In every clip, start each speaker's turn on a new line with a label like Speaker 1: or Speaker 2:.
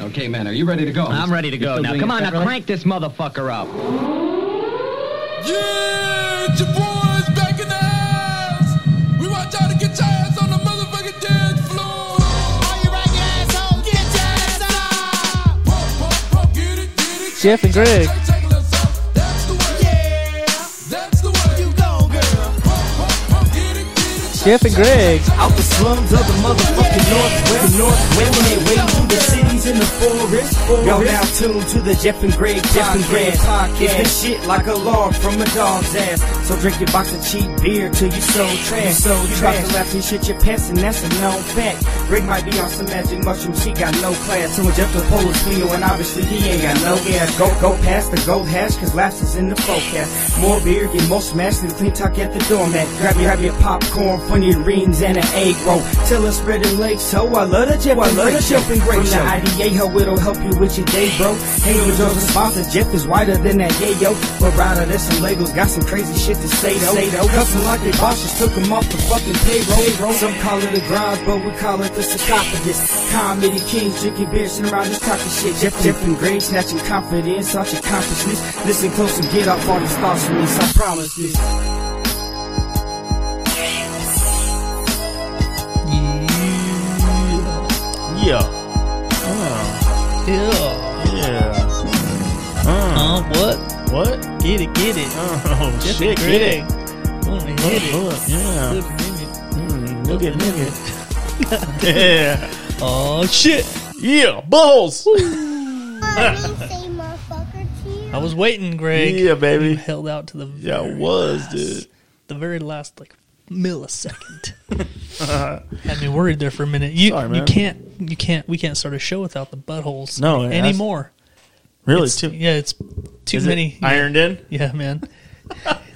Speaker 1: Okay, man, are you ready to go?
Speaker 2: I'm ready to
Speaker 1: You're
Speaker 2: go
Speaker 1: still
Speaker 2: now.
Speaker 1: doing
Speaker 2: Come
Speaker 1: it
Speaker 2: on, now
Speaker 1: separately?
Speaker 2: crank this motherfucker up.
Speaker 3: Yeah, it's your boys back in the house. We want y'all to get your ass on the motherfucking dance floor. All you right assholes, get your ass up. Pump, pump, pump, get it, get it.
Speaker 4: Jeff and Greg.
Speaker 3: Take, take a little something. That's the way. Yeah, that's the way you go, girl. Pump, pump, pump, get it, get it.
Speaker 4: Jeff and Greg.
Speaker 5: Out the slums of the motherfucking Northwest, the Northwest, on their way through the cities and the forest. Y'all now tuned to the Jeff and Greg, Jeff and Greg podcast. It's the shit like a log from a dog's ass. So drink your box of cheap beer till you so trash. So you about to laugh and shit your pants, and that's a known fact. Greg might be on some magic mushroom, she got no class. So when Jeff the pole is Cleo, and obviously he ain't got no gas. Go, go past the gold hash, cause laughs is in the forecast. More beer, get more smashed, and clean talk at the doormat. Grab your, grab your popcorn, funny rings, and an egg roll. Tell us spread the legs, so I love the Jeff, I love the Jeff and Greg show. From the IDA, it'll help you with your day, bro. Hey, yo, Joe's a sponsor, Jeff is whiter than that yayo. But rather, there's some Legos, got some crazy shit to say, though. Say, though. Custom like they bosses took them off the fucking payroll. Some call it a grind, but we call it the sarcophagus. Comedy kings drinking beer, sitting around this talking shit. Jeff, Jeff and Greg snatching confidence, out your consciousness. Listen close and get off all these thoughts from this, I promise this.
Speaker 6: Yeah.
Speaker 4: Yeah.
Speaker 6: Yeah.
Speaker 4: Uh, what?
Speaker 6: What?
Speaker 4: Get it, get it.
Speaker 6: Oh,
Speaker 4: Jeff
Speaker 6: shit. Get
Speaker 4: and Greg.
Speaker 6: it.
Speaker 4: Wanna hit
Speaker 6: Look,
Speaker 4: it.
Speaker 6: look, yeah.
Speaker 4: Look, nigga.
Speaker 6: Mm, look at nigga. yeah.
Speaker 4: Oh, shit.
Speaker 6: Yeah. Balls.
Speaker 7: say motherfucker to you?
Speaker 4: I was waiting, Greg.
Speaker 6: Yeah, baby.
Speaker 4: You held out to the
Speaker 6: Yeah, I
Speaker 4: very
Speaker 6: was,
Speaker 4: last-
Speaker 6: dude.
Speaker 4: The very last, like, millisecond. Had me worried there for a minute. You,
Speaker 6: Sorry,
Speaker 4: you
Speaker 6: man.
Speaker 4: can't, you can't, we can't start a show without the buttholes.
Speaker 6: No, it has-
Speaker 4: anymore.
Speaker 6: Really?
Speaker 4: It's-
Speaker 6: too
Speaker 4: Yeah, it's too
Speaker 6: is it
Speaker 4: many. yeah,
Speaker 6: ironed in?
Speaker 4: yeah, man.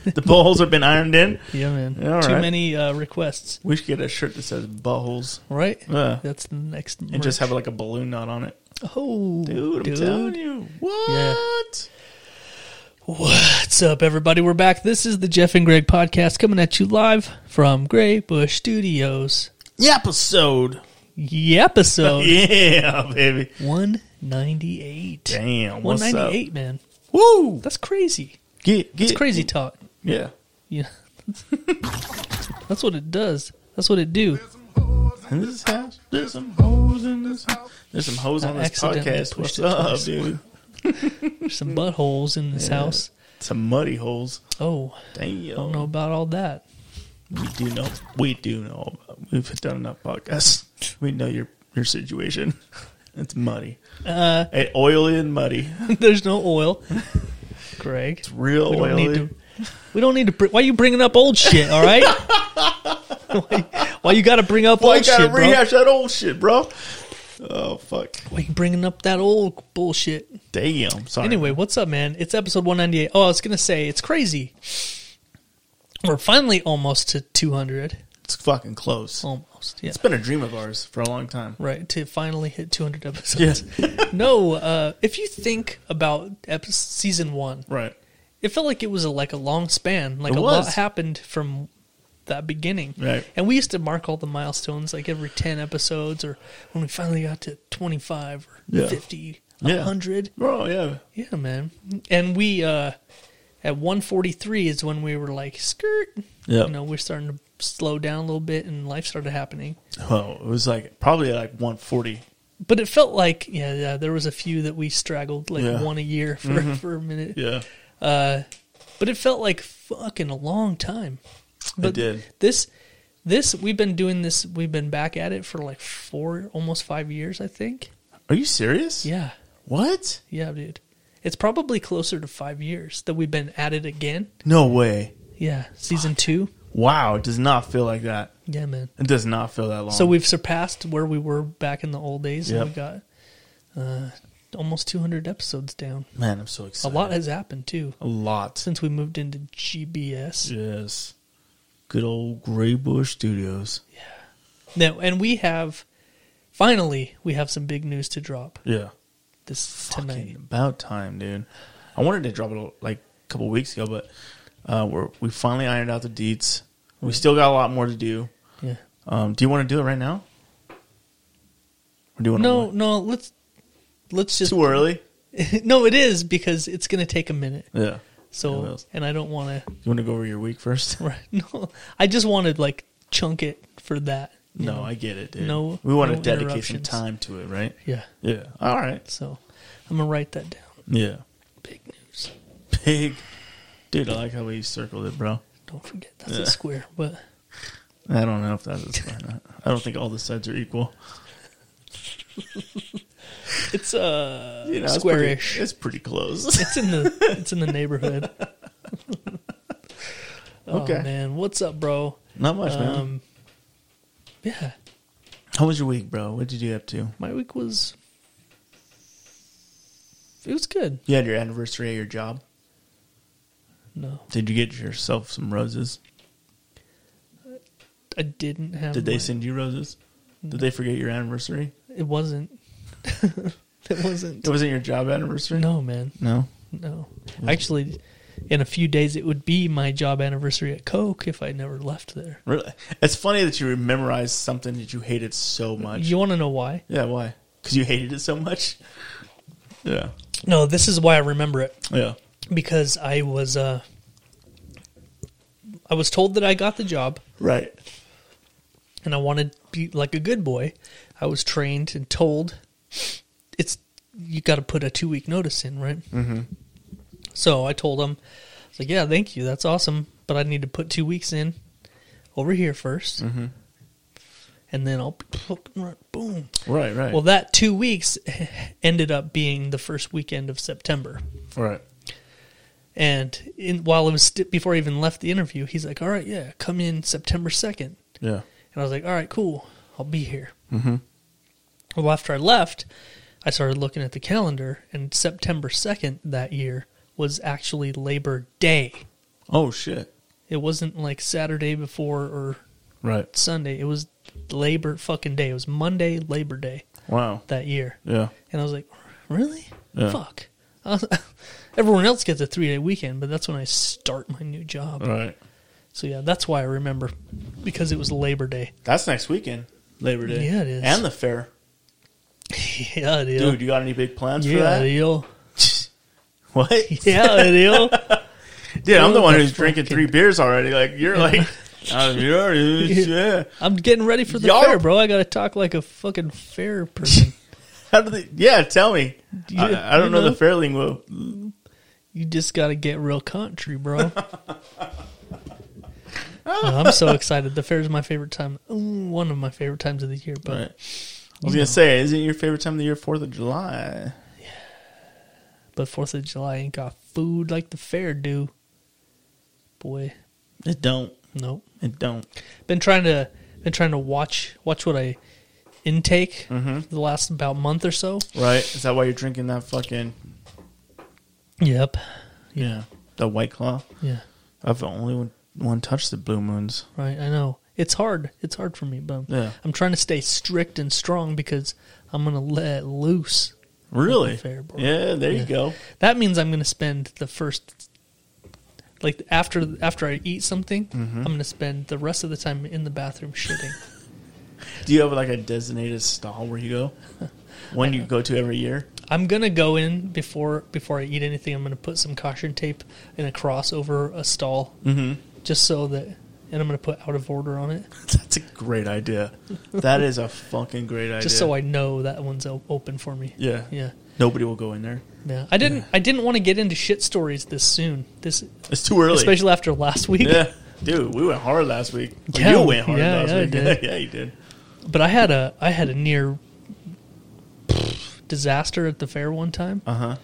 Speaker 6: The buttholes have been ironed in?
Speaker 4: Yeah, man.
Speaker 6: Yeah, all
Speaker 4: too
Speaker 6: right.
Speaker 4: many uh, requests,
Speaker 6: We should get a shirt that says buttholes
Speaker 4: right?
Speaker 6: Yeah.
Speaker 4: That's the next.
Speaker 6: and just have like a balloon knot on it.
Speaker 4: oh,
Speaker 6: Dude, I'm telling you. What?
Speaker 4: What's up, everybody? We're back. This is the Jeff and Greg podcast coming at you live from Gray Bush Studios.
Speaker 6: Yeah. Episode.
Speaker 4: Yeah, episode
Speaker 6: Yeah, baby.
Speaker 4: 198.
Speaker 6: Damn. What's up?
Speaker 4: 198, man.
Speaker 6: Woo!
Speaker 4: That's crazy.
Speaker 6: Get, get.
Speaker 4: It's crazy talk.
Speaker 6: Yeah.
Speaker 4: Yeah. That's what it does. That's what it do.
Speaker 6: In this house, there's some hoes in this house. There's some hoes on
Speaker 4: I
Speaker 6: this
Speaker 4: accidentally
Speaker 6: podcast. What's
Speaker 4: pushed it
Speaker 6: up,
Speaker 4: twice.
Speaker 6: dude?
Speaker 4: There's some buttholes in this house.
Speaker 6: Some muddy holes.
Speaker 4: Oh,
Speaker 6: Damn.
Speaker 4: don't know about all that.
Speaker 6: We do know. We do know. about- We've done enough podcasts. We know your your situation. It's muddy. Uh, oily and muddy.
Speaker 4: There's no oil, Greg.
Speaker 6: It's real
Speaker 4: We don't
Speaker 6: oily.
Speaker 4: need to. We don't need to. Br- why you bringing up old shit? All right. why, why you got to bring up
Speaker 6: Why you
Speaker 4: old
Speaker 6: gotta
Speaker 4: shit, bro?
Speaker 6: rehash that old shit, bro? Oh fuck!
Speaker 4: Why you bringing up that old bullshit?
Speaker 6: Damn. Sorry.
Speaker 4: Anyway, what's up, man? It's episode 198. Oh, I was gonna say it's crazy. We're finally almost to 200.
Speaker 6: it's fucking close.
Speaker 4: Almost, Oh, yeah.
Speaker 6: It's been a dream of ours for a long time.
Speaker 4: Right to finally hit 200 episodes. no, uh, if you think about episode, season one,
Speaker 6: Right.
Speaker 4: it felt like it was a, like a long span. Like
Speaker 6: It
Speaker 4: a lot
Speaker 6: was.
Speaker 4: happened from that beginning.
Speaker 6: Right.
Speaker 4: And we used to mark all the milestones like every 10 episodes or when we finally got to 25 or
Speaker 6: Yeah.
Speaker 4: 50,
Speaker 6: Yeah.
Speaker 4: 100.
Speaker 6: Bro, yeah.
Speaker 4: Yeah, man. And we, uh, at 143 is when we were like, skirt.
Speaker 6: Yeah.
Speaker 4: You know, we're starting to slow down a little bit and life started happening.
Speaker 6: Oh, it was like probably like 140.
Speaker 4: But it felt like, yeah, yeah there was a few that we straggled like
Speaker 6: Yeah. Mm-hmm.
Speaker 4: one a year for, for a minute.
Speaker 6: Yeah.
Speaker 4: but it felt like fucking a long time. But
Speaker 6: did.
Speaker 4: This, this we've been doing this. We've been back at it for like four, almost five years, I think.
Speaker 6: Are you serious?
Speaker 4: Yeah,
Speaker 6: What?
Speaker 4: yeah, dude. It's probably closer to five years that we've been at it again.
Speaker 6: No way.
Speaker 4: Yeah, season two.
Speaker 6: Wow, it does not feel like that.
Speaker 4: Yeah, man.
Speaker 6: It does not feel that long.
Speaker 4: So we've surpassed where we were back in the old days, and
Speaker 6: Um, Yep.
Speaker 4: we got uh, almost 200 episodes down.
Speaker 6: man, I'm so
Speaker 4: A
Speaker 6: excited.
Speaker 4: lot has happened too
Speaker 6: A lot.
Speaker 4: since we moved into GBS.
Speaker 6: Yes. Good old Grey Bush Studios.
Speaker 4: No, and we have finally we have some big news to drop
Speaker 6: Yeah.
Speaker 4: this
Speaker 6: Fucking
Speaker 4: tonight.
Speaker 6: about time, dude. I wanted to drop it a- like a couple weeks ago, but uh, we're we finally ironed out the deets. We still got a lot more to do.
Speaker 4: Yeah.
Speaker 6: Um, do you want to do it right now? Or do you want
Speaker 4: No,
Speaker 6: to
Speaker 4: no, let's let's just
Speaker 6: Too early.
Speaker 4: no, it is because it's going to take a minute.
Speaker 6: Yeah. What
Speaker 4: So,
Speaker 6: else?
Speaker 4: and I don't want to.
Speaker 6: You want to go over your week first?
Speaker 4: No, I just wanted like chunk it for that. you
Speaker 6: No,
Speaker 4: know?
Speaker 6: I get it, dude.
Speaker 4: no-
Speaker 6: we want
Speaker 4: no
Speaker 6: to dedicate some
Speaker 4: interruptions.
Speaker 6: time to it, right?
Speaker 4: yeah.
Speaker 6: Yeah. All right.
Speaker 4: So, I'm gonna write that down.
Speaker 6: Yeah.
Speaker 4: Big news.
Speaker 6: Big, dude. I like how we circled it, bro.
Speaker 4: Don't forget that's
Speaker 6: Yeah.
Speaker 4: a square. But
Speaker 6: I don't know if that's or not. I don't think all the sides are equal.
Speaker 4: it's uh,
Speaker 6: You know,
Speaker 4: squarish.
Speaker 6: It's pretty, it's pretty close.
Speaker 4: It's in the it's in the neighborhood. oh,
Speaker 6: Okay.
Speaker 4: man, what's up, bro?
Speaker 6: Not much, man.
Speaker 4: Um, yeah,
Speaker 6: How was your week, bro? What did you up to?
Speaker 4: my week was it was good.
Speaker 6: You had your anniversary at your job.
Speaker 4: No,
Speaker 6: Did you get yourself some roses?
Speaker 4: I didn't have.
Speaker 6: Did they
Speaker 4: my-
Speaker 6: send you roses? Did they forget your anniversary?
Speaker 4: It wasn't. it wasn't.
Speaker 6: It wasn't your job anniversary.
Speaker 4: No, man.
Speaker 6: No.
Speaker 4: No.
Speaker 6: Mm.
Speaker 4: Actually, in a few days, it would be my job anniversary at Coke if I never left there.
Speaker 6: Really? It's funny that you memorized something that you hated so much.
Speaker 4: You want to know why?
Speaker 6: yeah, why? Because you hated it so much? Yeah.
Speaker 4: No, this is why I remember it.
Speaker 6: Yeah.
Speaker 4: because I was uh I was told that I got the job
Speaker 6: Right.
Speaker 4: and I wanted to be like a good boy. I was trained and told it's you got to put a 2 week notice in, right? Mhm. So I told them I was like, "Yeah, thank you. That's awesome, but I need to put 2 weeks in over here 1st Mm-hmm. And then I'll boom.
Speaker 6: Right, right.
Speaker 4: Well, that 2 weeks ended up being the first weekend of September.
Speaker 6: right.
Speaker 4: And in, while I was st- before I even left the interview, he's like, "All right, yeah, come in September 2nd. And
Speaker 6: Yeah.
Speaker 4: I was like, "All right, cool, I'll be here." Mm-hmm. Well, after I left, I started looking at the calendar, and September second that year was actually Labor Day.
Speaker 6: Oh, shit.
Speaker 4: It wasn't like Saturday before or
Speaker 6: Right.
Speaker 4: Sunday. It was Labor fucking Day. It was Monday, Labor Day
Speaker 6: Wow.
Speaker 4: that year.
Speaker 6: Yeah.
Speaker 4: And I was like, really?
Speaker 6: Yeah.
Speaker 4: Fuck. I was- everyone else gets a three day weekend, but that's when I start my new job.
Speaker 6: Right.
Speaker 4: So yeah, that's why I remember because it was Labor Day.
Speaker 6: That's next weekend. Labor Day.
Speaker 4: Yeah, it is.
Speaker 6: And the fair.
Speaker 4: Yeah, deal.
Speaker 6: Dude, you got any big plans for
Speaker 4: yeah,
Speaker 6: that?
Speaker 4: deal.
Speaker 6: What?
Speaker 4: Yeah, deal.
Speaker 6: Dude, I'm the
Speaker 4: Oh,
Speaker 6: one
Speaker 4: the
Speaker 6: who's drinking
Speaker 4: fucking-
Speaker 6: three beers already. Like, you're like, oh, you're already, yeah.
Speaker 4: I'm getting ready for the
Speaker 6: Y'all-
Speaker 4: fair, bro. I gotta talk like a fucking fair person.
Speaker 6: How do they, yeah, tell me.
Speaker 4: You-
Speaker 6: I, I
Speaker 4: you
Speaker 6: don't know,
Speaker 4: know.
Speaker 6: the fair lingo.
Speaker 4: You just gotta get real country, bro. No, I'm so excited. The fair is my favorite time, ooh, one of my favorite times of the year. But
Speaker 6: Right. I was going to say, isn't your favorite time of the year 4th of July?
Speaker 4: but Fourth of July ain't got food like the fair do. Boy,
Speaker 6: It don't.
Speaker 4: nope.
Speaker 6: It don't.
Speaker 4: been trying to been trying to watch watch what I intake
Speaker 6: Mm-hmm.
Speaker 4: for the last about month or so.
Speaker 6: Right? Is that why you're drinking that fucking
Speaker 4: Yep.
Speaker 6: yeah the white claw?
Speaker 4: Yeah.
Speaker 6: I've only one, one touched the blue moons.
Speaker 4: Right. I know it's hard. It's hard for me, but I'm,
Speaker 6: Yeah.
Speaker 4: I'm trying to stay strict and strong because I'm gonna let loose.
Speaker 6: Really?
Speaker 4: Fair, bro.
Speaker 6: yeah. There you go.
Speaker 4: That means I'm gonna spend the first like after after I eat something, I'm gonna spend the rest of the time in the bathroom shitting.
Speaker 6: Do you have like a designated stall where you go? One you go to every year?
Speaker 4: I'm gonna go in before before I eat anything. I'm gonna put some caution tape and a cross over a stall, mm-hmm. just so that, and I'm gonna put out of order on it,
Speaker 6: That's a great idea. That is a fucking great idea.
Speaker 4: just so I know that one's o- open for me.
Speaker 6: Yeah.
Speaker 4: yeah,
Speaker 6: Nobody will go in there.
Speaker 4: yeah. I didn't I didn't want to get into shit stories this soon. This
Speaker 6: It's too early.
Speaker 4: especially after last week.
Speaker 6: yeah. Dude, we went hard last week. Or
Speaker 4: Yeah.
Speaker 6: you went hard
Speaker 4: Yeah,
Speaker 6: last
Speaker 4: yeah, I
Speaker 6: week.
Speaker 4: did.
Speaker 6: yeah, you did.
Speaker 4: But I had a I had a near disaster at the fair one time.
Speaker 6: Uh huh.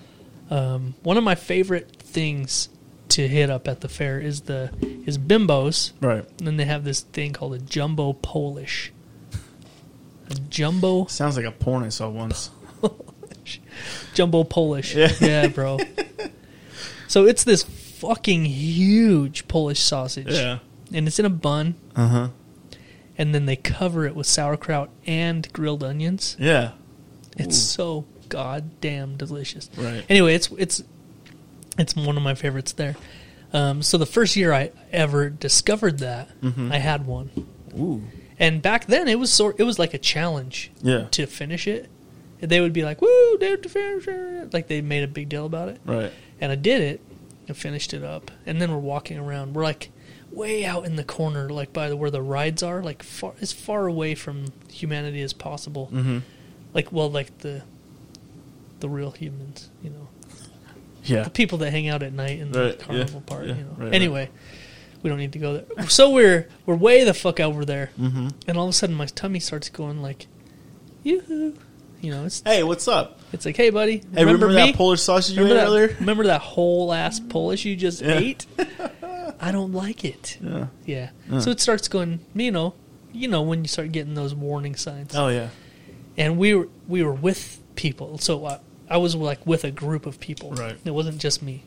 Speaker 4: Um, one of my favorite things to hit up at the fair is the is bimbos.
Speaker 6: Right.
Speaker 4: And then they have this thing called a jumbo Polish. A jumbo
Speaker 6: Sounds like a porn I saw once.
Speaker 4: jumbo Polish. Yeah, bro. so it's this fucking huge Polish sausage.
Speaker 6: Yeah.
Speaker 4: And it's in a bun. Uh-huh. And then they cover it with sauerkraut and grilled onions.
Speaker 6: Yeah.
Speaker 4: It's so goddamn delicious.
Speaker 6: Right.
Speaker 4: Anyway, it's it's it's one of my favorites there. Um, so the first year I ever discovered that, I had one.
Speaker 6: Ooh.
Speaker 4: And back then, it was sort it was like a challenge
Speaker 6: Yeah.
Speaker 4: to finish it. they would be like, "Woo, Dave DeFerrin!" Like they made a big deal about it.
Speaker 6: Right.
Speaker 4: And I did it and finished it up. And then we're walking around. We're like way out in the corner, like by the, where the rides are, like far as far away from humanity as possible. Mm-hmm. Like well, like the the real humans, you know,
Speaker 6: Yeah.
Speaker 4: the people that hang out at night in the
Speaker 6: Right, yeah,
Speaker 4: carnival part.
Speaker 6: yeah,
Speaker 4: you know.
Speaker 6: right, right.
Speaker 4: anyway, we don't need to go there. So we're we're way the fuck over there, mm-hmm. and all of a sudden my tummy starts going like, yoo-hoo. you know, it's
Speaker 6: Hey, what's up?
Speaker 4: it's like, hey buddy,
Speaker 6: Hey, remember,
Speaker 4: me?
Speaker 6: that Polish sausage you
Speaker 4: Remember
Speaker 6: ate
Speaker 4: that,
Speaker 6: earlier?
Speaker 4: remember that whole ass Polish you just
Speaker 6: Yeah.
Speaker 4: ate? I don't like it.
Speaker 6: Yeah.
Speaker 4: Yeah. So it starts going, you know, you know when you start getting those warning signs.
Speaker 6: Oh yeah.
Speaker 4: And we were we were with people. So I, I was like with a group of people.
Speaker 6: Right.
Speaker 4: It wasn't just me.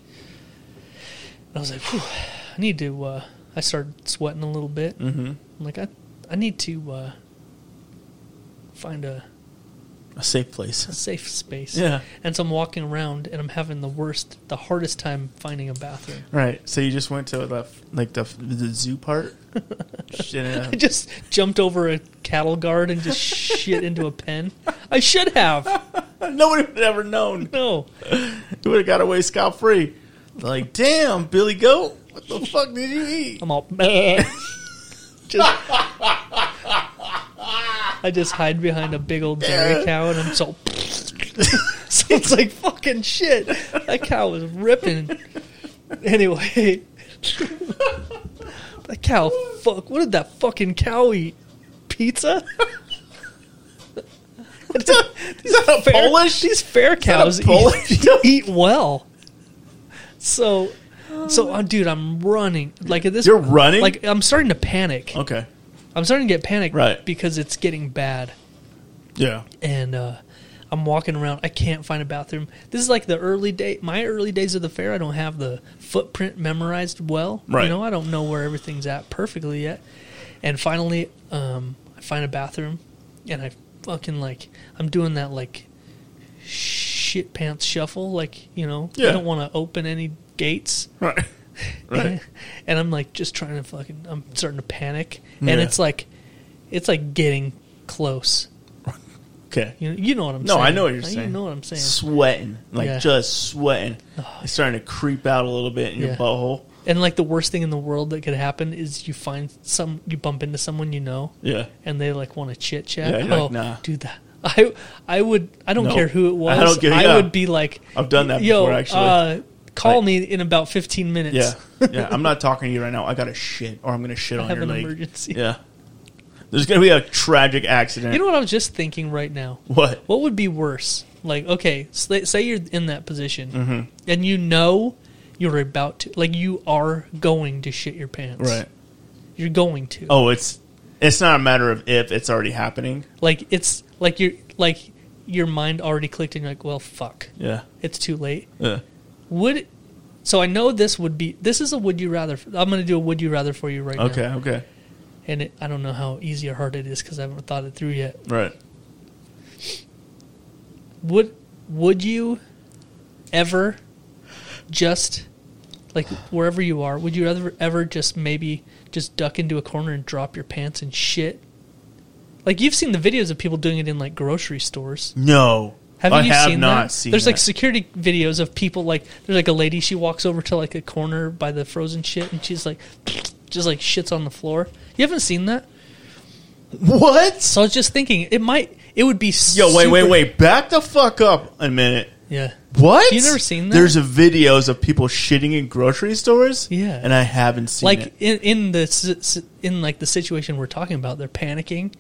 Speaker 4: And I was like, Whew, I need to uh I started sweating a little bit.
Speaker 6: Mm-hmm.
Speaker 4: I'm like I I need to uh find a
Speaker 6: A safe place.
Speaker 4: a safe space.
Speaker 6: Yeah.
Speaker 4: And so I'm walking around and I'm having the worst, the hardest time finding a bathroom.
Speaker 6: Right. So you just went to the like the the zoo part. Shit.
Speaker 4: I just jumped over a cattle guard and just shit into a pen. I should have.
Speaker 6: Nobody would have ever known.
Speaker 4: No.
Speaker 6: You would have got away scot free. Like, damn, Billy Goat, what the fuck did you eat?
Speaker 4: I'm all. "Meh." just. I just hide behind a big old dairy cow and I'm so. so it's like fucking shit. That cow was ripping. Anyway. that cow, fuck. What did that fucking cow eat? Pizza?
Speaker 6: Is that a
Speaker 4: fair-
Speaker 6: Polish?
Speaker 4: These fair cows
Speaker 6: Polish?
Speaker 4: eat, eat well. So, so uh, dude, I'm running like at this.
Speaker 6: You're running?
Speaker 4: Like I'm starting to panic.
Speaker 6: Okay.
Speaker 4: I'm starting to get panic
Speaker 6: Right.
Speaker 4: because it's getting bad,
Speaker 6: Yeah.
Speaker 4: and uh, I'm walking around. I can't find a bathroom. This is like the early day. My early days of the fair. I don't have the footprint memorized well.
Speaker 6: Right.
Speaker 4: You know, I don't know where everything's at perfectly yet. And finally, um, I find a bathroom, and I fucking like I'm doing that like shit pants shuffle. Like you know,
Speaker 6: Yeah.
Speaker 4: I don't want to open any gates.
Speaker 6: Right. Right.
Speaker 4: and I'm like just trying to fucking I'm starting to panic.
Speaker 6: Yeah.
Speaker 4: And it's like it's like getting close.
Speaker 6: Okay.
Speaker 4: You know, you know what I'm
Speaker 6: No,
Speaker 4: saying.
Speaker 6: I know what you're saying.
Speaker 4: You know what I'm saying.
Speaker 6: Sweating. Like,
Speaker 4: Yeah.
Speaker 6: just sweating. It's starting to creep out a little bit in your
Speaker 4: Yeah.
Speaker 6: butthole.
Speaker 4: And like the worst thing in the world that could happen is you find some you bump into someone you know
Speaker 6: Yeah.
Speaker 4: and they like want to chit chat.
Speaker 6: Yeah, you're
Speaker 4: oh,
Speaker 6: like, nah.
Speaker 4: do that. I I would I don't
Speaker 6: No.
Speaker 4: care who it was.
Speaker 6: I don't care- yeah.
Speaker 4: would be like
Speaker 6: I've done that
Speaker 4: Yo,
Speaker 6: before, actually.
Speaker 4: Uh, call
Speaker 6: Like-
Speaker 4: me in about 15 minutes.
Speaker 6: Yeah. Yeah. I'm not talking to you right now. I got to shit, or I'm going to shit
Speaker 4: I
Speaker 6: on
Speaker 4: have
Speaker 6: your
Speaker 4: an
Speaker 6: leg.
Speaker 4: emergency.
Speaker 6: Yeah. There's going to be a tragic accident.
Speaker 4: You know what I was just thinking right now?
Speaker 6: what?
Speaker 4: What would be worse? Like, okay, say, say you're in that position
Speaker 6: Mm-hmm.
Speaker 4: and you know you're about to, like, you are going to shit your pants.
Speaker 6: Right.
Speaker 4: You're going to.
Speaker 6: Oh, it's it's not a matter of if, it's already happening.
Speaker 4: Like, it's like you're, like, your mind already clicked and you're like, well, fuck.
Speaker 6: Yeah.
Speaker 4: It's too late.
Speaker 6: Yeah.
Speaker 4: Would, so I know this would be, this is a would you rather. I'm going to do a would you rather for you right
Speaker 6: Okay.
Speaker 4: now.
Speaker 6: Okay.
Speaker 4: And it, I don't know how easy or hard it is because I haven't thought it through yet.
Speaker 6: Right.
Speaker 4: would would you ever just like wherever you are would you ever ever just maybe just duck into a corner and drop your pants and shit like you've seen the videos of people doing it in like grocery stores
Speaker 6: No.
Speaker 4: have
Speaker 6: I
Speaker 4: you
Speaker 6: have
Speaker 4: seen
Speaker 6: not
Speaker 4: that?
Speaker 6: seen
Speaker 4: there's like
Speaker 6: that.
Speaker 4: security videos of people like there's like a lady she walks over to like a corner by the frozen shit and she's like just like shits on the floor you haven't seen that
Speaker 6: What?
Speaker 4: so i was just thinking it might it would be
Speaker 6: Yo, wait, wait,
Speaker 4: super-
Speaker 6: wait. Back the fuck up a minute.
Speaker 4: yeah
Speaker 6: What?
Speaker 4: You never seen that?
Speaker 6: There's a videos of people shitting in grocery stores.
Speaker 4: Yeah.
Speaker 6: and I haven't seen
Speaker 4: like
Speaker 6: it.
Speaker 4: in in the s- s- in like the situation we're talking about, they're panicking.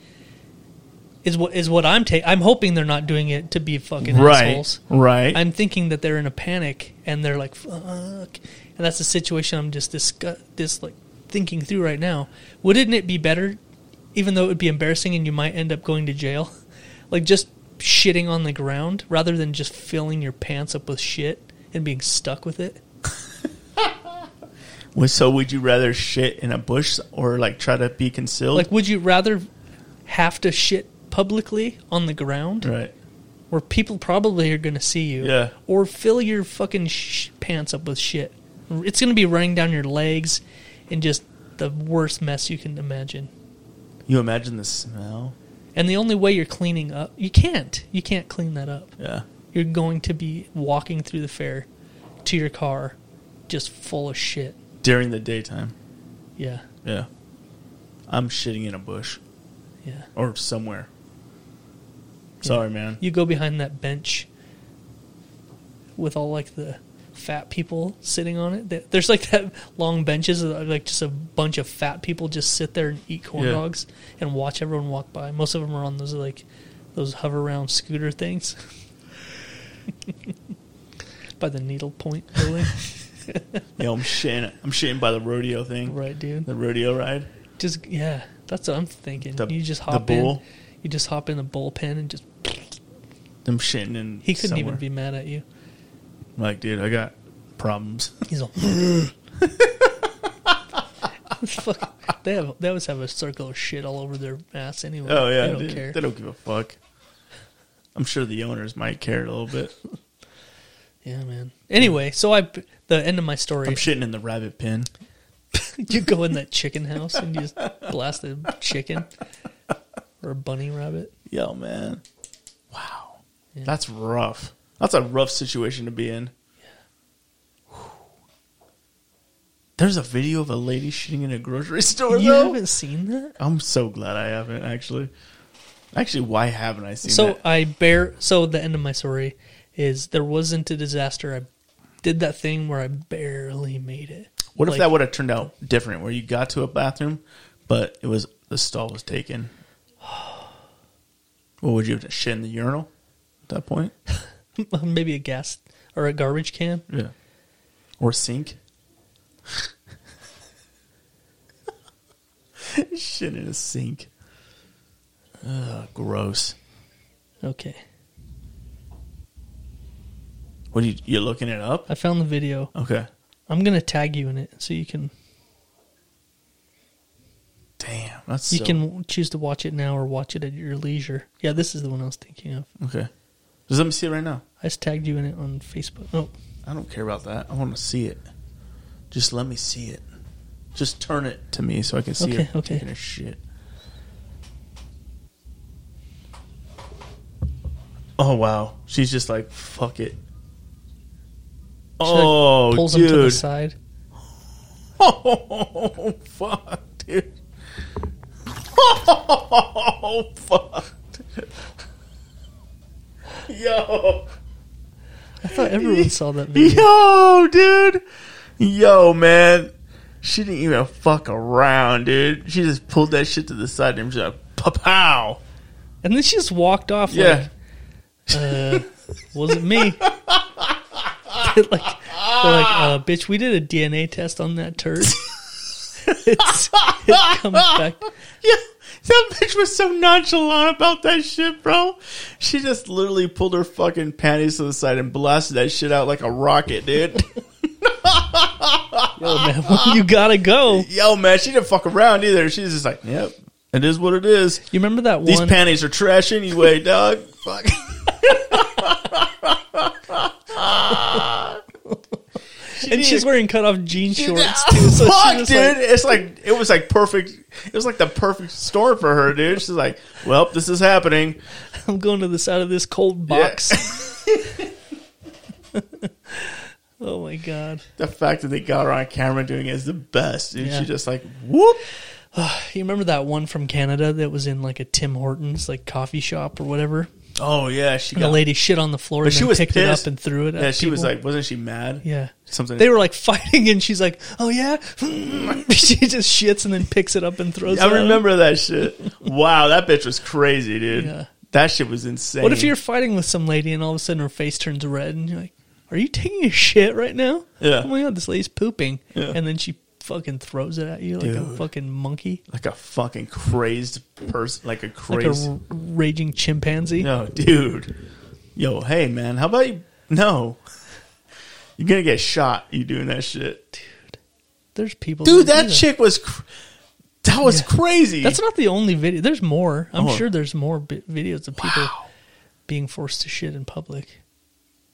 Speaker 4: Is what is what I'm ta- I'm hoping they're not doing it to be fucking
Speaker 6: Right,
Speaker 4: assholes.
Speaker 6: right.
Speaker 4: I'm thinking that they're in a panic and they're like fuck, and that's the situation I'm just discuss this like thinking through right now. Wouldn't it be better, even though it would be embarrassing and you might end up going to jail, like just shitting on the ground rather than just filling your pants up with shit and being stuck with it?
Speaker 6: Well, So, would you rather shit in a bush or like try to be concealed?
Speaker 4: Like, would you rather have to shit publicly on the ground
Speaker 6: right?
Speaker 4: where people probably are going to see you,
Speaker 6: Yeah.
Speaker 4: or fill your fucking sh- pants up with shit? It's going to be running down your legs and just the worst mess you can imagine.
Speaker 6: You imagine the smell.
Speaker 4: And the only way you're cleaning up, you can't. You can't clean that up.
Speaker 6: Yeah.
Speaker 4: You're going to be walking through the fair to your car just full of shit.
Speaker 6: During the daytime.
Speaker 4: Yeah.
Speaker 6: Yeah. I'm shitting in a bush
Speaker 4: Yeah.
Speaker 6: or somewhere. Sorry, man.
Speaker 4: You go behind that bench with all like the fat people sitting on it. There- There's like that long benches, that are, like just a bunch of fat people just sit there and eat corn
Speaker 6: Yeah.
Speaker 4: dogs and watch everyone walk by. Most of them are on those like those hover around scooter things by the Needle Point building.
Speaker 6: Yo, I'm shitting. I'm shitting by the rodeo thing.
Speaker 4: right, dude.
Speaker 6: The rodeo ride.
Speaker 4: Just yeah, that's what I'm thinking.
Speaker 6: The-
Speaker 4: you just
Speaker 6: the
Speaker 4: hop in.
Speaker 6: bull?
Speaker 4: You just hop in the bullpen and just
Speaker 6: I'm shitting in.
Speaker 4: he couldn't
Speaker 6: somewhere.
Speaker 4: even be mad at you.
Speaker 6: like, dude, I got problems.
Speaker 4: He's all. Fuck. They have they always have a circle of shit all over their ass anyway.
Speaker 6: oh yeah,
Speaker 4: they don't
Speaker 6: dude.
Speaker 4: care.
Speaker 6: They don't give a fuck. I'm sure the owners might care a little bit.
Speaker 4: yeah, man. Anyway, so I the end of my story.
Speaker 6: I'm shitting in the rabbit pen.
Speaker 4: you go in that chicken house and you just blast a chicken or a bunny rabbit.
Speaker 6: Yo, man. Wow. That's rough. That's a rough situation to be in. Whew. There's a video of a lady shitting in a grocery store,
Speaker 4: You
Speaker 6: though.
Speaker 4: haven't seen that?
Speaker 6: I'm so glad I haven't, actually. Actually, why haven't I seen
Speaker 4: So
Speaker 6: that?
Speaker 4: I bear. So the end of my story is there wasn't a disaster. I did that thing where I barely made it.
Speaker 6: What if
Speaker 4: like-
Speaker 6: that would have turned out different, where you got to a bathroom, but it was the stall was taken? What would you have to shit in the urinal at that point?
Speaker 4: Maybe a gas or a garbage can.
Speaker 6: Yeah. Or sink? Shit in a sink. Ugh, gross.
Speaker 4: Okay,
Speaker 6: What are you you looking it up?
Speaker 4: I found the video.
Speaker 6: Okay.
Speaker 4: I'm gonna tag you in it so you can
Speaker 6: Damn, that's
Speaker 4: you
Speaker 6: so-
Speaker 4: can choose to watch it now or watch it at your leisure. Yeah, this is the one I was thinking of.
Speaker 6: Okay. Just let me see it right now.
Speaker 4: I just tagged you in it on Facebook. Oh,
Speaker 6: I don't care about that. I want to see it. Just let me see it. Just turn it to me so I can see
Speaker 4: Okay,
Speaker 6: it
Speaker 4: okay.
Speaker 6: taking a shit. Oh wow, she's just like fuck it.
Speaker 4: like,
Speaker 6: oh,
Speaker 4: pulls
Speaker 6: dude.
Speaker 4: him to the side.
Speaker 6: Oh fuck, dude. Oh fuck. Yo.
Speaker 4: I thought everyone saw that video.
Speaker 6: Yo, dude. Yo, man. She didn't even fuck around, dude. She just pulled that shit to the side and was like, pow.
Speaker 4: And then she just walked off.
Speaker 6: Yeah.
Speaker 4: Like, wasn't me. they're like, they're like uh, bitch, we did a DNA test on that turd. it's, it comes back.
Speaker 6: Yeah. That bitch was so nonchalant about that shit, bro. She just literally pulled her fucking panties to the side and blasted that shit out like a rocket, dude.
Speaker 4: Yo, man, you gotta go.
Speaker 6: Yo, man, she didn't fuck around either. She's just like, yep, it is what it is.
Speaker 4: You remember that
Speaker 6: These
Speaker 4: one?
Speaker 6: panties are trash anyway, dog. Fuck.
Speaker 4: and she's wearing cut off jean shorts too. So she
Speaker 6: Fuck,
Speaker 4: was
Speaker 6: dude.
Speaker 4: like-
Speaker 6: it's like it was like perfect. It was like the perfect storm for her, dude. She's like, "Well, this is happening."
Speaker 4: I'm going to the side of this cold
Speaker 6: Yeah.
Speaker 4: box. oh my god.
Speaker 6: The fact that they got her on camera doing it is the best. And
Speaker 4: Yeah.
Speaker 6: she just like, "Whoop!"
Speaker 4: You remember that one from Canada that was in like a Tim Hortons like coffee shop or whatever?
Speaker 6: Oh yeah, she
Speaker 4: And
Speaker 6: got.
Speaker 4: the lady shit on the floor and
Speaker 6: she
Speaker 4: then
Speaker 6: was
Speaker 4: picked it
Speaker 6: pissed.
Speaker 4: up and threw it at
Speaker 6: yeah, she was
Speaker 4: people.
Speaker 6: like, wasn't she mad?
Speaker 4: Yeah.
Speaker 6: something.
Speaker 4: They were like fighting and she's like, Oh yeah? she just shits and then picks it up and throws it.
Speaker 6: I
Speaker 4: at 'em.
Speaker 6: remember that shit. Wow, that bitch was crazy, dude.
Speaker 4: Yeah.
Speaker 6: That shit was insane.
Speaker 4: What if you're fighting with some lady and all of a sudden her face turns red and you're like, Are you taking a shit right now?
Speaker 6: Yeah.
Speaker 4: Oh my god, this lady's pooping.
Speaker 6: Yeah.
Speaker 4: And then she fucking throws it at you like a
Speaker 6: Dude.
Speaker 4: fucking monkey.
Speaker 6: like a fucking crazed person, like a
Speaker 4: like a
Speaker 6: crazed.
Speaker 4: r- raging chimpanzee.
Speaker 6: no, dude. Yo, hey man, how about you? No, you're gonna get shot. You doing that shit,
Speaker 4: There's people,
Speaker 6: dude?
Speaker 4: do
Speaker 6: That chick was. Cr- that was
Speaker 4: Yeah.
Speaker 6: crazy.
Speaker 4: That's not the only video. There's more. I'm
Speaker 6: Oh.
Speaker 4: sure there's more bi- videos of people
Speaker 6: wow.
Speaker 4: being forced to shit in public.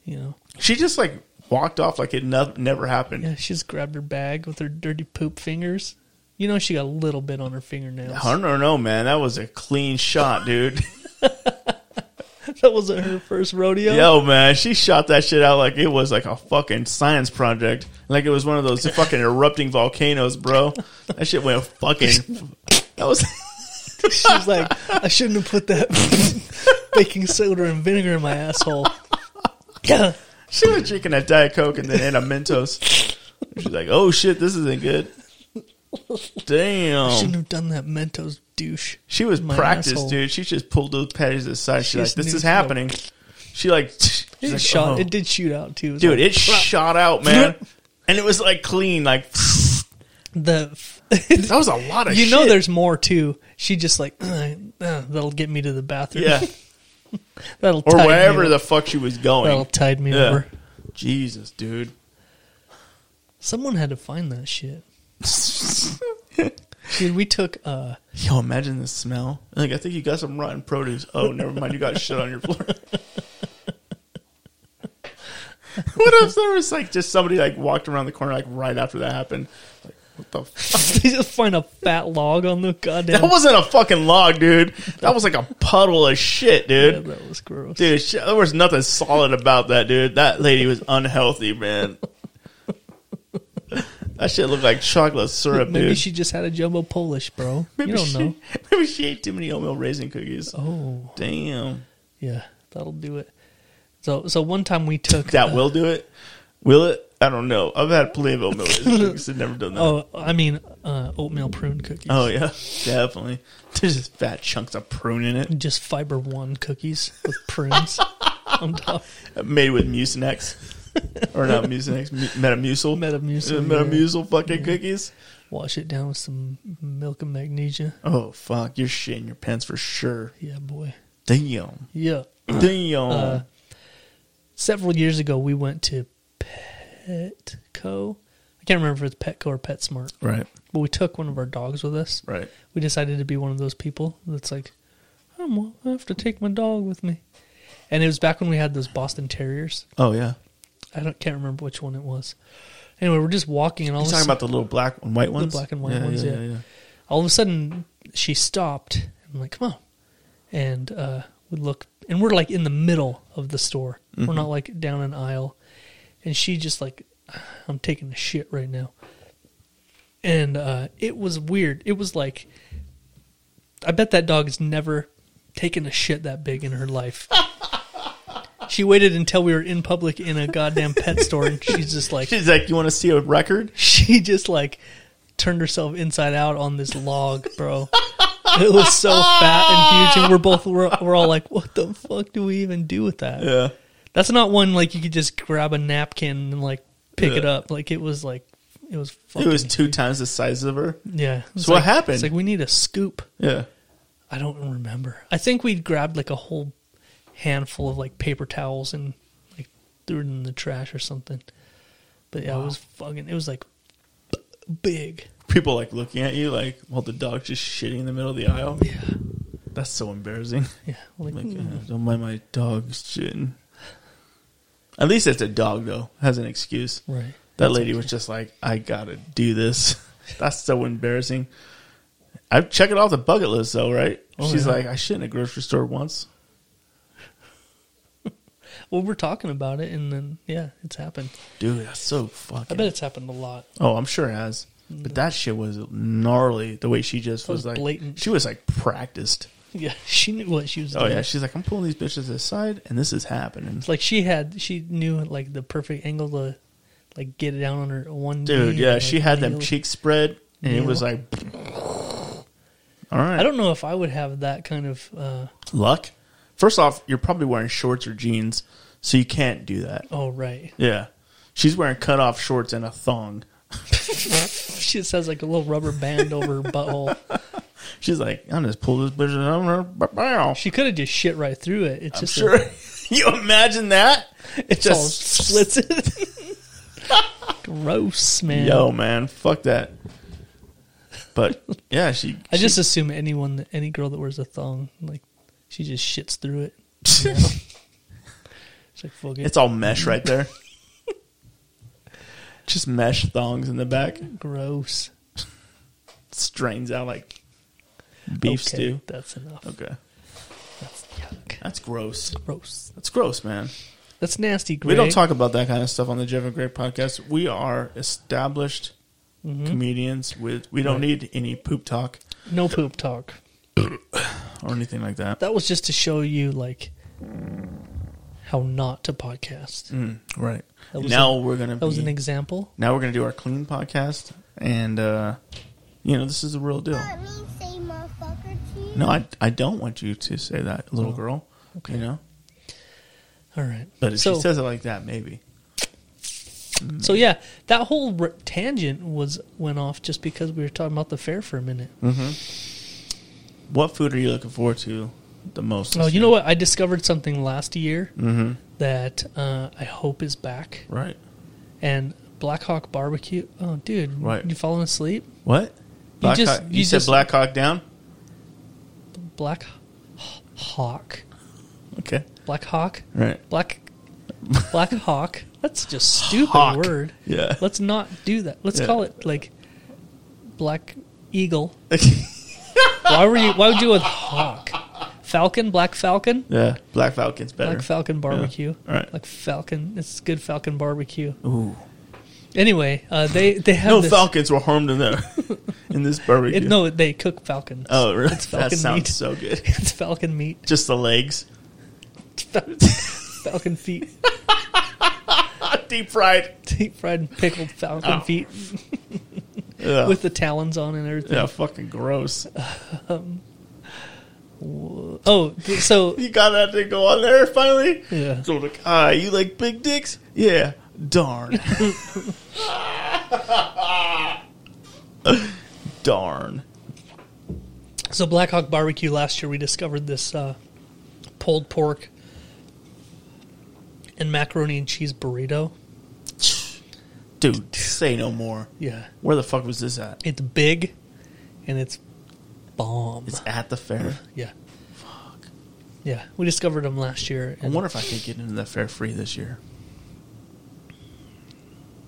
Speaker 4: You know,
Speaker 6: She just like walked off like it no- never happened.
Speaker 4: yeah, she just grabbed her bag with her dirty poop fingers. You You know, she got a little bit on her fingernails.
Speaker 6: I don't know, man. That was a clean shot, dude.
Speaker 4: That wasn't her first rodeo.
Speaker 6: Yo, man, she shot that shit out like it was like a fucking science project. Like it was one of those fucking erupting volcanoes, bro. That shit went fucking. That was.
Speaker 4: She was like, I shouldn't have put that baking soda and vinegar in my asshole. Yeah.
Speaker 6: She was drinking a Diet Coke and then in a Mentos. She's like, oh shit, this isn't good.
Speaker 4: Shouldn't
Speaker 6: Damn.
Speaker 4: have done that Mentos douche.
Speaker 6: She was
Speaker 4: my
Speaker 6: practiced,
Speaker 4: asshole.
Speaker 6: dude. She just pulled those patties aside.
Speaker 4: She
Speaker 6: She's like,
Speaker 4: just
Speaker 6: this
Speaker 4: knew-
Speaker 6: is happening. She like, she's
Speaker 4: It
Speaker 6: like,
Speaker 4: shot.
Speaker 6: oh.
Speaker 4: It did shoot out too. It was
Speaker 6: dude,
Speaker 4: like,
Speaker 6: it shot out, man. And it was like clean, like
Speaker 4: the
Speaker 6: that was a lot of
Speaker 4: you
Speaker 6: shit.
Speaker 4: know there's more too. She just like "Uh, uh, that'll get me to the bathroom.
Speaker 6: Yeah.
Speaker 4: that'll
Speaker 6: Or
Speaker 4: tide me
Speaker 6: wherever
Speaker 4: o-
Speaker 6: the fuck she was going.
Speaker 4: that'll tide me
Speaker 6: Yeah.
Speaker 4: over.
Speaker 6: Jesus, dude.
Speaker 4: Someone had to find that shit. Dude, we took uh
Speaker 6: Yo, imagine the smell. Like, I think you got some rotten produce. Oh, never mind. You got shit on your floor. what if there was like just somebody like walked around the corner like right after that happened? Like, what the? Fuck?
Speaker 4: they just find a fat log on the goddamn
Speaker 6: That wasn't a fucking log, dude. That was like a puddle of shit,
Speaker 4: Yeah,
Speaker 6: dude.
Speaker 4: that was gross.
Speaker 6: Dude, sh there was nothing solid about that, dude. That lady was unhealthy, man. That shit looked like chocolate syrup,
Speaker 4: Maybe
Speaker 6: dude.
Speaker 4: she just had a jumbo Polish, bro. you don't
Speaker 6: she,
Speaker 4: know.
Speaker 6: Maybe she ate too many oatmeal raisin cookies.
Speaker 4: Oh,
Speaker 6: Damn.
Speaker 4: yeah, that'll do it. So, so one time we took
Speaker 6: That
Speaker 4: uh,
Speaker 6: will do it. Will it? I don't know. I've had plenty of oatmeal raisin cookies and never done that. Oh,
Speaker 4: Oh, I mean uh, oatmeal prune cookies.
Speaker 6: yeah, definitely. There's just fat chunks of prune in it,
Speaker 4: just fiber one cookies with prunes on top.
Speaker 6: made with Mucinex, or not Mucinex, mu- Metamucil,
Speaker 4: Metamucil,
Speaker 6: Uh,
Speaker 4: yeah.
Speaker 6: Metamucil fucking cookies.
Speaker 4: Wash it down with some milk and magnesia.
Speaker 6: Oh fuck, you're shitting your pants for sure.
Speaker 4: Yeah, boy.
Speaker 6: Damn,
Speaker 4: Yeah.
Speaker 6: damn.
Speaker 4: Uh, several years ago, we went to Petco. I can't remember if it's Petco or PetSmart,
Speaker 6: right,
Speaker 4: but we took one of our dogs with us.
Speaker 6: right.
Speaker 4: We decided to be one of those people that's like, I'm, I have to take my dog with me. And it was back when we had those Boston Terriers.
Speaker 6: Oh yeah.
Speaker 4: I don't, can't remember which one it was. Anyway, we're just walking and all
Speaker 6: You
Speaker 4: of a
Speaker 6: talking
Speaker 4: sudden-
Speaker 6: about the little black and white ones?
Speaker 4: black and white ones, yeah. all of a sudden she stopped. I'm like, come on. And uh, we look, and we're like in the middle of the store. We're not like down an aisle. And she just like, I'm taking a shit right now. And uh, it was weird. It was like, I bet that dog has never taken a shit that big in her life. she waited until we were in public in a goddamn pet store, and she's just like,
Speaker 6: She's like, you want to see a record?
Speaker 4: she just like turned herself inside out on this log, bro. it was so fat and huge, and we're both we're, we're all like, what the fuck do we even do with that?
Speaker 6: Yeah.
Speaker 4: That's not one like you could just grab a napkin and like pick it
Speaker 6: Yeah.
Speaker 4: up. Like it was like it was
Speaker 6: It
Speaker 4: fucking
Speaker 6: was two times the size of her.
Speaker 4: yeah. It was
Speaker 6: So what
Speaker 4: like-
Speaker 6: happened?
Speaker 4: It's like we need a scoop.
Speaker 6: Yeah.
Speaker 4: I don't remember. I think we grabbed like a whole handful of like paper towels and like threw it in the trash or something. But yeah, it was fucking. It was like b- big.
Speaker 6: people like looking at you like while the dog's just shitting in the middle of the aisle.
Speaker 4: Yeah.
Speaker 6: That's so embarrassing.
Speaker 4: Yeah, like,
Speaker 6: Like, uh, don't mind my dog's shitting. At least it's a dog though. Has an excuse.
Speaker 4: right.
Speaker 6: That lady was just like, I gotta do this. That's so embarrassing. I check it off the bucket list though, right?
Speaker 4: Oh,
Speaker 6: She's
Speaker 4: yeah.
Speaker 6: like, I shit in a grocery store once.
Speaker 4: Well, we're talking about it, and then yeah, it's happened.
Speaker 6: Dude, that's so
Speaker 4: I
Speaker 6: fucking.
Speaker 4: bet it's happened a lot.
Speaker 6: Oh, I'm sure it has. But that shit was gnarly. The way she just was,
Speaker 4: was
Speaker 6: like,
Speaker 4: blatant.
Speaker 6: she was like practiced.
Speaker 4: Yeah, she knew what she was
Speaker 6: Oh
Speaker 4: doing.
Speaker 6: yeah, she's like, I'm pulling these bitches aside, and this is happening.
Speaker 4: It's like she had, she knew like the perfect angle to like get it down on her one.
Speaker 6: Dude,
Speaker 4: knee
Speaker 6: yeah,
Speaker 4: and,
Speaker 6: she
Speaker 4: like,
Speaker 6: had them
Speaker 4: nail it.
Speaker 6: cheeks spread, and it
Speaker 4: Nail.
Speaker 6: was like, all right.
Speaker 4: I don't know if I would have that kind of. uh
Speaker 6: luck. First off, you're probably wearing shorts or jeans, so you can't do that.
Speaker 4: Oh right,
Speaker 6: Yeah, she's wearing cut off shorts and a thong.
Speaker 4: she just has like a little rubber band over her butthole.
Speaker 6: She's like, I'm just pull this bitch and I'm gonna bow, bow.
Speaker 4: She could have just shit right through it. It's
Speaker 6: I'm
Speaker 4: just
Speaker 6: sure. you imagine that? It
Speaker 4: it's all
Speaker 6: just
Speaker 4: splits it. Gross, man.
Speaker 6: Yo, man, fuck that. But yeah, she.
Speaker 4: I
Speaker 6: she-
Speaker 4: just assume anyone, that any girl that wears a thong, like she just shits through it. It's like fuck it.
Speaker 6: it's all mesh right there. just mesh thongs in the back.
Speaker 4: gross.
Speaker 6: strains out like beef
Speaker 4: okay,
Speaker 6: stew.
Speaker 4: That's enough.
Speaker 6: Okay.
Speaker 4: That's yuck.
Speaker 6: That's gross.
Speaker 4: Gross.
Speaker 6: That's gross, man.
Speaker 4: That's nasty. Greg.
Speaker 6: We don't talk about that kind of stuff on the Jeff and Greg podcast. We are established Mm-hmm. comedians with we don't need any poop talk
Speaker 4: No poop talk.
Speaker 6: or anything like that.
Speaker 4: That was just to show you like how not to podcast.
Speaker 6: Right.
Speaker 4: That was
Speaker 6: Now we're gonna
Speaker 4: That was an
Speaker 6: be,
Speaker 4: example.
Speaker 6: now we're gonna do our clean podcast and uh you know, this is the real deal.
Speaker 7: Let me say motherfucker to you.
Speaker 6: No, I I don't want you to say that, little girl.
Speaker 4: okay.
Speaker 6: You know?
Speaker 4: All right.
Speaker 6: But if
Speaker 4: so,
Speaker 6: she says it like that, maybe.
Speaker 4: so yeah, that whole r- tangent was went off just because we were talking about the fair for a minute.
Speaker 6: Mm-hmm. What food are you looking forward to the most?
Speaker 4: Oh,
Speaker 6: this
Speaker 4: you
Speaker 6: year?
Speaker 4: know what? I discovered something last year
Speaker 6: Mm-hmm.
Speaker 4: that uh, I hope is back.
Speaker 6: Right.
Speaker 4: And Black Hawk Barbecue. Oh, dude,
Speaker 6: Right.
Speaker 4: you falling asleep?
Speaker 6: What? Black
Speaker 4: just-
Speaker 6: Hawk,
Speaker 4: you
Speaker 6: you, said
Speaker 4: just-
Speaker 6: Black Hawk down?
Speaker 4: Black Hawk.
Speaker 6: Okay.
Speaker 4: Black Hawk.
Speaker 6: Right.
Speaker 4: Black Black Hawk. That's just stupid
Speaker 6: Hawk.
Speaker 4: word.
Speaker 6: Yeah.
Speaker 4: Let's not do that. Let's
Speaker 6: Yeah.
Speaker 4: call it like Black Eagle. Why were you? Why would you with hawk? Falcon, Black Falcon,
Speaker 6: yeah. Black Falcon's better.
Speaker 4: Black Falcon barbecue.
Speaker 6: Yeah. All right.
Speaker 4: Like Falcon, it's good Falcon barbecue.
Speaker 6: Ooh.
Speaker 4: Anyway, uh, they they have
Speaker 6: No
Speaker 4: this,
Speaker 6: Falcons were harmed in there in this barbecue.
Speaker 4: it- no, they cook falcons.
Speaker 6: Oh, really?
Speaker 4: It's
Speaker 6: That
Speaker 4: falcon
Speaker 6: sounds
Speaker 4: meat.
Speaker 6: so good.
Speaker 4: It's falcon meat.
Speaker 6: Just the legs.
Speaker 4: It's fal- falcon feet.
Speaker 6: Deep fried.
Speaker 4: Deep fried and pickled falcon
Speaker 6: Oh.
Speaker 4: feet
Speaker 6: Ugh.
Speaker 4: with the talons on and everything.
Speaker 6: yeah, fucking gross.
Speaker 4: Oh, th- so
Speaker 6: You got that to go on there finally?
Speaker 4: Yeah.
Speaker 6: So like, ah, you like big dicks? Yeah. Darn. Darn.
Speaker 4: So Black Hawk Barbecue last year, we discovered this uh, pulled pork and macaroni and cheese burrito.
Speaker 6: Dude, say no more.
Speaker 4: Yeah,
Speaker 6: Where the fuck was this at?
Speaker 4: it's big and it's bomb.
Speaker 6: It's at the fair.
Speaker 4: yeah, fuck. Yeah, we discovered them last year.
Speaker 6: I
Speaker 4: and-
Speaker 6: wonder if I could get into that fair free this year.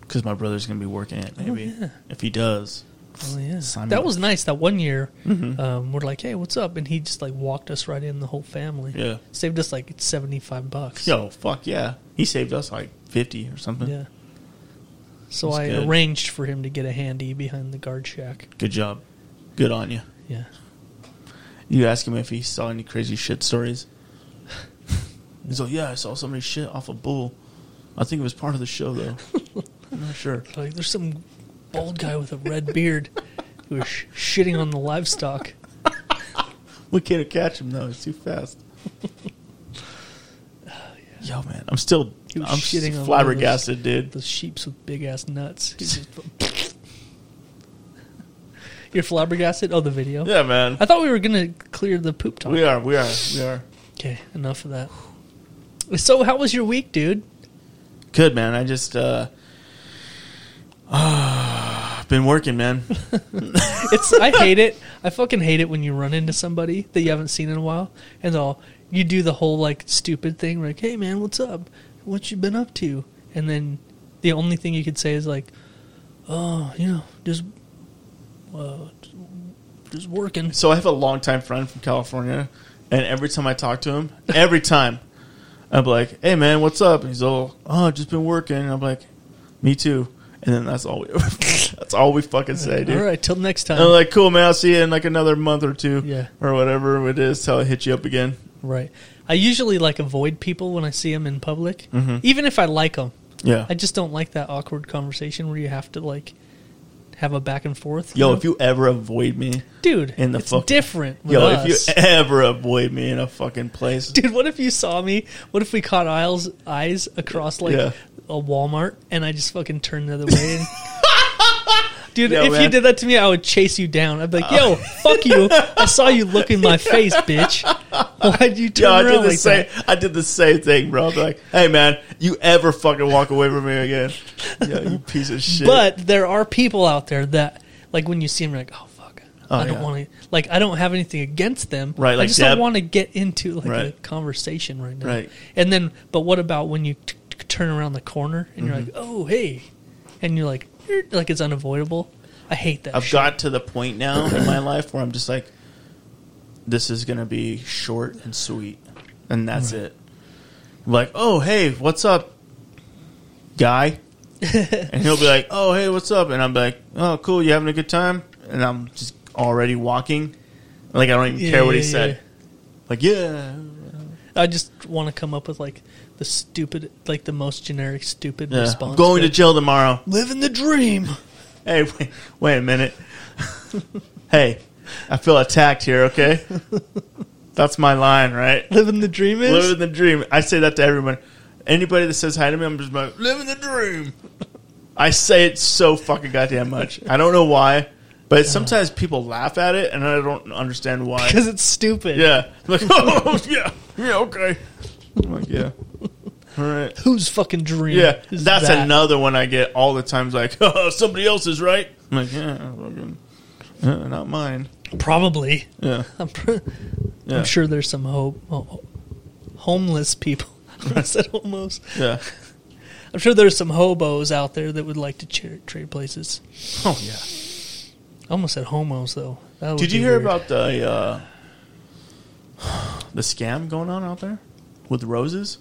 Speaker 6: Because my brother's going to be working it, maybe.
Speaker 4: Oh, yeah.
Speaker 6: If he does.
Speaker 4: Oh, yeah.
Speaker 6: Sign me
Speaker 4: that
Speaker 6: up.
Speaker 4: was nice. That one year,
Speaker 6: Mm-hmm.
Speaker 4: um, we're like, "Hey, what's up?" And he just like walked us right in, the whole family.
Speaker 6: Yeah.
Speaker 4: saved us like seventy five bucks.
Speaker 6: Yo, fuck yeah. He saved us like 50 or something.
Speaker 4: yeah. So
Speaker 6: That's
Speaker 4: I
Speaker 6: good.
Speaker 4: arranged for him to get a handy behind the guard shack.
Speaker 6: Good job. Good on you.
Speaker 4: Yeah.
Speaker 6: You ask him if he saw any crazy shit stories. He's like, yeah, I saw somebody shit off a bull. I think it was part of the show, though. I'm not sure.
Speaker 4: Like, there's some bald guy with a red beard who was sh- shitting on the livestock.
Speaker 6: We can't catch him though; it's too fast. Yo, man, I'm still
Speaker 4: He was
Speaker 6: I'm
Speaker 4: shitting on
Speaker 6: shitting
Speaker 4: one of those-
Speaker 6: flabbergasted, dude.
Speaker 4: Those sheeps with big ass nuts. He's just- You're flabbergasted? Oh, the video?
Speaker 6: Yeah, man,
Speaker 4: I thought we were going to clear the poop talk.
Speaker 6: we are, we are, we are.
Speaker 4: Okay, enough of that. So, how was your week, dude?
Speaker 6: Good, man. I just uh, I've been working, man.
Speaker 4: It's I hate it. I fucking hate it when you run into somebody that you haven't seen in a while, and they'll you do the whole like stupid thing, like, "Hey man, what's up? What you been up to?" And then the only thing you could say is like, "Oh, you know, just, uh, just working."
Speaker 6: So I have a longtime friend from California, and every time I talk to him, every time I'm like, "Hey, man, what's up?" And he's all, "Oh, just been working." And I'm like, "Me too." And then that's all we that's all we fucking say, dude. Uh,
Speaker 4: All right, till next time.
Speaker 6: And I'm like, cool, man. I'll see you in like another month or two.
Speaker 4: Yeah.
Speaker 6: Or whatever it is till I hit you up again.
Speaker 4: right. I usually like avoid people when I see them in public,
Speaker 6: Mm-hmm.
Speaker 4: even if I like them.
Speaker 6: Yeah.
Speaker 4: I just don't like that awkward conversation where you have to like have a back and forth.
Speaker 6: yo,
Speaker 4: know?
Speaker 6: if you ever avoid me,
Speaker 4: dude,
Speaker 6: in the
Speaker 4: it's
Speaker 6: fuck-
Speaker 4: different. With
Speaker 6: yo,
Speaker 4: us.
Speaker 6: if you ever avoid me in a fucking place,
Speaker 4: dude, what if you saw me? What if we caught Isles eyes across like
Speaker 6: Yeah.
Speaker 4: a Walmart and I just fucking turned the other way? And... Dude,
Speaker 6: Yo,
Speaker 4: if you
Speaker 6: man. Uh.
Speaker 4: did that to me, I would chase you down. I'd be like, "Yo, fuck you! I saw you look in my face, bitch. Why'd you
Speaker 6: yo, I
Speaker 4: turn
Speaker 6: did
Speaker 4: around
Speaker 6: the
Speaker 4: like
Speaker 6: same.
Speaker 4: that?"
Speaker 6: I did the same thing, bro. I'd be like, hey, man, you ever fucking walk away from me again? Yo, you piece of shit.
Speaker 4: But there are people out there that, like, when you see them, you're like, "Oh fuck,
Speaker 6: Oh,
Speaker 4: I don't
Speaker 6: yeah.
Speaker 4: want to." Like, I don't have anything against them.
Speaker 6: Right,
Speaker 4: I
Speaker 6: like
Speaker 4: just
Speaker 6: Deb.
Speaker 4: don't want to get into like a
Speaker 6: Right.
Speaker 4: conversation right now.
Speaker 6: Right.
Speaker 4: And then, but what about when you t-
Speaker 6: Mm-hmm.
Speaker 4: t- turn around the corner and you're like, "Oh, hey," and you're like, "Er," like it's unavoidable. I hate that.
Speaker 6: I've
Speaker 4: shit.
Speaker 6: got to the point now in my life where I'm just like, this is gonna be short and sweet, and that's it. Like, oh hey, what's up, guy? and he'll be like, oh hey, what's up? And I'm like, oh cool, you having a good time? And I'm just already walking, like I don't even
Speaker 4: Yeah,
Speaker 6: care what
Speaker 4: yeah,
Speaker 6: he said. Like yeah,
Speaker 4: I just want to come up with like the stupid, like the most generic stupid
Speaker 6: yeah.
Speaker 4: response.
Speaker 6: I'm going to
Speaker 4: but-
Speaker 6: jail tomorrow.
Speaker 4: living the dream.
Speaker 6: Hey, wait, wait a minute. hey, I feel attacked here. Okay, that's my line, right?
Speaker 4: Living the dream is.
Speaker 6: Living the dream. I say that to everyone. Anybody that says hi to me, I'm just like, living the dream. I say it so fucking goddamn much. I don't know why, but sometimes people laugh at it, and I don't understand why.
Speaker 4: because it's stupid.
Speaker 6: Yeah. Like, oh, yeah. Yeah, okay. I'm like, yeah. All right.
Speaker 4: Whose fucking dream?
Speaker 6: Yeah.
Speaker 4: is
Speaker 6: That's
Speaker 4: that?
Speaker 6: another one I get all the times, like, oh, somebody else's, right? I'm like, yeah, fucking, yeah, not mine.
Speaker 4: Probably.
Speaker 6: Yeah.
Speaker 4: I'm, pr-
Speaker 6: Yeah.
Speaker 4: I'm sure there's some hope. Oh, homeless people. I said homos.
Speaker 6: Yeah.
Speaker 4: I'm sure there's some hobos out there that would like to ch- trade places.
Speaker 6: Oh, yeah.
Speaker 4: I almost said homos though. That would
Speaker 6: Did you
Speaker 4: be
Speaker 6: hear
Speaker 4: weird.
Speaker 6: about the uh, the scam going on out there with roses?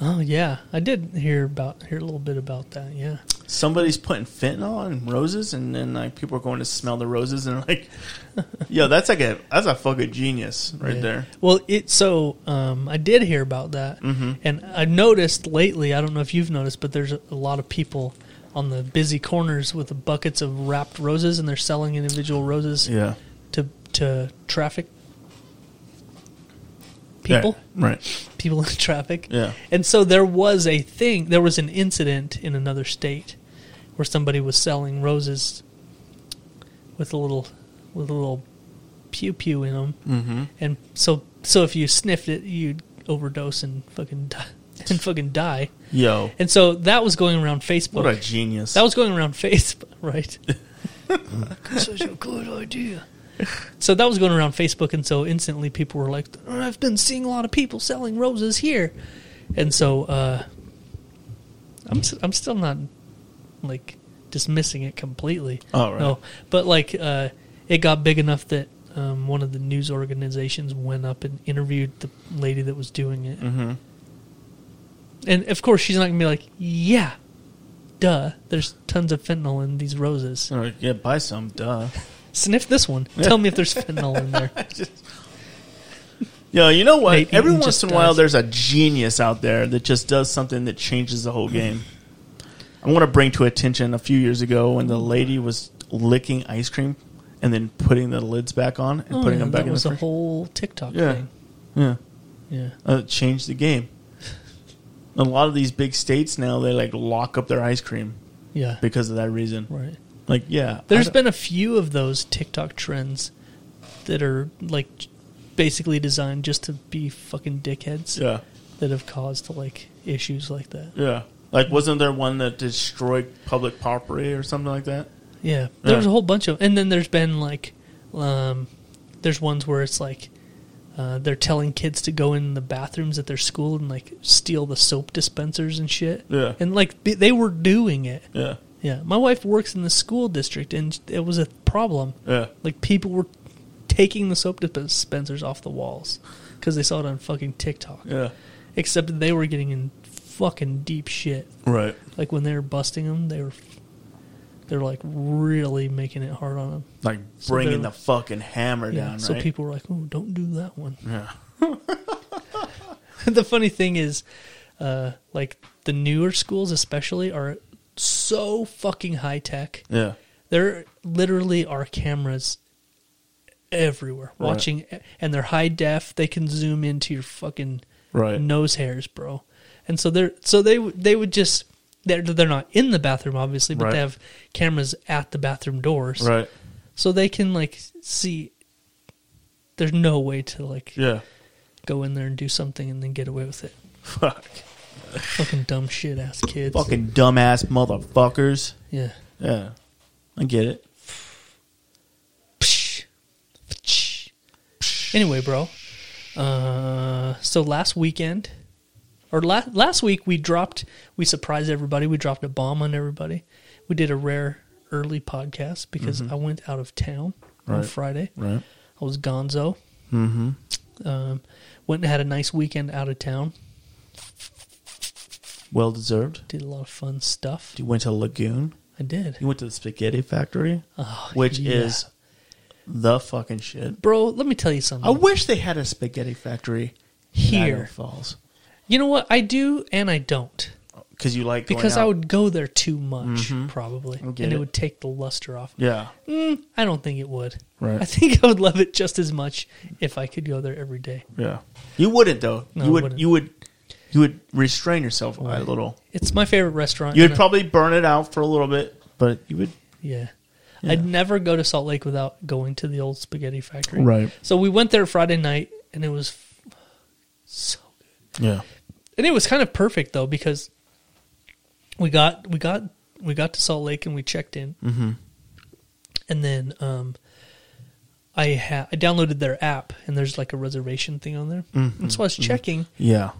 Speaker 4: Oh yeah, I did hear about hear a little bit about that. Yeah,
Speaker 6: Somebody's putting fentanyl on roses, and then like people are going to smell the roses, and like, yo, that's like a that's a fucking genius right
Speaker 4: Yeah.
Speaker 6: there.
Speaker 4: Well, it so um, I did hear about that,
Speaker 6: Mm-hmm.
Speaker 4: and I noticed lately. I don't know if you've noticed, but there's a, a lot of people on the busy corners with the buckets of wrapped roses, and they're selling individual roses
Speaker 6: Yeah,
Speaker 4: to to traffic people,
Speaker 6: right?
Speaker 4: people in traffic.
Speaker 6: Yeah.
Speaker 4: And so there was a thing. There was an incident in another state where somebody was selling roses with a little with a little pew pew in them.
Speaker 6: Mm-hmm.
Speaker 4: And so, so if you sniffed it, you'd overdose and fucking die, and fucking die.
Speaker 6: Yo,
Speaker 4: And so that was going around Facebook.
Speaker 6: what a genius!
Speaker 4: that was going around Facebook, right? Such a good idea. So that was going around Facebook, and so instantly people were like, "Oh, "I've been seeing a lot of people selling roses here," and so uh, I'm s- I'm still not like dismissing it completely.
Speaker 6: Oh, right.
Speaker 4: No, but like uh, it got big enough that um, one of the news organizations went up and interviewed the lady that was doing it,
Speaker 6: Mhm.
Speaker 4: and of course she's not gonna be like, "Yeah, duh." There's tons of fentanyl in these roses.
Speaker 6: All right, yeah, buy some, duh.
Speaker 4: Sniff this one. Tell me if there's fentanyl in there.
Speaker 6: Yo, you know what?
Speaker 4: Nate
Speaker 6: Every
Speaker 4: Eaton
Speaker 6: once
Speaker 4: just
Speaker 6: in a while,
Speaker 4: dies.
Speaker 6: there's a genius out there that just does something that changes the whole game. I want to bring to attention a few years ago when the lady was licking ice cream and then putting the lids back on and
Speaker 4: Oh,
Speaker 6: putting
Speaker 4: yeah,
Speaker 6: them back
Speaker 4: that
Speaker 6: in the
Speaker 4: was a
Speaker 6: fridge.
Speaker 4: whole TikTok
Speaker 6: Yeah.
Speaker 4: thing.
Speaker 6: yeah,
Speaker 4: Yeah.
Speaker 6: uh, it changed the game. a lot of these big states now they like lock up their ice cream
Speaker 4: Yeah.
Speaker 6: because of that reason.
Speaker 4: Right.
Speaker 6: Like, yeah,
Speaker 4: There's
Speaker 6: I don't-
Speaker 4: been a few of those TikTok trends that are like j- basically designed just to be fucking dickheads
Speaker 6: yeah,
Speaker 4: that have caused like issues like that.
Speaker 6: yeah. Like, wasn't there one that destroyed public property or something like that?
Speaker 4: Yeah. There's
Speaker 6: Yeah.
Speaker 4: a whole bunch of and then there's been like um there's ones where it's like uh, they're telling kids to go in the bathrooms at their school and like steal the soap dispensers and shit.
Speaker 6: Yeah.
Speaker 4: And like they- they were doing it.
Speaker 6: Yeah,
Speaker 4: Yeah, my wife works in the school district, and it was a problem.
Speaker 6: yeah.
Speaker 4: Like people were taking the soap dispensers off the walls because they saw it on fucking TikTok.
Speaker 6: Yeah.
Speaker 4: Except that they were getting in fucking deep shit.
Speaker 6: Right.
Speaker 4: Like when they were busting them, they were they were like really making it hard on them.
Speaker 6: Like
Speaker 4: So
Speaker 6: bringing the
Speaker 4: they're-
Speaker 6: fucking hammer
Speaker 4: Yeah.
Speaker 6: down,
Speaker 4: so
Speaker 6: right?
Speaker 4: people were like, "Oh, don't do that one."
Speaker 6: yeah.
Speaker 4: the funny thing is, uh, like the newer schools, especially, are so fucking high tech.
Speaker 6: Yeah.
Speaker 4: there literally are cameras everywhere
Speaker 6: Right.
Speaker 4: watching and they're high def they can zoom into your fucking
Speaker 6: Right.
Speaker 4: nose hairs bro and so they're so they w- they would just they're, they're not in the bathroom obviously but
Speaker 6: Right.
Speaker 4: they have cameras at the bathroom doors
Speaker 6: Right.
Speaker 4: so they can like see there's no way to like
Speaker 6: Yeah.
Speaker 4: go in there and do something and then get away with it
Speaker 6: Fuck.
Speaker 4: fucking dumb shit ass kids
Speaker 6: Fucking dumbass motherfuckers.
Speaker 4: yeah
Speaker 6: Yeah. I get it.
Speaker 4: Psh. Psh. Anyway, bro. Uh, so last weekend, or last last week, we dropped. We surprised everybody. We dropped a bomb on everybody. We did a rare early podcast because I went out of town on
Speaker 6: Mm-hmm. Right.
Speaker 4: Friday.
Speaker 6: Right.
Speaker 4: I was gonzo.
Speaker 6: Mm-hmm.
Speaker 4: Um, went and had a nice weekend out of town.
Speaker 6: Well deserved.
Speaker 4: Did a lot of fun stuff.
Speaker 6: You went to Lagoon.
Speaker 4: I did.
Speaker 6: You went to the Spaghetti Factory,
Speaker 4: Oh,
Speaker 6: which
Speaker 4: yeah.
Speaker 6: is the fucking shit.
Speaker 4: Bro, let me tell you
Speaker 6: I
Speaker 4: something.
Speaker 6: wish they had a Spaghetti Factory in Idaho
Speaker 4: Here.
Speaker 6: Falls
Speaker 4: You know what? I do and I don't.
Speaker 6: because you like going
Speaker 4: Because I
Speaker 6: out- Mm-hmm.
Speaker 4: would go there too much, probably.
Speaker 6: I
Speaker 4: And
Speaker 6: get
Speaker 4: it
Speaker 6: it.
Speaker 4: would take the luster off.
Speaker 6: Yeah.
Speaker 4: Mm, I don't think it would.
Speaker 6: Right.
Speaker 4: I think I would love it just as much if I could go there every day.
Speaker 6: Yeah. You wouldn't though.
Speaker 4: No, I
Speaker 6: you would
Speaker 4: wouldn't.
Speaker 6: you would you would restrain yourself
Speaker 4: Right.
Speaker 6: a little.
Speaker 4: It's my favorite restaurant.
Speaker 6: You
Speaker 4: and
Speaker 6: would
Speaker 4: I-
Speaker 6: probably burn it out for a little bit, but you would
Speaker 4: Yeah. I'd never go to Salt Lake without going to the old spaghetti factory.
Speaker 6: Right.
Speaker 4: So we went there Friday night and it was f- so
Speaker 6: Yeah.
Speaker 4: and it was kind of perfect though because we got we got we got to Salt Lake and we checked in. Mm-hmm. And then um I ha- I downloaded their app and there's like a reservation thing on there.
Speaker 6: Mm-hmm.
Speaker 4: And so I was checking
Speaker 6: Yeah.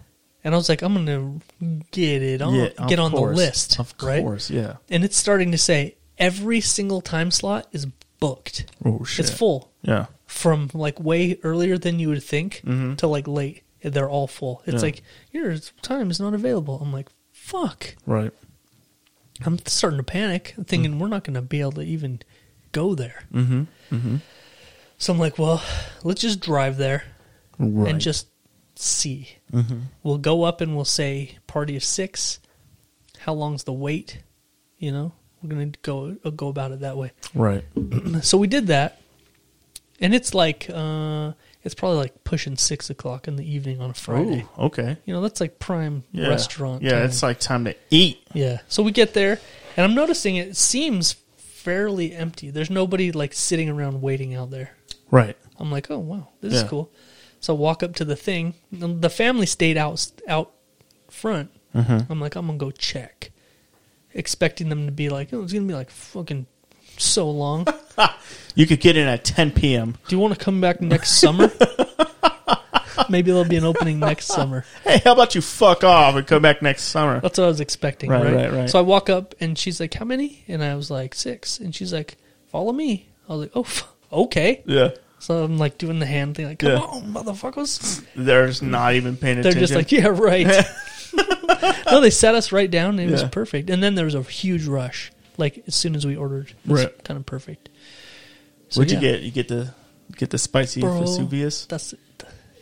Speaker 4: and I was like I'm going to get it on
Speaker 6: yeah of
Speaker 4: Oh, get on
Speaker 6: course.
Speaker 4: the list,
Speaker 6: Of
Speaker 4: right?
Speaker 6: course, yeah.
Speaker 4: and it's starting to say every single time slot is booked.
Speaker 6: Oh shit.
Speaker 4: It's full
Speaker 6: Yeah.
Speaker 4: from like way earlier than you would think to like late. They're all full. It's
Speaker 6: Yeah.
Speaker 4: like your time is not available. I'm like, fuck.
Speaker 6: Right.
Speaker 4: I'm starting to panic, thinking we're not going to be able to even go there. Mm-hmm. Mm. Mm-hmm. So I'm like, well, let's just drive there
Speaker 6: Right.
Speaker 4: and just see. Mm-hmm. We'll go up and we'll say party of six. How long's the wait? You know, we're gonna go go about it that way.
Speaker 6: right.
Speaker 4: So we did that, and it's like uh, it's probably like pushing six o'clock in the evening on a Friday.
Speaker 6: Ooh, okay.
Speaker 4: You know, that's like prime
Speaker 6: Yeah.
Speaker 4: restaurant.
Speaker 6: Yeah,
Speaker 4: time.
Speaker 6: it's like time to eat.
Speaker 4: Yeah. So we get there, and I'm noticing it seems fairly empty. There's nobody like sitting around waiting out there.
Speaker 6: Right.
Speaker 4: I'm like, oh wow, this
Speaker 6: Yeah.
Speaker 4: is cool. So I walk up to the thing. and The family stayed out out front.
Speaker 6: Mm-hmm.
Speaker 4: I'm like, I'm gonna go check, expecting them to be like, oh, it's gonna be like fucking so long. Do
Speaker 6: You could get in at 10 p.m.
Speaker 4: you want to come back next summer? Maybe there'll be an opening next summer.
Speaker 6: Hey, how about you fuck off and come back next summer?
Speaker 4: That's what I was expecting,
Speaker 6: Right,
Speaker 4: right?
Speaker 6: right, right.
Speaker 4: So I walk up and she's like, "How many?" And I was like, six. And she's like, "Follow me." I was like, "Oh, f- okay."
Speaker 6: Yeah.
Speaker 4: So I'm like doing the hand thing, like, "Come
Speaker 6: Yeah.
Speaker 4: on, motherfuckers!"
Speaker 6: There's not even paying
Speaker 4: They're
Speaker 6: attention.
Speaker 4: just like, "Yeah, right." no, they sat us right down. And it was
Speaker 6: Yeah.
Speaker 4: perfect. And then there was a huge rush, like as soon as we ordered. It was
Speaker 6: Right.
Speaker 4: kind of perfect. So,
Speaker 6: What'd
Speaker 4: yeah.
Speaker 6: you get? You get the get the spicy
Speaker 4: Bro,
Speaker 6: Vesuvius?
Speaker 4: That's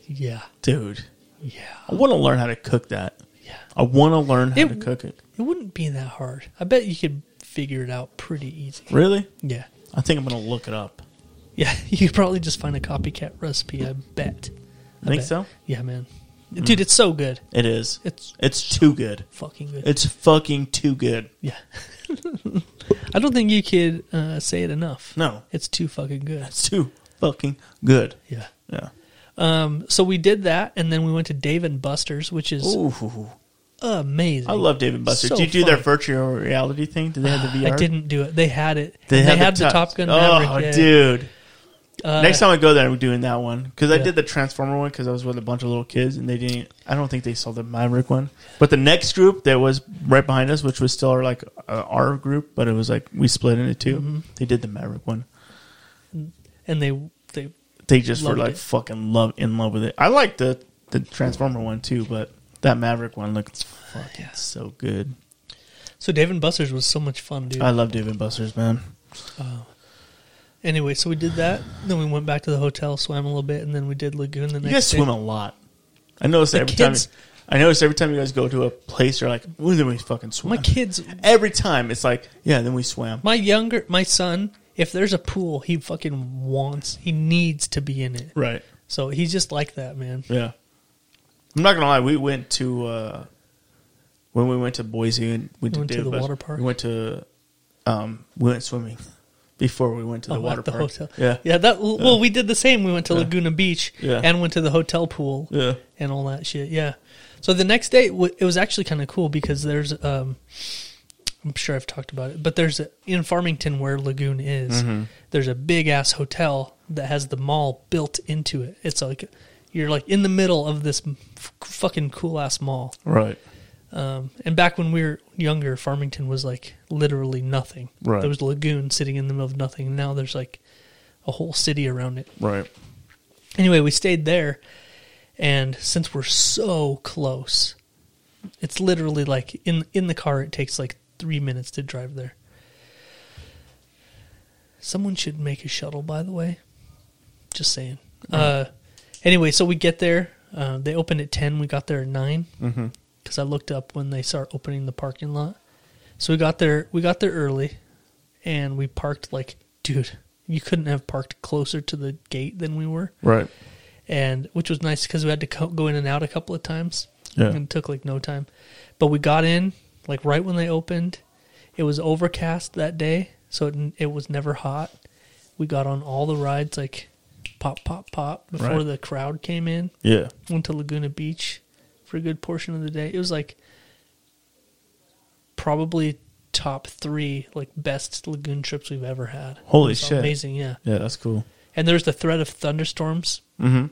Speaker 4: yeah,
Speaker 6: Dude,
Speaker 4: yeah.
Speaker 6: I want to learn how to cook that.
Speaker 4: Yeah.
Speaker 6: I want to learn how
Speaker 4: It-
Speaker 6: to cook it.
Speaker 4: It wouldn't be that hard. I bet you could figure it out pretty easy.
Speaker 6: Really?
Speaker 4: Yeah.
Speaker 6: I think I'm going to look it up.
Speaker 4: Yeah, you could probably just find a copycat recipe. I bet. I
Speaker 6: think
Speaker 4: bet.
Speaker 6: so?
Speaker 4: Yeah, man.
Speaker 6: Mm.
Speaker 4: Dude, it's so good.
Speaker 6: It is.
Speaker 4: It's
Speaker 6: It's too good.
Speaker 4: fucking good.
Speaker 6: It's fucking too good.
Speaker 4: yeah. I don't think you could uh, say it enough.
Speaker 6: No.
Speaker 4: It's too fucking good.
Speaker 6: It's too fucking good.
Speaker 4: Yeah.
Speaker 6: Yeah.
Speaker 4: Um. So we did that, and then we went to Dave and Buster's, which is
Speaker 6: Ooh.
Speaker 4: amazing.
Speaker 6: I love David Buster.
Speaker 4: So
Speaker 6: Do you do their
Speaker 4: fun.
Speaker 6: virtual reality thing? Do they have the VR?
Speaker 4: I didn't do it. They had it. They, had the, Top Gun.
Speaker 6: Oh,
Speaker 4: Maverick, yeah.
Speaker 6: dude!
Speaker 4: Uh,
Speaker 6: Next time I go there, I'm doing that one because I
Speaker 4: yeah.
Speaker 6: did the Transformer one because I was with a bunch of little kids and they didn't. I don't think they saw the Maverick one. But the next group that was right behind us, which was still our, like uh, our group, but it was like we split into 2
Speaker 4: Mm-hmm.
Speaker 6: They did the Maverick one.
Speaker 4: and they they
Speaker 6: They just were
Speaker 4: Loved
Speaker 6: like
Speaker 4: it.
Speaker 6: fucking love in love with it. I like the the Transformer one too, but that Maverick one looks fucking
Speaker 4: Yeah.
Speaker 6: so good.
Speaker 4: so Dave and Buster's was so much fun, dude.
Speaker 6: I love David Buster's man.
Speaker 4: Anyway, so we did that. Then we went back to the hotel, swam a little bit, and then we did lagoon the next
Speaker 6: You guys
Speaker 4: day.
Speaker 6: swim a lot. I notice
Speaker 4: The
Speaker 6: every
Speaker 4: kids-
Speaker 6: time. I notice every time you guys go to a place, you're like, "Well, then we fucking swim."
Speaker 4: My kids,
Speaker 6: Every time it's like, "Yeah, then we swam."
Speaker 4: my younger, my son, if there's a pool, he fucking wants, he needs to be in it.
Speaker 6: Right.
Speaker 4: So he's just like that, man.
Speaker 6: Yeah. I'm not gonna lie. We went to uh, when we went to Boise and we
Speaker 4: went to
Speaker 6: David
Speaker 4: the
Speaker 6: Buster's,
Speaker 4: water park?
Speaker 6: We went to um, we went swimming before we went to the
Speaker 4: Oh,
Speaker 6: water
Speaker 4: at the
Speaker 6: park.
Speaker 4: hotel.
Speaker 6: Yeah.
Speaker 4: yeah. That well, we did the same. We went to
Speaker 6: Yeah.
Speaker 4: Laguna Beach
Speaker 6: Yeah.
Speaker 4: and went to the hotel pool
Speaker 6: Yeah.
Speaker 4: and all that shit. Yeah. So the next day, w- it was actually kind of cool because there's, um, I'm sure I've talked about it, but there's a, in Farmington where Lagoon is, there's a big ass hotel that has the mall built into it. It's like you're like in the middle of this f- fucking cool ass mall.
Speaker 6: Right.
Speaker 4: Um, and back when we were younger, Farmington was like literally nothing.
Speaker 6: Right.
Speaker 4: There was a lagoon sitting in the middle of nothing. Now there's like a whole city around it.
Speaker 6: Right.
Speaker 4: Anyway, we stayed there, and since we're so close, it's literally like in in the car. It takes like three minutes to drive there. Someone should make a shuttle, by the way. Just saying. Uh, anyway, so we get there. Uh, they opened at ten. We got there at nine because I looked up when they start opening the parking lot. So we got there. We got there early, and we parked like, dude, you couldn't have parked closer to the gate than we were
Speaker 6: Right.
Speaker 4: and which was nice because we had to co- go in and out a couple of times.
Speaker 6: Yeah.
Speaker 4: and it took like no time, but we got in like right when they opened. It was overcast that day, so it n- it was never hot. We got on all the rides like pop, pop, pop before
Speaker 6: Right.
Speaker 4: the crowd came in.
Speaker 6: Yeah.
Speaker 4: Went to Laguna Beach for a good portion of the day. It was like probably top three like best lagoon trips we've ever had. It
Speaker 6: Holy
Speaker 4: was
Speaker 6: shit.
Speaker 4: Amazing, yeah.
Speaker 6: Yeah, that's cool.
Speaker 4: And there's the threat of thunderstorms
Speaker 6: Mm-hmm.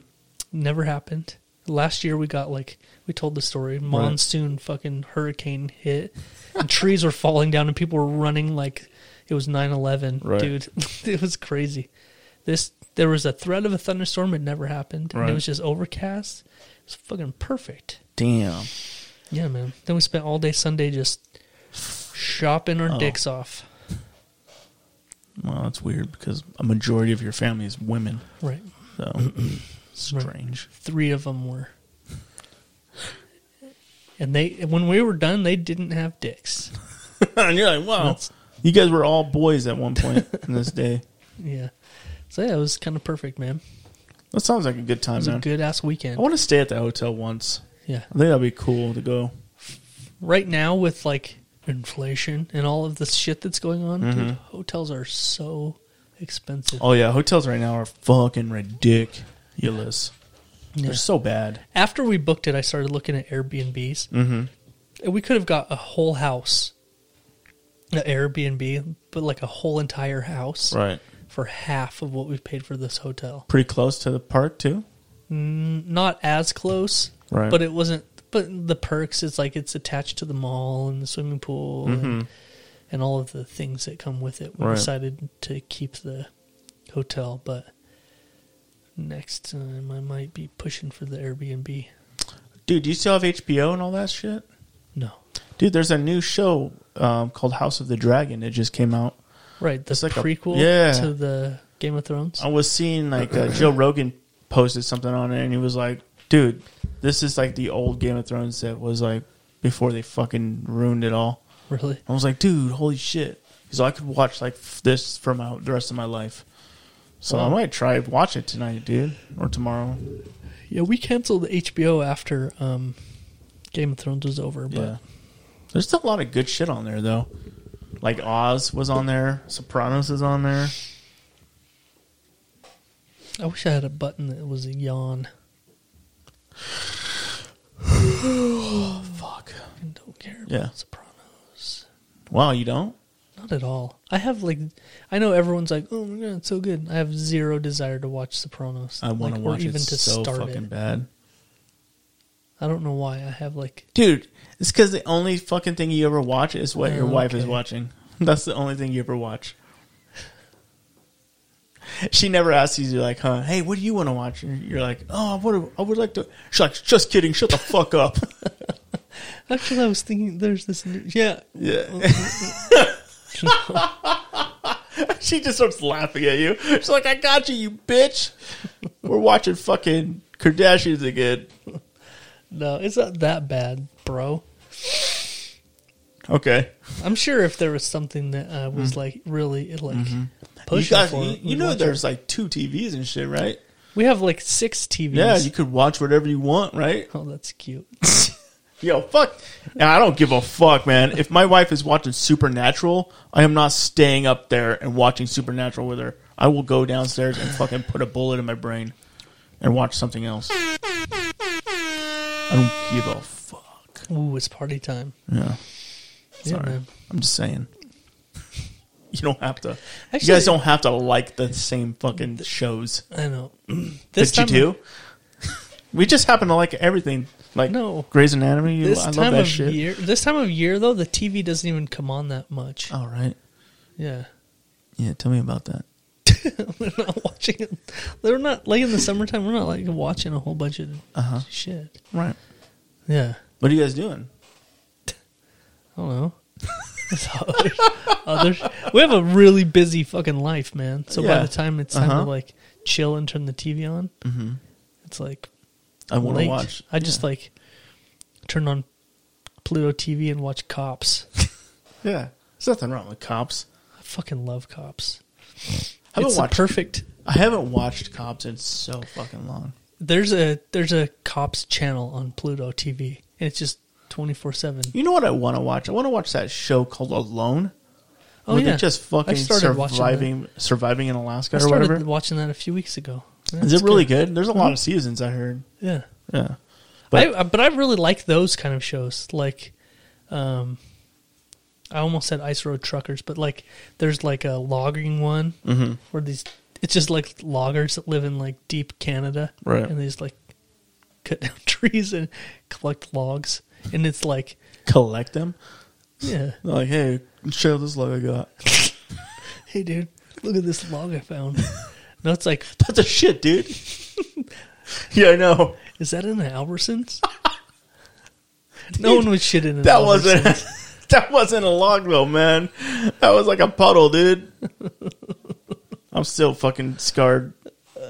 Speaker 4: never happened. Last year we got like we told the story monsoon fucking hurricane hit and trees were falling down and people were running like it was 9/11
Speaker 6: Right.
Speaker 4: dude it was crazy this there was a threat of a thunderstorm it never happened and
Speaker 6: Right.
Speaker 4: it was just overcast it was fucking perfect
Speaker 6: Damn.
Speaker 4: yeah man then we spent all day Sunday just shopping our
Speaker 6: Oh.
Speaker 4: dicks off
Speaker 6: Well, that's weird because a majority of your family is women.
Speaker 4: right
Speaker 6: So strange.
Speaker 4: three of them were and they when we were done they didn't have dicks
Speaker 6: and you're like, wow.
Speaker 4: That's-
Speaker 6: you guys were all boys at one point in this day.
Speaker 4: Yeah. So yeah, it was kind of perfect, man.
Speaker 6: That sounds like a good
Speaker 4: It
Speaker 6: time,
Speaker 4: was
Speaker 6: man.
Speaker 4: a good ass weekend.
Speaker 6: I want to stay at the hotel once.
Speaker 4: yeah.
Speaker 6: I think that'd be cool to go.
Speaker 4: Right now with like inflation and all of the shit that's going on, dude, hotels are so expensive.
Speaker 6: Oh yeah, hotels right now are fucking ridiculous.
Speaker 4: Yeah.
Speaker 6: They're so bad.
Speaker 4: After we booked it, I started looking at Airbnbs. Mm-hmm. And we could have got a whole house, an Airbnb, but like a whole entire house
Speaker 6: Right.
Speaker 4: for half of what we paid for this hotel.
Speaker 6: Pretty close to the park too.
Speaker 4: Not as close,
Speaker 6: Right.
Speaker 4: but it wasn't. But the perks is like it's attached to the mall and the swimming pool and, and all of the things that come with it. We
Speaker 6: Mm-hmm. Right.
Speaker 4: decided to keep the hotel, but next time I might be pushing for the Airbnb.
Speaker 6: Dude, do you still have HBO and all that shit?
Speaker 4: No,
Speaker 6: Dude, there's a new show um, called House of the Dragon. It just came out.
Speaker 4: right? The
Speaker 6: It's like a-
Speaker 4: prequel
Speaker 6: yeah.
Speaker 4: to the Game of Thrones.
Speaker 6: I was seeing like uh, Joe Rogan posted something on it, and he was like, "Dude, this is like the old Game of Thrones that was like before they fucking ruined it all."
Speaker 4: Really?
Speaker 6: I was like, "Dude, holy shit!" Because I could watch like f- this for my the rest of my life. So I might try to watch it tonight, dude, or tomorrow.
Speaker 4: Yeah, we canceled HBO after um, Game of Thrones was over, but
Speaker 6: Yeah. There's still a lot of good shit on there though. Like Oz was on there, Sopranos is on there.
Speaker 4: I wish I had a button that was a yawn.
Speaker 6: Fuck.
Speaker 4: I don't care. about
Speaker 6: Yeah.
Speaker 4: Sopranos.
Speaker 6: Wow, you don't?
Speaker 4: Not at all. I have like, I know everyone's like, "Oh my god, it's so good." I have zero desire to watch Sopranos.
Speaker 6: I want to
Speaker 4: like,
Speaker 6: watch it so fucking bad.
Speaker 4: I don't know why. I have like,
Speaker 6: Dude, it's because the only fucking thing you ever watch is what your wife is
Speaker 4: Okay.
Speaker 6: watching. That's the only thing you ever watch. She never asks you, like, huh, hey, what do you want to watch? And you're like, oh, what do- I would like to. She's like, just kidding, shut the fuck up.
Speaker 4: actually, I was thinking there's this. New, yeah,
Speaker 6: Yeah. she just starts laughing at you. She's like, I got you, you bitch. We're watching fucking Kardashians again.
Speaker 4: no, it's not that bad, bro.
Speaker 6: Okay.
Speaker 4: I'm sure if there was something that I was like really like
Speaker 6: Mm. Mm-hmm. You,
Speaker 4: pushing
Speaker 6: got,
Speaker 4: for,
Speaker 6: you, you
Speaker 4: we'd
Speaker 6: know
Speaker 4: watch
Speaker 6: there's like two TVs and shit, right?
Speaker 4: it. we have like six TVs.
Speaker 6: Yeah, you could watch whatever you want, right?
Speaker 4: oh, that's cute.
Speaker 6: Yo, fuck. And I don't give a fuck, man. If my wife is watching Supernatural, I am not staying up there and watching Supernatural with her. I will go downstairs and fucking put a bullet in my brain and watch something else. I don't give a fuck.
Speaker 4: Ooh, it's party time.
Speaker 6: Yeah,
Speaker 4: Yeah,
Speaker 6: sorry.
Speaker 4: man.
Speaker 6: I'm just saying. You don't have to.
Speaker 4: Actually-
Speaker 6: you guys don't have to like the same fucking shows
Speaker 4: I know.
Speaker 6: that you do. we just happen to like everything Like
Speaker 4: No.
Speaker 6: Grey's Anatomy. You,
Speaker 4: This
Speaker 6: I love
Speaker 4: time
Speaker 6: that
Speaker 4: of
Speaker 6: shit.
Speaker 4: year, this time of year though, the TV doesn't even come on that much.
Speaker 6: All right.
Speaker 4: Yeah,
Speaker 6: Yeah, tell me about that.
Speaker 4: we're not watching it. They're not like in the summertime. We're not like watching a whole bunch of
Speaker 6: Uh-huh.
Speaker 4: shit.
Speaker 6: Right.
Speaker 4: Yeah,
Speaker 6: What are you guys doing?
Speaker 4: I don't know. It's others, others. We have a really busy fucking life, man. So by
Speaker 6: Yeah.
Speaker 4: the time it's time
Speaker 6: Uh-huh. Mm-hmm.
Speaker 4: to like chill and turn the TV on, it's like
Speaker 6: I want to
Speaker 4: late.
Speaker 6: watch.
Speaker 4: I just like turn on Pluto TV and watch Cops.
Speaker 6: Yeah. There's nothing wrong with cops.
Speaker 4: I fucking love Cops.
Speaker 6: I haven't
Speaker 4: it's the
Speaker 6: watched.
Speaker 4: perfect.
Speaker 6: I haven't watched cops in so fucking long.
Speaker 4: There's a there's a Cops channel on Pluto TV, and it's just twenty four seven.
Speaker 6: You know what I want to watch? I want to watch that show called Alone.
Speaker 4: Oh
Speaker 6: where
Speaker 4: yeah,
Speaker 6: they're just
Speaker 4: I
Speaker 6: fucking
Speaker 4: started watching
Speaker 6: surviving, surviving in Alaska
Speaker 4: I
Speaker 6: or
Speaker 4: started
Speaker 6: whatever.
Speaker 4: watching that a few weeks ago.
Speaker 6: Is it really good? There's a
Speaker 4: Uh-huh.
Speaker 6: lot of seasons I heard.
Speaker 4: Yeah.
Speaker 6: Yeah.
Speaker 4: But
Speaker 6: But-
Speaker 4: I, I- but I really like those kind of shows. Like, um, I almost said Ice Road Truckers, but like, there's like a logging one
Speaker 6: Mm-hmm.
Speaker 4: where these it's just like loggers that live in like deep Canada,
Speaker 6: Right.
Speaker 4: And they just like cut down trees and collect logs, and it's like,
Speaker 6: Collect them.
Speaker 4: yeah,
Speaker 6: They're like, hey, show this log I got.
Speaker 4: hey dude, look at this log I found. no, it's like,
Speaker 6: That's a shit, dude. yeah, I know.
Speaker 4: is that in an Albertsons? no one was shit in an
Speaker 6: That
Speaker 4: Albertsons.
Speaker 6: wasn't that wasn't a log though, man. That was like a puddle, dude. I'm still fucking scarred.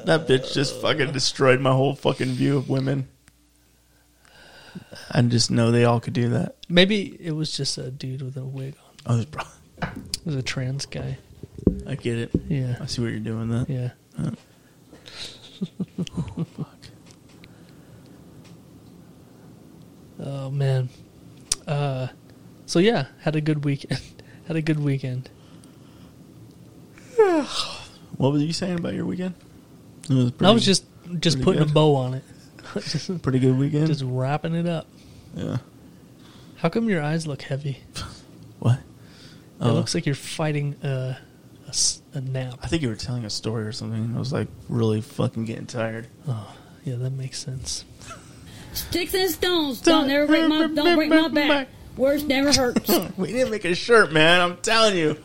Speaker 6: That bitch just fucking destroyed my whole fucking view of women. I just know they all could do that.
Speaker 4: Maybe it was just a dude with a wig on.
Speaker 6: I was, bro.
Speaker 4: It was a trans guy.
Speaker 6: I get it.
Speaker 4: Yeah.
Speaker 6: I see what you're doing. That
Speaker 4: Yeah. Oh man. Uh, so yeah, had a good weekend. had a good weekend.
Speaker 6: What were you saying about your weekend? It was pretty,
Speaker 4: I was just just
Speaker 6: pretty
Speaker 4: putting a
Speaker 6: good.
Speaker 4: bow on it, just,
Speaker 6: pretty good weekend.
Speaker 4: just wrapping it up.
Speaker 6: yeah.
Speaker 4: How come your eyes look heavy?
Speaker 6: What?
Speaker 4: It looks like you're fighting a, a s- a
Speaker 6: I
Speaker 4: nap.
Speaker 6: think you were telling a story or something. I was like really fucking getting tired.
Speaker 4: Yeah, that makes sense.
Speaker 1: Sticks and stones don't ever break my don't break my back. Words never hurts.
Speaker 6: We didn't make a shirt, man. I'm telling you.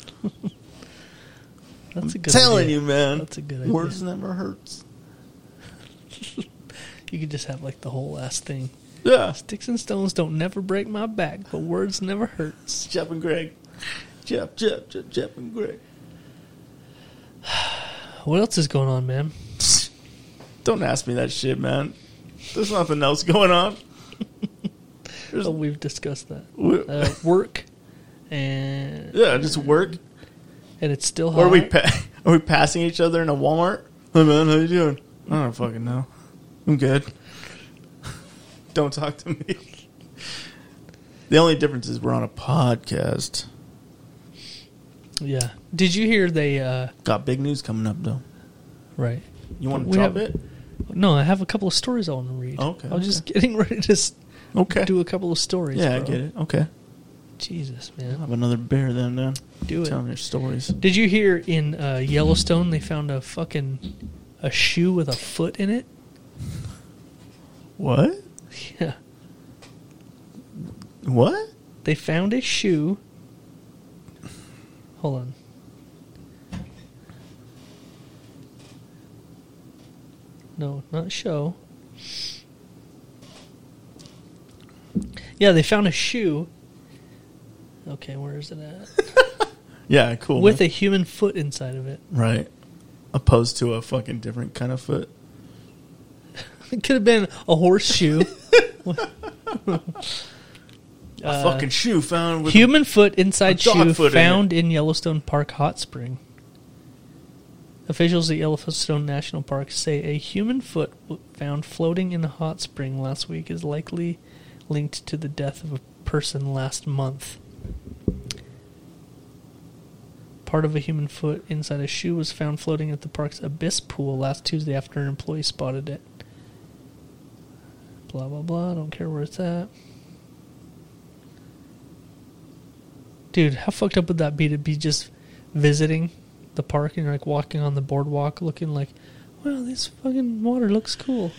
Speaker 4: That's a good.
Speaker 6: telling
Speaker 4: idea.
Speaker 6: you, man.
Speaker 4: That's a good
Speaker 6: Words never hurts.
Speaker 4: You could just have like the whole last thing.
Speaker 6: Yeah.
Speaker 4: Sticks and stones don't never break my back, but words never hurts.
Speaker 6: Jeff and Greg. Jeff, Jeff, Jeff, Jeff and Greg.
Speaker 4: What else is going on, man?
Speaker 6: Don't ask me that shit, man. There's nothing else going on. There's,
Speaker 4: Oh, we've discussed that.
Speaker 6: we-
Speaker 4: Uh, work and
Speaker 6: yeah, just work.
Speaker 4: and it's still hot.
Speaker 6: Or are we pa- are we passing each other in a Walmart? Hey man, how you doing? I don't fucking know. I'm good. don't talk to me. The only difference is we're on a podcast.
Speaker 4: yeah. Did you hear they? Uh,
Speaker 6: Got big news coming up though.
Speaker 4: right.
Speaker 6: You want to
Speaker 4: We
Speaker 6: drop
Speaker 4: have-
Speaker 6: it?
Speaker 4: No, I have a couple of stories I want to read.
Speaker 6: Okay,
Speaker 4: I'm just getting ready to s-
Speaker 6: Okay.
Speaker 4: do a couple of stories.
Speaker 6: yeah, I
Speaker 4: bro.
Speaker 6: get it. Okay.
Speaker 4: Jesus, man,
Speaker 6: Have another beer then, man.
Speaker 4: do it.
Speaker 6: Telling your stories.
Speaker 4: Did you hear in uh, Yellowstone they found a fucking a shoe with a foot in it?
Speaker 6: What?
Speaker 4: Yeah,
Speaker 6: What?
Speaker 4: they found a shoe. Hold on. No, not show. Yeah, they found a shoe. Okay, where is it at?
Speaker 6: Yeah, cool.
Speaker 4: With a
Speaker 6: man.
Speaker 4: human foot inside of it.
Speaker 6: right. Opposed to a fucking different kind of foot.
Speaker 4: It could have been a horseshoe. Uh,
Speaker 6: a fucking shoe found with
Speaker 4: human foot inside
Speaker 6: dog
Speaker 4: shoe
Speaker 6: foot in
Speaker 4: found in, Yellowstone Park hot spring. Officials at Yellowstone National Park say a human foot w- found floating in a hot spring last week is likely linked to the death of a person last month. Part of a human foot inside a shoe was found floating at the park's abyss pool last Tuesday after an employee spotted it. Blah blah blah. I don't care where it's at. Dude, how fucked up would that be to be just visiting the park and you're like walking on the boardwalk looking like, wow, this fucking water looks cool.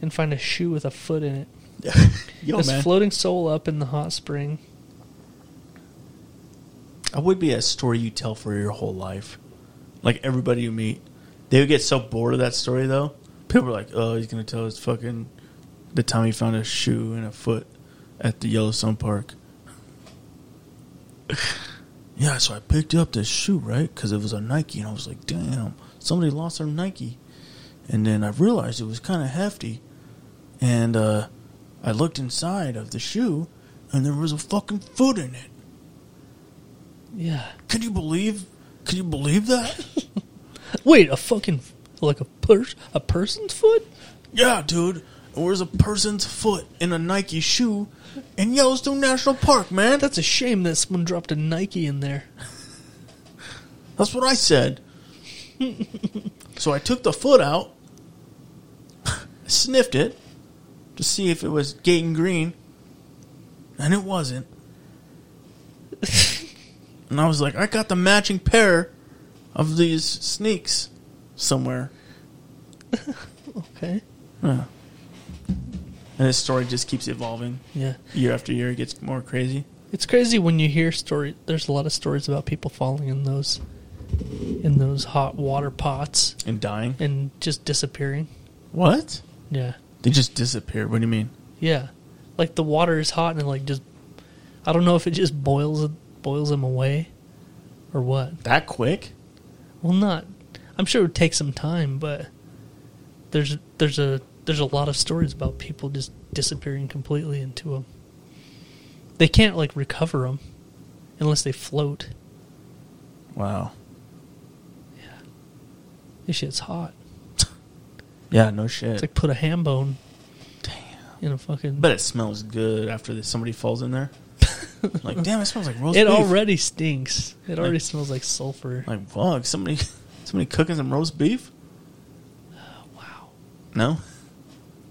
Speaker 4: And find a shoe with a foot in it.
Speaker 6: Yo,
Speaker 4: this
Speaker 6: man.
Speaker 4: floating soul up in the hot spring.
Speaker 6: that would be a story you tell for your whole life. Like everybody you meet, they would get so bored of that story though. People were like, "Oh, he's gonna tell his fucking the time he found a shoe and a foot at the Yellowstone Park." yeah, so I picked up this shoe right because it was a Nike, and I was like, "Damn, somebody lost their Nike." And then I realized it was kind of hefty, and uh, I looked inside of the shoe, and there was a fucking foot in it.
Speaker 4: Yeah.
Speaker 6: Can you believe? Can you believe that?
Speaker 4: Wait, a fucking like a pers- a person's foot?
Speaker 6: yeah, dude. Where's a person's foot in a Nike shoe in Yellowstone National Park, man?
Speaker 4: That's a shame that someone dropped a Nike in there.
Speaker 6: That's what I said. so I took the foot out, sniffed it to see if it was Gaten Green, and it wasn't. and I was like, I got the matching pair of these sneaks somewhere.
Speaker 4: Okay.
Speaker 6: And this story just keeps evolving.
Speaker 4: Yeah.
Speaker 6: Year after year, it gets more crazy.
Speaker 4: It's crazy when you hear story. There's a lot of stories about people falling in those in those hot water pots
Speaker 6: And dying.
Speaker 4: and just disappearing.
Speaker 6: What?
Speaker 4: Yeah.
Speaker 6: They just disappeared. What do you mean?
Speaker 4: Yeah. Like the water is hot and it like just I don't know if it just boils boils them away or what.
Speaker 6: That quick?
Speaker 4: Well, not. I'm sure it would take some time, but there's there's a there's a lot of stories about people just disappearing completely into them. They can't like recover them unless they float.
Speaker 6: Wow.
Speaker 4: This shit's hot.
Speaker 6: Yeah, no shit.
Speaker 4: It's like put a ham bone. Damn. In a fucking.
Speaker 6: but it smells good after this, somebody falls in there. like, damn, it smells like roast
Speaker 4: it
Speaker 6: beef.
Speaker 4: already stinks. It already smells like sulfur.
Speaker 6: Like, fuck, somebody, somebody cooking some roast beef?
Speaker 4: Wow.
Speaker 6: No?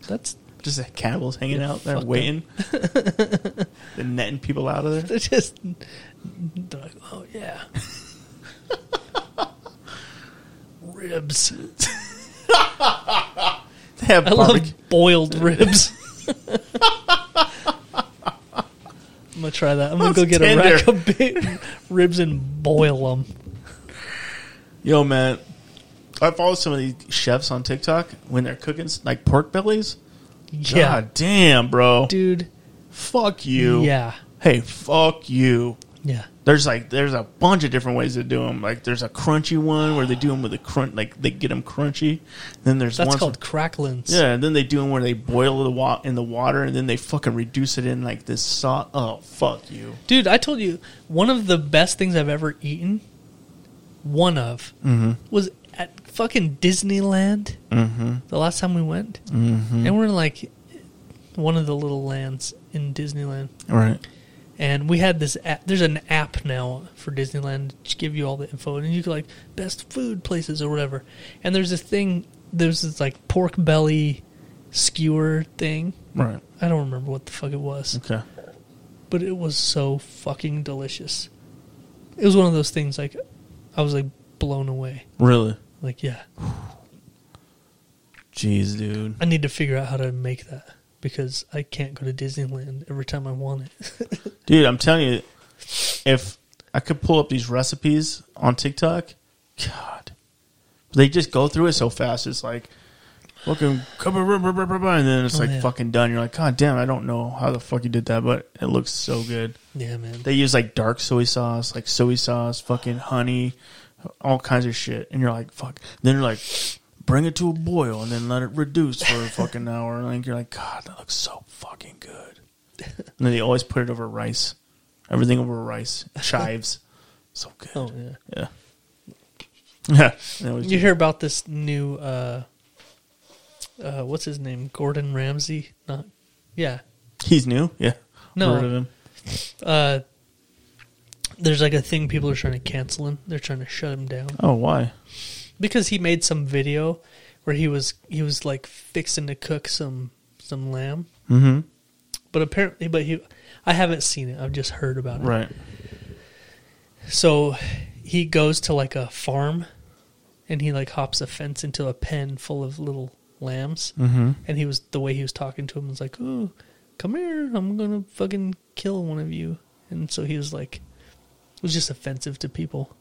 Speaker 4: That's
Speaker 6: Just a cannibals hanging
Speaker 4: Yeah,
Speaker 6: out there
Speaker 4: fuck
Speaker 6: waiting. They're netting people out of there.
Speaker 4: they're just. They're like, oh yeah. Ribs.
Speaker 6: They have
Speaker 4: I love
Speaker 6: barbecue.
Speaker 4: boiled ribs. I'm gonna try that. I'm gonna
Speaker 6: That's
Speaker 4: go get
Speaker 6: tender.
Speaker 4: a rack of big ribs and boil them.
Speaker 6: Yo, man, I follow some of these chefs on TikTok when they're cooking like pork bellies.
Speaker 4: Yeah,
Speaker 6: God damn, bro.
Speaker 4: dude.
Speaker 6: Fuck you.
Speaker 4: Yeah,
Speaker 6: Hey, fuck you.
Speaker 4: yeah.
Speaker 6: There's like there's a bunch of different ways to do them. Like there's a crunchy one where they do them with a crunch, like they get them crunchy. Then there's
Speaker 4: That's
Speaker 6: ones
Speaker 4: called cracklins.
Speaker 6: yeah, and then they do them where they boil the wa- in the water and then they fucking reduce it in like this sauce. Oh fuck you.
Speaker 4: dude. I told you one of the best things I've ever eaten. One of was at fucking Disneyland. Mm-hmm. The last time we went, mm-hmm. and we're in like one of the little lands in Disneyland.
Speaker 6: Right.
Speaker 4: and we had this app. There's an app now for Disneyland to give you all the info, and you can like best food places or whatever. And there's this thing, there's this like pork belly skewer thing.
Speaker 6: Right.
Speaker 4: I don't remember what the fuck it was,
Speaker 6: Okay.
Speaker 4: but it was so fucking delicious. It was one of those things like I was like blown away.
Speaker 6: Really.
Speaker 4: Like, yeah,
Speaker 6: Jeez, dude.
Speaker 4: I need to figure out how to make that because I can't go to Disneyland every time I want it.
Speaker 6: Dude, I'm telling you, if I could pull up these recipes on TikTok, God, they just go through it so fast. It's like fucking come on, blah, blah, blah, blah, blah, and then it's
Speaker 4: Oh,
Speaker 6: like
Speaker 4: yeah.
Speaker 6: fucking done. You're like, God damn, I don't know how the fuck you did that, but it looks so good.
Speaker 4: yeah, man.
Speaker 6: They use like dark soy sauce, like soy sauce, fucking honey, all kinds of shit, and you're like, fuck. Then you're like, bring it to a boil and then let it reduce for a fucking hour, and like you're like, God, that looks so fucking good. And then they always put it over rice, everything over rice, chives, so good.
Speaker 4: Oh yeah.
Speaker 6: yeah, yeah. They always
Speaker 4: You
Speaker 6: do-
Speaker 4: hear about this new uh uh what's his name? Gordon Ramsay? Not yeah.
Speaker 6: He's new. Yeah,
Speaker 4: No.
Speaker 6: Heard of him.
Speaker 4: Uh there's like a thing people are trying to cancel him. They're trying to shut him down.
Speaker 6: Oh, why?
Speaker 4: Because he made some video where he was he was like fixing to cook some some lamb. Mm-hmm. But apparently but he I haven't seen it. I've just heard about it.
Speaker 6: Right.
Speaker 4: So he goes to like a farm and he like hops a fence into a pen full of little lambs. Mm-hmm. And he was the way he was talking to him was like, "Ooh, "Come here, I'm gonna fucking kill one of you." And so he was like, it was just offensive to people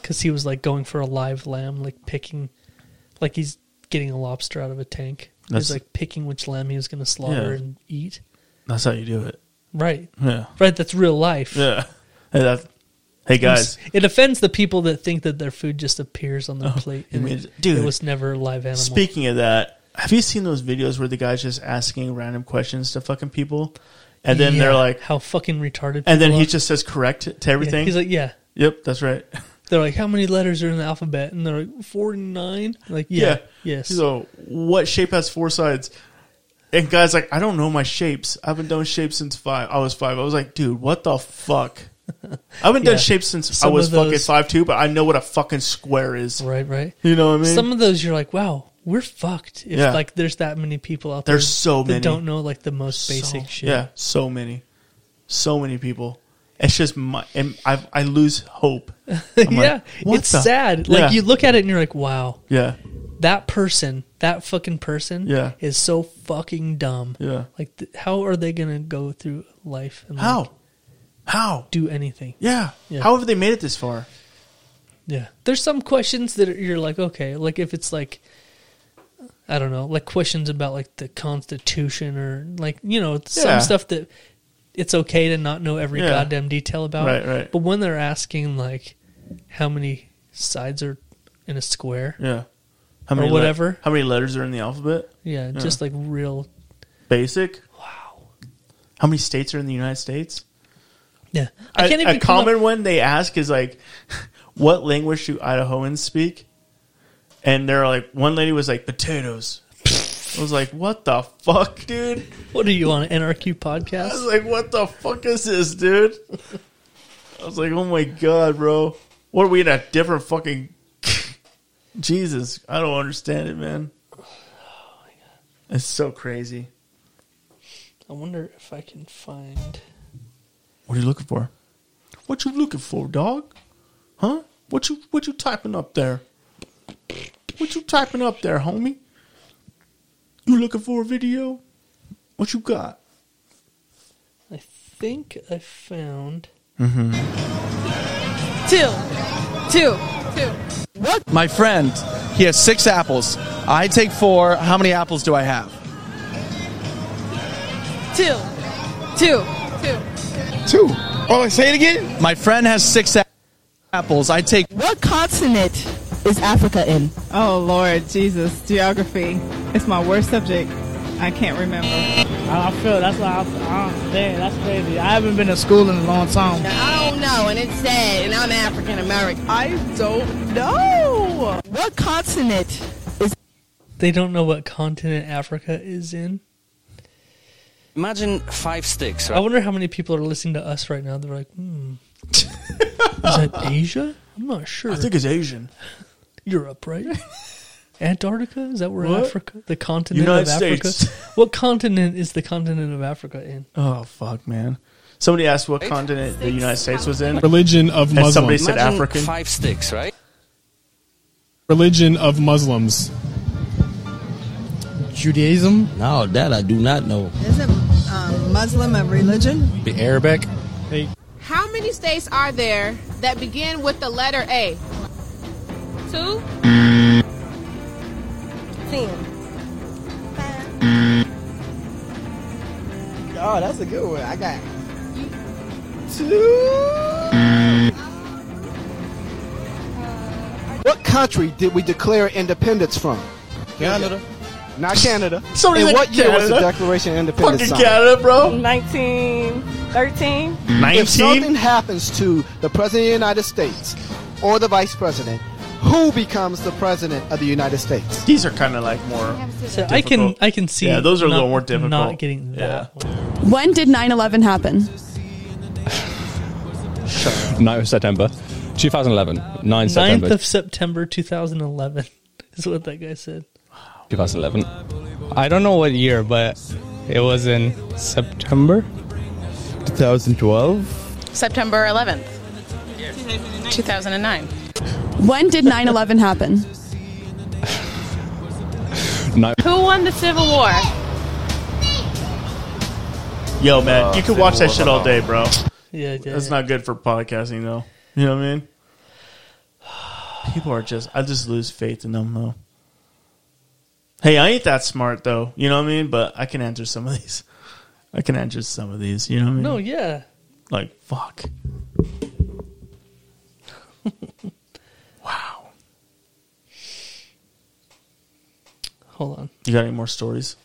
Speaker 4: because he was like going for a live lamb, like picking, like he's getting a lobster out of a tank.
Speaker 6: That's-
Speaker 4: he's like picking which lamb he was gonna slaughter
Speaker 6: Yeah.
Speaker 4: and eat.
Speaker 6: That's how you do it.
Speaker 4: Right,
Speaker 6: Yeah.
Speaker 4: right. That's real life.
Speaker 6: Yeah. Hey, that, hey guys.
Speaker 4: It offends the people that think that their food just appears on their plate.
Speaker 6: Oh, you
Speaker 4: And
Speaker 6: mean-
Speaker 4: it,
Speaker 6: dude.
Speaker 4: it was never a live animal.
Speaker 6: Speaking of that, have you seen those videos where the guy's just asking random questions to fucking people, and then they're
Speaker 4: Yeah,
Speaker 6: like,
Speaker 4: how fucking retarded.
Speaker 6: and then
Speaker 4: people
Speaker 6: he
Speaker 4: are.
Speaker 6: just says correct to
Speaker 4: Yeah,
Speaker 6: everything.
Speaker 4: he's like, yeah.
Speaker 6: yep, that's right.
Speaker 4: They're like, how many letters are in the alphabet? And they're like, forty nine. Like, yeah, yes.
Speaker 6: So, what shape has four sides? And guys, like, I don't know my shapes. I haven't done shapes since five. I was five. I was like, dude, what the fuck? I haven't
Speaker 4: Yeah.
Speaker 6: done shapes since
Speaker 4: Some
Speaker 6: I was
Speaker 4: of
Speaker 6: fucking
Speaker 4: those-
Speaker 6: five two, but I know what a fucking square is.
Speaker 4: right, right.
Speaker 6: You know what I mean?
Speaker 4: Some of those, you're like, wow, we're fucked. If
Speaker 6: Yeah.
Speaker 4: like there's that many people out there,
Speaker 6: There's so
Speaker 4: that
Speaker 6: many.
Speaker 4: don't know like the most basic
Speaker 6: So-
Speaker 4: shit.
Speaker 6: Yeah, so many, so many people. It's just my, and I I lose hope. I'm like,
Speaker 4: yeah.
Speaker 6: what
Speaker 4: it's
Speaker 6: the-
Speaker 4: sad.
Speaker 6: Yeah.
Speaker 4: Like you look at it and you're like, wow,
Speaker 6: Yeah,
Speaker 4: that person, that fucking person,
Speaker 6: Yeah.
Speaker 4: is so fucking dumb.
Speaker 6: Yeah.
Speaker 4: Like, th- how are they gonna go through life and like,
Speaker 6: how, how?
Speaker 4: do anything?
Speaker 6: Yeah.
Speaker 4: Yeah.
Speaker 6: how have they made it this far?
Speaker 4: Yeah. There's some questions that are- you're like, okay, like if it's like, I don't know, like questions about like the Constitution or like, you know,
Speaker 6: Yeah.
Speaker 4: some stuff that it's okay to not know every
Speaker 6: Yeah.
Speaker 4: goddamn detail about.
Speaker 6: Right, right.
Speaker 4: But when they're asking like how many sides are in a square,
Speaker 6: Yeah, how
Speaker 4: Or
Speaker 6: le-
Speaker 4: whatever.
Speaker 6: how many letters are in the alphabet?
Speaker 4: yeah,
Speaker 6: Yeah.
Speaker 4: just like real,
Speaker 6: Basic.
Speaker 4: wow.
Speaker 6: How many states are in the United States?
Speaker 4: Yeah. I can't
Speaker 6: A-
Speaker 4: even
Speaker 6: A
Speaker 4: come up-
Speaker 6: common one they ask is like, "What language do Idahoans speak?" And they're like, one lady was like, "Potatoes." I was like, "What the fuck, dude."
Speaker 4: what are you on, an
Speaker 6: I
Speaker 4: NRQ
Speaker 6: was
Speaker 4: podcast?
Speaker 6: like, what the fuck is this, dude? I was like, oh my god, bro. What are we in a different fucking. Jesus, I don't understand it, man. It's so crazy.
Speaker 4: I wonder if I can find.
Speaker 6: What are you looking for? What you looking for, dog? Huh? What you what you typing up there? What you typing up there, homie? You looking for a video? What you got?
Speaker 4: I think I found.
Speaker 2: Two. Two. Two.
Speaker 8: My friend, he has six apples. I take four. How many apples do I have?
Speaker 2: Two. Two. Two.
Speaker 8: Two. Oh, say it again. My friend has six a- apples. I take.
Speaker 2: What continent is Africa in?
Speaker 9: Oh Lord Jesus, geography. It's my worst subject. I can't remember. I don't feel that's why I, I don't, damn, that's crazy. I haven't been to school in a long time.
Speaker 2: I don't know, and it's sad, and I'm African American.
Speaker 9: I don't know.
Speaker 2: What continent
Speaker 4: They don't know what continent Africa is in.
Speaker 10: Imagine five sticks,
Speaker 4: I
Speaker 10: right?
Speaker 4: wonder how many people are listening to us right now. They're like, hmm. Is that Asia? I'm not sure.
Speaker 6: I think it's Asian.
Speaker 4: Europe, right? Antarctica? Is that where
Speaker 6: What?
Speaker 4: Africa? The continent
Speaker 6: United
Speaker 4: of Africa?
Speaker 6: States.
Speaker 4: What continent is the continent of Africa in?
Speaker 6: Oh fuck, man! Somebody asked what continent the United States was in,
Speaker 11: Religion of
Speaker 6: and
Speaker 11: Muslims.
Speaker 6: somebody said
Speaker 10: Imagine
Speaker 6: African.
Speaker 10: Five sticks, right?
Speaker 11: Religion of Muslims.
Speaker 5: Judaism? No, that I do not know.
Speaker 9: Isn't um, Muslim a religion?
Speaker 5: The Arabic?
Speaker 12: How many states are there that begin with the letter A?
Speaker 7: Two?
Speaker 12: Ten.
Speaker 5: Oh, that's a good one. I got
Speaker 8: What country did we declare independence from? Canada. Not Canada.
Speaker 6: Somebody
Speaker 8: In
Speaker 6: said
Speaker 8: what year was the
Speaker 6: Canada.
Speaker 8: Declaration of Independence
Speaker 6: Fucking
Speaker 8: signed?
Speaker 6: Canada, bro.
Speaker 9: 1913.
Speaker 8: If
Speaker 6: 19?
Speaker 8: something happens to the President of the United States or the Vice President, who becomes the President of the United States?
Speaker 6: These are kind of like more.
Speaker 4: So I can
Speaker 6: Difficult.
Speaker 4: I can see
Speaker 6: Yeah, those are a
Speaker 4: not,
Speaker 6: little more difficult.
Speaker 4: Not getting that one.
Speaker 2: When did 9 11 happen?
Speaker 11: 9th September. 2011. 9
Speaker 4: 9th of September 2011 is what that guy said.
Speaker 11: 2011. I don't know what year, but it was in September.
Speaker 5: 2012?
Speaker 12: September 11th. 2009.
Speaker 2: When did 9 11 happen?
Speaker 12: Who won the Civil War?
Speaker 6: Yo, man,
Speaker 8: Uh,
Speaker 6: you could watch that shit all day, bro.
Speaker 4: Yeah, yeah,
Speaker 6: That's not good for podcasting, though. You know what I mean? People are just, I just lose faith in them, though. Hey, I ain't that smart, though. You know what I mean? But I can answer some of these. I can answer some of these. You know what I mean?
Speaker 4: No, yeah.
Speaker 6: Like, fuck.
Speaker 4: Hold on.
Speaker 6: You got any more stories?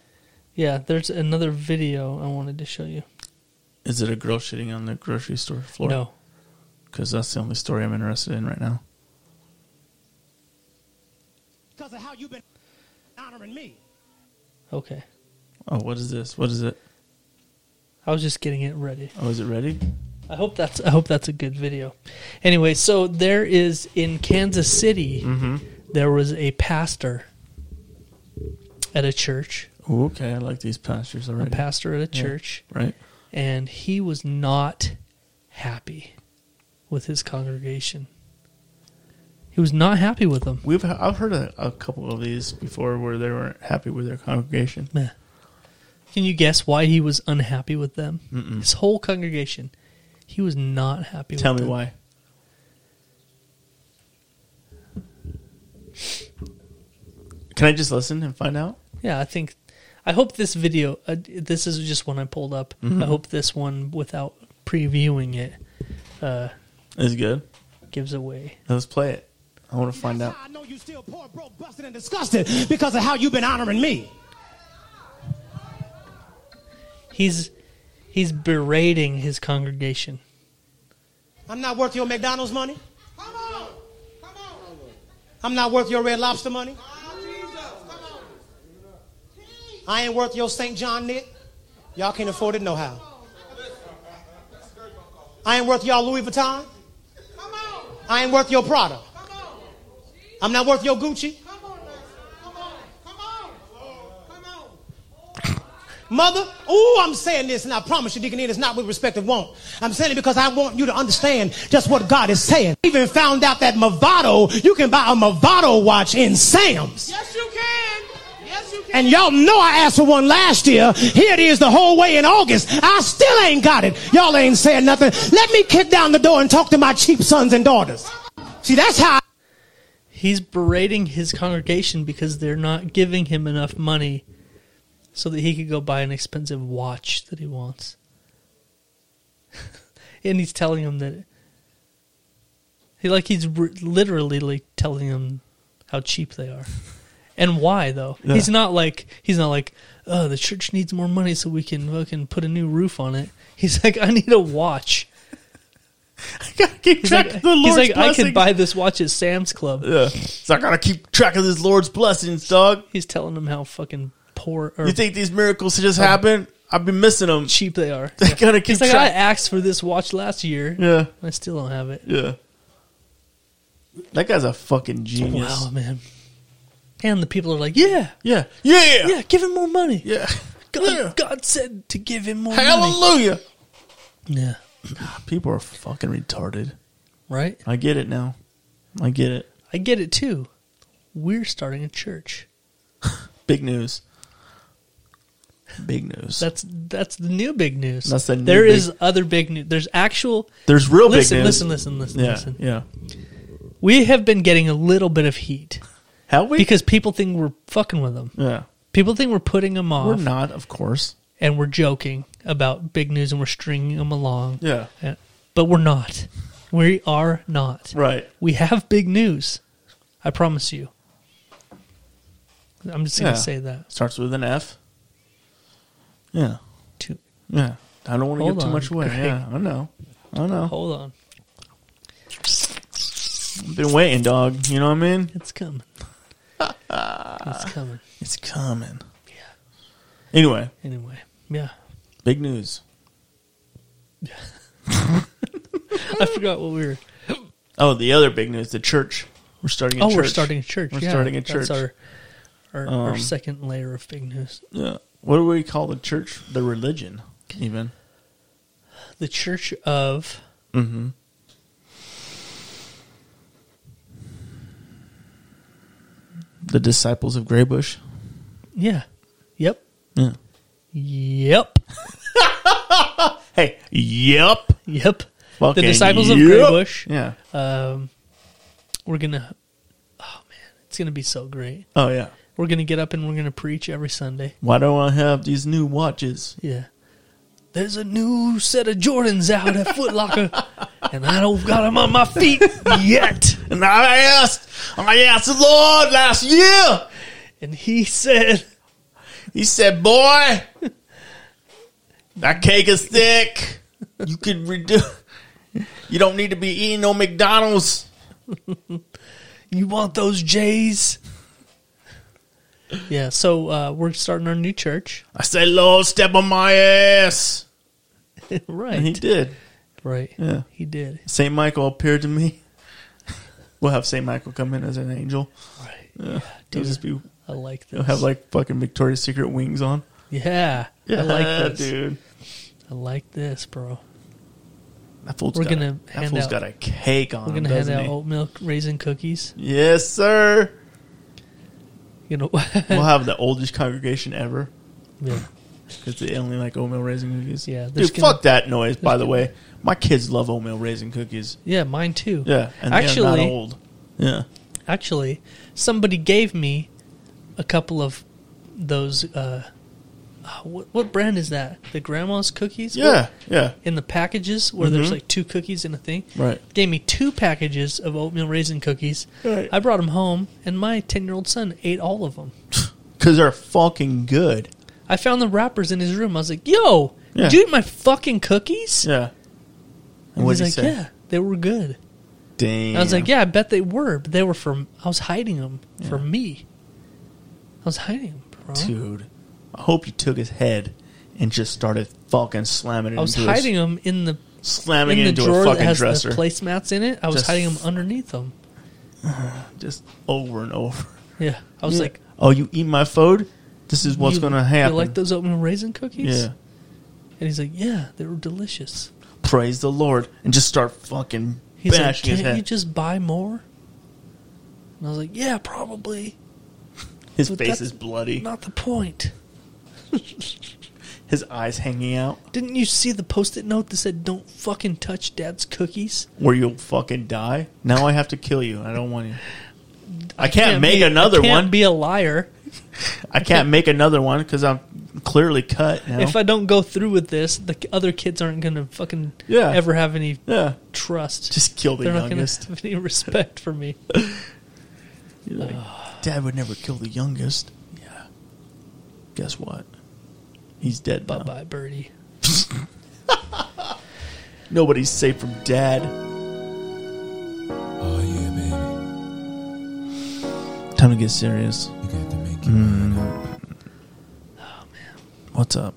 Speaker 4: Yeah, there's another video I wanted to show you.
Speaker 6: Is it a girl shitting on the grocery store floor?
Speaker 4: No.
Speaker 6: Because that's the only story I'm interested in right now.
Speaker 13: Because of how you've been honoring me.
Speaker 4: Okay.
Speaker 6: Oh, what is this? What is it?
Speaker 4: I was just getting it ready.
Speaker 6: Oh, is it ready?
Speaker 4: I hope that's I hope that's a good video. Anyway, so there is in Kansas City,
Speaker 6: Mm-hmm.
Speaker 4: there was a pastor at a church,
Speaker 6: Ooh, okay, I like these pastures
Speaker 4: a
Speaker 6: already.
Speaker 4: pastor at a
Speaker 6: Yeah,
Speaker 4: church,
Speaker 6: right.
Speaker 4: And he was not happy with his congregation. He was not happy with them.
Speaker 6: We've I've heard a, a couple of these before where they weren't happy with their congregation.
Speaker 4: Meh. Can you guess why he was unhappy with them?
Speaker 6: Mm-mm.
Speaker 4: His whole congregation. He was not happy
Speaker 6: Tell
Speaker 4: with
Speaker 6: me
Speaker 4: them.
Speaker 6: why. Can I just listen and find out?
Speaker 4: Yeah, I think. I hope this video. Uh, this is just one I pulled up.
Speaker 6: Mhm.
Speaker 4: I hope this one, without previewing it, uh,
Speaker 6: Is it good?
Speaker 4: gives away.
Speaker 6: Let's play it. I want to find out.
Speaker 13: I know you still poor, broke, busted, and disgusted because of how you've been honoring me.
Speaker 4: He's he's berating his congregation.
Speaker 13: I'm not worth your McDonald's money. Come on. Come on. I'm not worth your red lobster money. I ain't worth your St. John knit. Y'all can't afford it no how. I ain't worth y'all Louis Vuitton. I ain't worth your Prada. I'm not worth your Gucci. Mother, ooh, I'm saying this, and I promise you, Deacon, Ian, it's not with respect of want. I'm saying it because I want you to understand just what God is saying. I even found out that Movado, you can buy a Movado watch in Sam's.
Speaker 3: Yes, you can. Yes, you
Speaker 13: And y'all know I asked for one last year. Here it is the whole way in August. I still ain't got it. Y'all ain't saying nothing. Let me kick down the door and talk to my cheap sons and daughters. See, that's how
Speaker 4: He's berating his congregation because they're not giving him enough money so that he could go buy an expensive watch that he wants. and he's telling him that he like he's r- literally like telling him how cheap they are. And why though?
Speaker 6: Yeah.
Speaker 4: He's not like he's not like oh the church needs more money so we can fucking put a new roof on it. He's like I need a watch. I
Speaker 6: gotta keep
Speaker 4: he's
Speaker 6: track
Speaker 4: like,
Speaker 6: of the
Speaker 4: He's
Speaker 6: Lord's
Speaker 4: like I
Speaker 6: blessings."
Speaker 4: could buy this watch at Sam's Club.
Speaker 6: Yeah. So I gotta keep track of this Lord's blessings, dog.
Speaker 4: He's telling them how fucking poor. Or
Speaker 6: You think these miracles just happen? I've been missing them.
Speaker 4: Cheap they are.
Speaker 6: They gotta keep
Speaker 4: Oh. He's like I
Speaker 6: track.
Speaker 4: asked for this watch last year.
Speaker 6: Yeah.
Speaker 4: I still don't have it.
Speaker 6: yeah. That guy's a fucking genius.
Speaker 4: Wow, man. And the people are like, yeah,
Speaker 6: yeah, yeah,
Speaker 4: yeah. Give him more money.
Speaker 6: Yeah.
Speaker 4: God, God said to give him more money.
Speaker 6: Hallelujah.
Speaker 4: Yeah.
Speaker 6: People are fucking retarded.
Speaker 4: Right?
Speaker 6: I get it now. I get it.
Speaker 4: I get it too. We're starting a church.
Speaker 6: Big news. Big news.
Speaker 4: That's that's the new big news.
Speaker 6: That's the new
Speaker 4: There
Speaker 6: big-
Speaker 4: is other big news. There's actual.
Speaker 6: There's real big
Speaker 4: listen,
Speaker 6: news.
Speaker 4: Listen, listen, listen,
Speaker 6: Yeah,
Speaker 4: listen.
Speaker 6: yeah.
Speaker 4: We have been getting a little bit of heat.
Speaker 6: Have we?
Speaker 4: Because people think we're fucking with them.
Speaker 6: Yeah.
Speaker 4: People think we're putting them off.
Speaker 6: We're not, of course.
Speaker 4: And we're joking about big news and we're stringing them along.
Speaker 6: Yeah.
Speaker 4: And- But we're not. We are not.
Speaker 6: Right.
Speaker 4: We have big news. I promise you. I'm just going
Speaker 6: Yeah.
Speaker 4: to say that.
Speaker 6: Starts with an F. Yeah.
Speaker 4: Two.
Speaker 6: Yeah. I don't want to
Speaker 4: Hold
Speaker 6: give too
Speaker 4: on,
Speaker 6: much away.
Speaker 4: Greg.
Speaker 6: Yeah, I know. I know.
Speaker 4: Hold on.
Speaker 6: I've been waiting, dog. You know what I mean?
Speaker 4: It's coming. it's coming.
Speaker 6: It's coming. Yeah. Anyway,
Speaker 4: Anyway. Yeah.
Speaker 6: big news.
Speaker 4: I forgot what we were.
Speaker 6: Oh, the other big news, the church. We're starting a
Speaker 4: oh,
Speaker 6: church.
Speaker 4: we're starting a church.
Speaker 6: We're
Speaker 4: yeah,
Speaker 6: starting a
Speaker 4: that's
Speaker 6: church.
Speaker 4: our, our, our
Speaker 6: Um,
Speaker 4: second layer of big news.
Speaker 6: Yeah. What do we call the church? The religion, even.
Speaker 4: The Church of
Speaker 6: Mm-hmm. The disciples of Graybush.
Speaker 4: Yeah. Yep.
Speaker 6: Yeah.
Speaker 4: Yep.
Speaker 6: Hey, yep.
Speaker 4: Yep.
Speaker 6: Fucking
Speaker 4: the disciples of
Speaker 6: yep.
Speaker 4: Grey Bush.
Speaker 6: Yeah.
Speaker 4: Um, we're gonna. Oh man, it's gonna be so great.
Speaker 6: Oh, yeah.
Speaker 4: We're gonna get up and we're gonna preach every Sunday.
Speaker 6: Why do I have these new watches?
Speaker 4: Yeah. There's a new set of Jordans out at Foot Locker, and I don't got them on my feet yet.
Speaker 6: And I asked, I asked the Lord last year,
Speaker 4: and He said,
Speaker 6: He said, "Boy, that cake is thick. You could reduce. You don't need to be eating no McDonald's.
Speaker 4: You want those J's? Yeah, so uh, we're starting our new church.
Speaker 6: I said, Lord, step on my ass.
Speaker 4: right.
Speaker 6: And he did.
Speaker 4: Right.
Speaker 6: Yeah.
Speaker 4: He did.
Speaker 6: Saint Michael appeared to me. We'll have Saint Michael come in as an angel.
Speaker 4: Right.
Speaker 6: Yeah.
Speaker 4: Yeah,
Speaker 6: He'll
Speaker 4: dude.
Speaker 6: just be.
Speaker 4: I like
Speaker 6: He'll have
Speaker 4: this.
Speaker 6: like fucking Victoria's Secret wings on.
Speaker 4: Yeah. I
Speaker 6: Yeah,
Speaker 4: like this.
Speaker 6: dude.
Speaker 4: I like this, bro.
Speaker 6: That fool's
Speaker 4: we're
Speaker 6: got
Speaker 4: gonna
Speaker 6: a- that
Speaker 4: hand
Speaker 6: fool's
Speaker 4: out,
Speaker 6: got a cake on
Speaker 4: We're
Speaker 6: him,
Speaker 4: gonna hand
Speaker 6: Um, doesn't
Speaker 4: out
Speaker 6: he?
Speaker 4: oat milk raisin cookies.
Speaker 6: Yes, sir.
Speaker 4: You know,
Speaker 6: we'll have the oldest congregation ever.
Speaker 4: Yeah.
Speaker 6: Because they only like oatmeal raisin cookies. Yeah,
Speaker 4: there's
Speaker 6: dude,
Speaker 4: gonna-
Speaker 6: fuck that noise. By
Speaker 4: there's
Speaker 6: the
Speaker 4: gonna-
Speaker 6: way, my kids love oatmeal raisin cookies.
Speaker 4: Yeah, mine too.
Speaker 6: Yeah, and
Speaker 4: actually,
Speaker 6: they're not old. Yeah,
Speaker 4: Actually, somebody gave me a couple of those. Uh, uh, what, what brand is that? The grandma's cookies.
Speaker 6: Yeah, yeah.
Speaker 4: In the packages where there's
Speaker 6: Mhm.
Speaker 4: like two cookies in a thing.
Speaker 6: Right.
Speaker 4: Gave me two packages of oatmeal raisin cookies.
Speaker 6: Right.
Speaker 4: I brought them home, and my ten-year-old son ate all of them.
Speaker 6: because they're fucking good.
Speaker 4: I found the wrappers in his room. I was like, "Yo,
Speaker 6: Yeah.
Speaker 4: did you eat my fucking cookies?"
Speaker 6: Yeah.
Speaker 4: And
Speaker 6: what'd
Speaker 4: he's
Speaker 6: he
Speaker 4: like,
Speaker 6: say?
Speaker 4: "Yeah, they were good."
Speaker 6: Damn.
Speaker 4: I was like, yeah, I bet they were, but they were from. I was hiding them from me. I was hiding them, bro.
Speaker 6: dude. I hope you took his head and just started fucking slamming it.
Speaker 4: I was
Speaker 6: into
Speaker 4: hiding
Speaker 6: his,
Speaker 4: them in the
Speaker 6: slamming
Speaker 4: in
Speaker 6: it
Speaker 4: the
Speaker 6: into
Speaker 4: drawer
Speaker 6: a
Speaker 4: that
Speaker 6: fucking
Speaker 4: has
Speaker 6: dresser,
Speaker 4: the placemats in it. I was
Speaker 6: Just-
Speaker 4: hiding them underneath them.
Speaker 6: just over and over.
Speaker 4: Yeah, I was
Speaker 6: Yeah.
Speaker 4: like,
Speaker 6: "Oh, you eat my food? This is what's
Speaker 4: "You-
Speaker 6: going to happen."
Speaker 4: You like those oatmeal raisin cookies?
Speaker 6: Yeah.
Speaker 4: And he's like, yeah, they were delicious.
Speaker 6: Praise the Lord, and just start fucking
Speaker 4: He's like,
Speaker 6: bashing his
Speaker 4: can't
Speaker 6: head.
Speaker 4: you just buy more? And I was like, yeah, probably.
Speaker 6: his
Speaker 4: But
Speaker 6: face
Speaker 4: that's
Speaker 6: is bloody.
Speaker 4: Not the point.
Speaker 6: His eyes hanging out.
Speaker 4: Didn't you see the post-it note that said, "Don't fucking touch Dad's cookies"?
Speaker 6: Or you'll fucking die. Now I have to kill you. I don't want you. I, can't, make
Speaker 4: be-
Speaker 6: another
Speaker 4: I can't
Speaker 6: one.
Speaker 4: Be a liar.
Speaker 6: I can't make another one because I'm clearly cut now.
Speaker 4: If I don't go through with this, the k- other kids aren't going to fucking
Speaker 6: Yeah.
Speaker 4: ever have any
Speaker 6: Yeah.
Speaker 4: trust.
Speaker 6: Just kill the
Speaker 4: They're
Speaker 6: youngest.
Speaker 4: not going to have any respect for me.
Speaker 6: You're like, Dad would never kill the youngest. Yeah. Guess what? He's dead.
Speaker 4: bye
Speaker 6: Now.
Speaker 4: bye, Birdie.
Speaker 6: Nobody's safe from Dad.
Speaker 3: Oh yeah, baby.
Speaker 6: Time to get serious. You got to make it. Mm. What's up?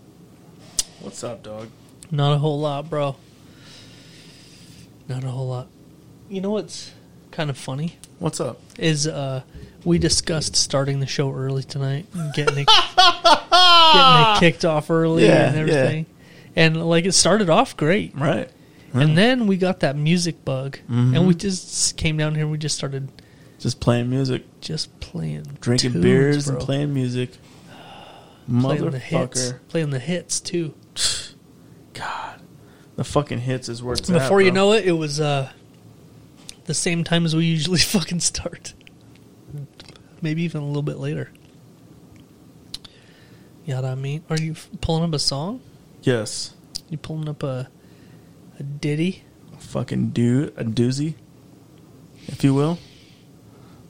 Speaker 6: What's up, dog?
Speaker 4: Not a whole lot, bro. Not a whole lot. You know what's kind of funny?
Speaker 6: What's up?
Speaker 4: Is uh, we discussed starting the show early tonight, and getting it, getting it kicked off early
Speaker 6: Yeah,
Speaker 4: and
Speaker 6: yeah.
Speaker 4: everything, and like it started off great,
Speaker 6: right?
Speaker 4: And then we got that music bug, and
Speaker 6: Mhm.
Speaker 4: we just came down here. and We just started
Speaker 6: Just playing music.
Speaker 4: just playing,
Speaker 6: Drinking
Speaker 4: tunes,
Speaker 6: beers and
Speaker 4: bro.
Speaker 6: playing music.
Speaker 4: Playing the hits,
Speaker 6: Motherfucker.
Speaker 4: playing the hits too.
Speaker 6: The fucking hits is where it's at,
Speaker 4: Before you
Speaker 6: bro.
Speaker 4: know it, it was uh, the same time as we usually fucking start. Maybe even a little bit later. You know what I mean? Are you f- pulling up a song?
Speaker 6: Yes.
Speaker 4: You pulling up a a ditty?
Speaker 6: Fucking do a doozy, if you will.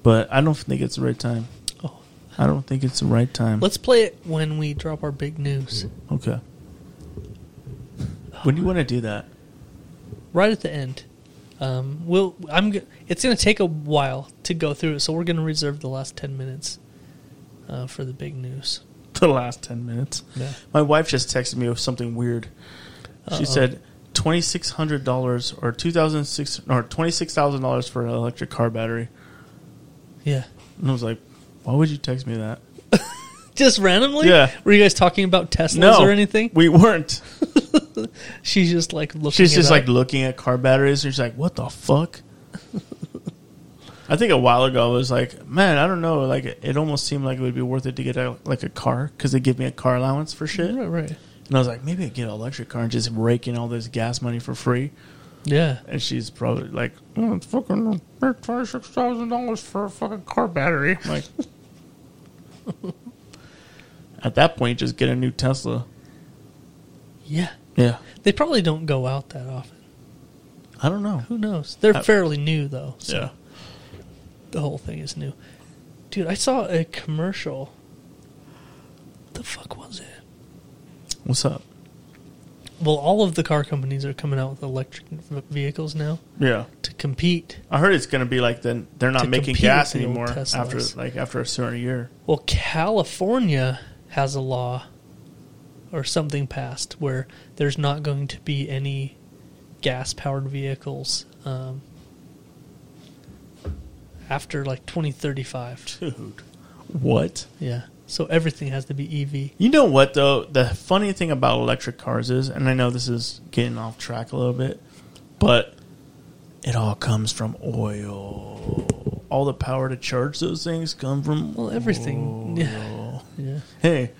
Speaker 6: But I don't think it's the right time.
Speaker 4: Oh.
Speaker 6: I don't think it's the right time.
Speaker 4: Let's play it when we drop our big news.
Speaker 6: okay. When do you want to do that?
Speaker 4: right at the end. Um, we'll. I'm. g- It's going to take a while to go through it, so we're going to reserve the last ten minutes uh, for the big news.
Speaker 6: The last 10 minutes.
Speaker 4: Yeah.
Speaker 6: My wife just texted me with something weird.
Speaker 4: Uh-oh.
Speaker 6: She said $2,600 or 2006 or $26,000 for an electric car battery.
Speaker 4: Yeah.
Speaker 6: And I was like, why would you text me that?
Speaker 4: Just randomly.
Speaker 6: Yeah.
Speaker 4: Were you guys talking about Teslas or anything?
Speaker 6: We weren't.
Speaker 4: She's just like looking.
Speaker 6: She's
Speaker 4: it
Speaker 6: just
Speaker 4: up.
Speaker 6: like looking at car batteries and she's like, what the fuck? I think a while ago I was like, man, I don't know. Like, it almost seemed like it would be worth it to get a, like a car because they give me a car allowance for shit.
Speaker 4: Right, right.
Speaker 6: And I was like, maybe I get an electric car and just rake in all this gas money for free.
Speaker 4: Yeah.
Speaker 6: And she's probably like, oh, it's fucking twenty six thousand dollars for a fucking car battery. I'm like, at that point, just get a new Tesla.
Speaker 4: Yeah.
Speaker 6: Yeah.
Speaker 4: They probably don't go out that often.
Speaker 6: I don't know.
Speaker 4: Who knows? They're
Speaker 6: I-
Speaker 4: fairly new though. So
Speaker 6: Uh, Yeah.
Speaker 4: The whole thing is new. Dude, I saw a commercial. The fuck was it?
Speaker 6: What's up?
Speaker 4: Well, all of the car companies are coming out with electric v- vehicles now
Speaker 6: Yeah.
Speaker 4: to compete.
Speaker 6: I heard it's going to be like then they're not
Speaker 4: To
Speaker 6: making
Speaker 4: compete with
Speaker 6: gas
Speaker 4: the old
Speaker 6: anymore after
Speaker 4: Teslas.
Speaker 6: like after a certain year.
Speaker 4: Well, California has a law or something passed where there's not going to be any gas powered vehicles um, after like 2035.
Speaker 6: Dude. What?
Speaker 4: Yeah. So everything has to be E EV.
Speaker 6: You know what though? The funny thing about electric cars is, and I know this is getting off track a little bit, but it all comes from oil. All the power to charge those things come from
Speaker 4: Well, everything. Yeah.
Speaker 6: oil.
Speaker 4: yeah.
Speaker 6: Hey,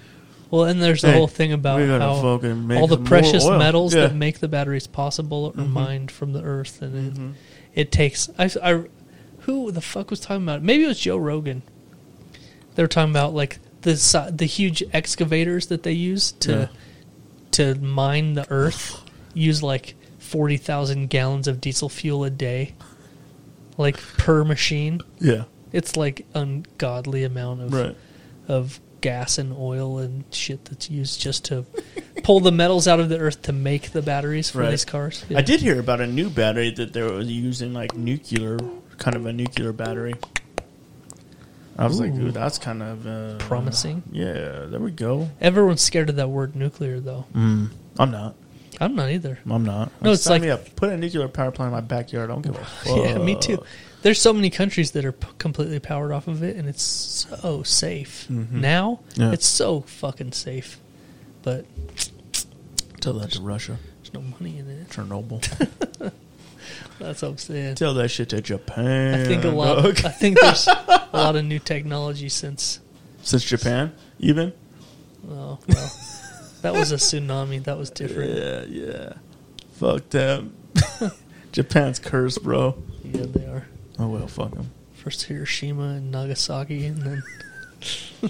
Speaker 4: Well, and there's the
Speaker 6: Hey,
Speaker 4: whole thing about
Speaker 6: we gotta
Speaker 4: how
Speaker 6: fucking make
Speaker 4: all the
Speaker 6: more
Speaker 4: precious
Speaker 6: oil.
Speaker 4: metals
Speaker 6: Yeah.
Speaker 4: that make the batteries possible are
Speaker 6: Mhm.
Speaker 4: mined from the earth, and
Speaker 6: Mm-hmm.
Speaker 4: it, it takes. I, I- who the fuck was talking about? it? Maybe it was Joe Rogan. They were talking about like the si- the huge excavators that they use to to mine the earth use like forty thousand gallons of diesel fuel a day, like per machine.
Speaker 6: Yeah.
Speaker 4: it's like ungodly amount of
Speaker 6: Right.
Speaker 4: of gas and oil and shit that's used just to pull the metals out of the earth to make the batteries for
Speaker 6: Right.
Speaker 4: these cars.
Speaker 6: I did hear about a new battery that they were using like nuclear, kind of a nuclear battery. I was like,
Speaker 4: Ooh.
Speaker 6: dude, that's kind of uh,
Speaker 4: Promising.
Speaker 6: Yeah, there we go.
Speaker 4: Everyone's scared of that word nuclear, though.
Speaker 6: Mm, I'm not.
Speaker 4: I'm not either.
Speaker 6: I'm not.
Speaker 4: No, it's
Speaker 6: Sign
Speaker 4: like-
Speaker 6: me up. put a nuclear power plant in my backyard. I don't give a fuck.
Speaker 4: Yeah, me too. There's so many countries that are p- completely powered off of it, and it's so safe
Speaker 6: Mhm.
Speaker 4: now.
Speaker 6: Yeah.
Speaker 4: It's so fucking safe, but
Speaker 6: Tell that to Russia,
Speaker 4: there's no money in it.
Speaker 6: Chernobyl.
Speaker 4: That's what I'm saying.
Speaker 6: Tell that shit to Japan.
Speaker 4: I think a lot.
Speaker 6: dog.
Speaker 4: I think there's a lot of new technology since
Speaker 6: Since Japan, even.
Speaker 4: Oh well, that was a tsunami. That was different.
Speaker 6: Yeah, yeah. Fuck them. Japan's cursed, bro.
Speaker 4: Yeah, they are.
Speaker 6: Oh well, fuck them.
Speaker 4: First Hiroshima and Nagasaki, and then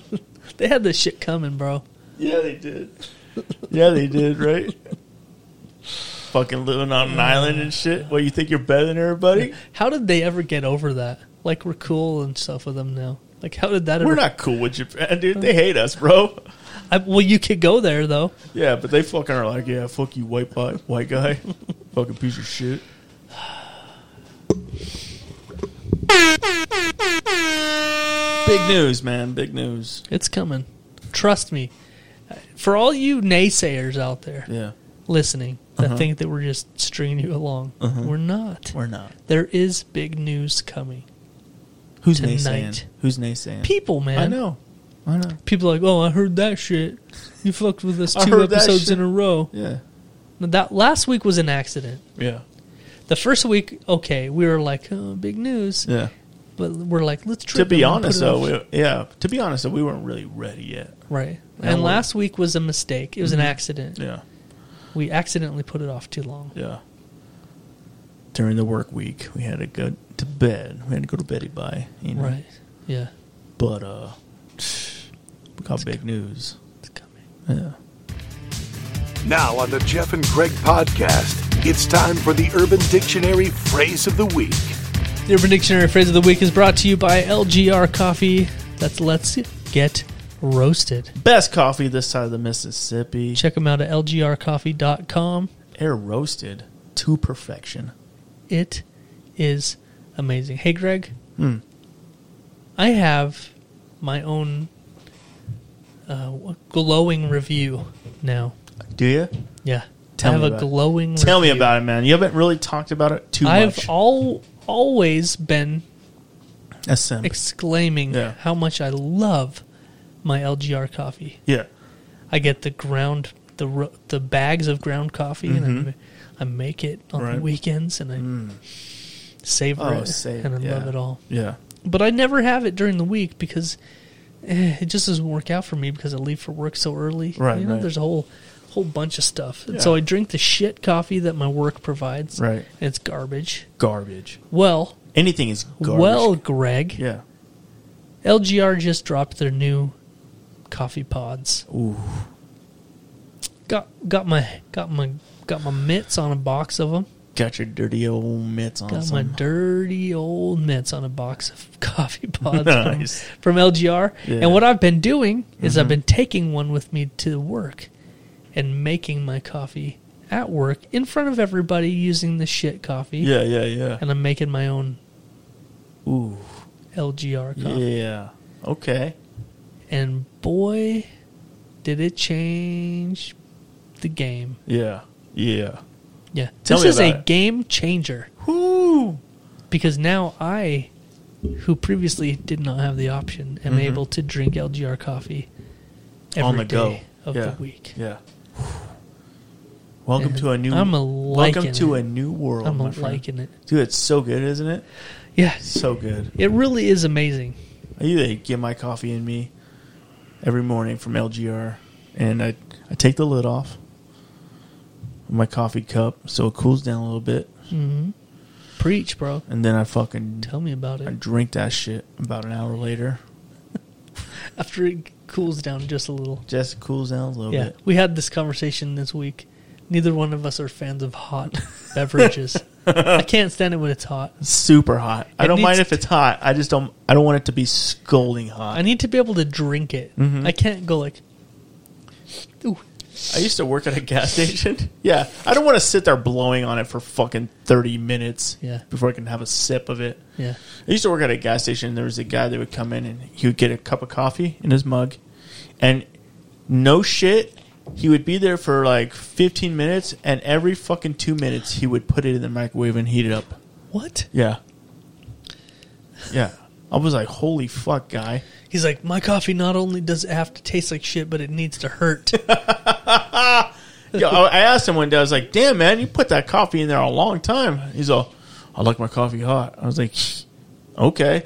Speaker 4: they had this shit coming, bro.
Speaker 6: Yeah, they did. Yeah, they did, right? Fucking living on an island and shit. Well, you think you're better than everybody?
Speaker 4: How did they ever get over that? Like we're cool and stuff with them now. Like how did that?
Speaker 6: We're
Speaker 4: ever...
Speaker 6: not cool with Japan, dude. They hate us, bro.
Speaker 4: I, well, you could go there though.
Speaker 6: Yeah, but they fucking are like, yeah, fuck you, white guy, white guy, fucking piece of shit. Big news, man. Big news.
Speaker 4: It's coming. Trust me. For all you naysayers out there,
Speaker 6: Yeah.
Speaker 4: listening, that
Speaker 6: Uh-huh.
Speaker 4: think that we're just stringing you along,
Speaker 6: Uh-huh.
Speaker 4: we're not.
Speaker 6: We're not.
Speaker 4: There is big news coming.
Speaker 6: Who's
Speaker 4: Tonight.
Speaker 6: naysaying? Who's naysaying?
Speaker 4: People, man.
Speaker 6: I know. I know.
Speaker 4: People are like, oh, I heard that shit. You fucked with us
Speaker 6: I
Speaker 4: two
Speaker 6: heard that
Speaker 4: episodes
Speaker 6: shit."
Speaker 4: in a row.
Speaker 6: Yeah.
Speaker 4: But that last week was an accident.
Speaker 6: Yeah.
Speaker 4: The first week, okay, we were like, oh, big news.
Speaker 6: Yeah.
Speaker 4: But we're like, let's
Speaker 6: To
Speaker 4: trip
Speaker 6: be
Speaker 4: him and put
Speaker 6: honest,
Speaker 4: it
Speaker 6: though,
Speaker 4: off.
Speaker 6: we, yeah. To be honest, though, we weren't really ready yet.
Speaker 4: right.
Speaker 6: Yeah,
Speaker 4: And
Speaker 6: we-
Speaker 4: last week was a mistake. It was
Speaker 6: Mhm.
Speaker 4: an accident.
Speaker 6: Yeah.
Speaker 4: We accidentally put it off too long.
Speaker 6: Yeah. During the work week, we had to go to bed. We had to go to Betty by. You know?
Speaker 4: Right. Yeah.
Speaker 6: But uh, we got big news. Yeah.
Speaker 14: Now, on the Jeff and Craig podcast, it's time for the Urban Dictionary phrase of the week.
Speaker 4: The Urban Dictionary phrase of the week is brought to you by LGR Coffee. That's Let's Get Roasted.
Speaker 6: Best coffee this side of the Mississippi.
Speaker 4: Check them out at lgrcoffee.com.
Speaker 6: Air roasted to perfection.
Speaker 4: It is amazing. Hey, Greg,
Speaker 6: Hmm.
Speaker 4: I have my own uh, glowing review now.
Speaker 6: Do you?
Speaker 4: Yeah.
Speaker 6: Tell
Speaker 4: I have
Speaker 6: me
Speaker 4: a
Speaker 6: about it.
Speaker 4: glowing
Speaker 6: Tell me
Speaker 4: review.
Speaker 6: about it, man. You haven't really talked about it too
Speaker 4: I've
Speaker 6: much.
Speaker 4: all always been
Speaker 6: A simp.
Speaker 4: exclaiming
Speaker 6: Yeah.
Speaker 4: how much I love my LGR coffee.
Speaker 6: Yeah.
Speaker 4: I get the ground the ro- the bags of ground coffee and I,
Speaker 6: Mhm.
Speaker 4: ma- I make it on the
Speaker 6: Right. Mm.
Speaker 4: weekends and I savor
Speaker 6: Oh,
Speaker 4: it
Speaker 6: save-
Speaker 4: and I
Speaker 6: yeah.
Speaker 4: love it all.
Speaker 6: Yeah.
Speaker 4: But I never have it during the week because eh, it just doesn't work out for me because I leave for work so early.
Speaker 6: Right,
Speaker 4: You know,
Speaker 6: right.
Speaker 4: there's a whole whole bunch of stuff. And
Speaker 6: Yeah.
Speaker 4: so I drink the shit coffee that my work provides.
Speaker 6: Right.
Speaker 4: And it's garbage.
Speaker 6: Garbage.
Speaker 4: Well,
Speaker 6: Anything is garbage.
Speaker 4: well, Greg.
Speaker 6: Yeah.
Speaker 4: LGR just dropped their new coffee pods.
Speaker 6: Ooh.
Speaker 4: Got got my got my got my mitts on a box of them.
Speaker 6: Got your dirty old mitts on.
Speaker 4: Got my
Speaker 6: some.
Speaker 4: dirty old mitts on a box of coffee pods
Speaker 6: Nice.
Speaker 4: from, from LGR.
Speaker 6: Yeah.
Speaker 4: And what I've been doing is I've
Speaker 6: Mhm.
Speaker 4: been taking one with me to work and making my coffee at work in front of everybody using the shit coffee.
Speaker 6: Yeah, yeah, yeah.
Speaker 4: And I'm making my own
Speaker 6: Ooh.
Speaker 4: LGR coffee.
Speaker 6: Yeah. Okay.
Speaker 4: And boy, did it change the game.
Speaker 6: Yeah. Yeah.
Speaker 4: Yeah.
Speaker 6: Tell
Speaker 4: this
Speaker 6: me
Speaker 4: is
Speaker 6: about
Speaker 4: a
Speaker 6: it.
Speaker 4: game changer.
Speaker 6: Whoo!
Speaker 4: Because now I, who previously did not have the option, am
Speaker 6: Mhm.
Speaker 4: able to drink LGR coffee every
Speaker 6: On the
Speaker 4: day
Speaker 6: go.
Speaker 4: of
Speaker 6: Yeah.
Speaker 4: the week.
Speaker 6: Yeah. Welcome
Speaker 4: And
Speaker 6: to a new.
Speaker 4: I'm a
Speaker 6: welcome
Speaker 4: liking
Speaker 6: to
Speaker 4: it.
Speaker 6: a new world.
Speaker 4: I'm a
Speaker 6: my friend.
Speaker 4: liking it.
Speaker 6: dude. It's so good, isn't it?
Speaker 4: Yeah.
Speaker 6: so good.
Speaker 4: It really is amazing.
Speaker 6: I usually get my coffee in me every morning from LGR, and I I take the lid off my coffee cup so it cools down a little bit,
Speaker 4: hmm Preach, bro.
Speaker 6: and then I fucking
Speaker 4: Tell me about it.
Speaker 6: I drink that shit about an hour later.
Speaker 4: After it cools down just a little.
Speaker 6: Just cools down a little
Speaker 4: yeah.
Speaker 6: bit.
Speaker 4: We had this conversation this week. Neither one of us are fans of hot beverages. I can't stand it when it's hot.
Speaker 6: Super hot. I
Speaker 4: It
Speaker 6: don't mind
Speaker 4: needs-
Speaker 6: if it's hot. I just don't. I don't want it to be scalding hot.
Speaker 4: I need to be able to drink it.
Speaker 6: Mhm.
Speaker 4: I can't go like,
Speaker 6: I used to work at a gas station. Yeah, I don't want to sit there blowing on it for fucking thirty minutes.
Speaker 4: Yeah.
Speaker 6: before I can have a sip of it.
Speaker 4: Yeah.
Speaker 6: I used to work at a gas station. and There was a guy that would come in and he would get a cup of coffee in his mug, and no shit, he would be there for like fifteen minutes, and every fucking two minutes he would put it in the microwave and heat it up.
Speaker 4: what?
Speaker 6: Yeah, yeah. I was like, holy fuck, guy.
Speaker 4: He's like, my coffee not only does it have to taste like shit, but it needs to hurt.
Speaker 6: Yo, I I asked him one day. I was like, "Damn, man, you put that coffee in there a long time." He's all, "I like my coffee hot." I was like, "Okay,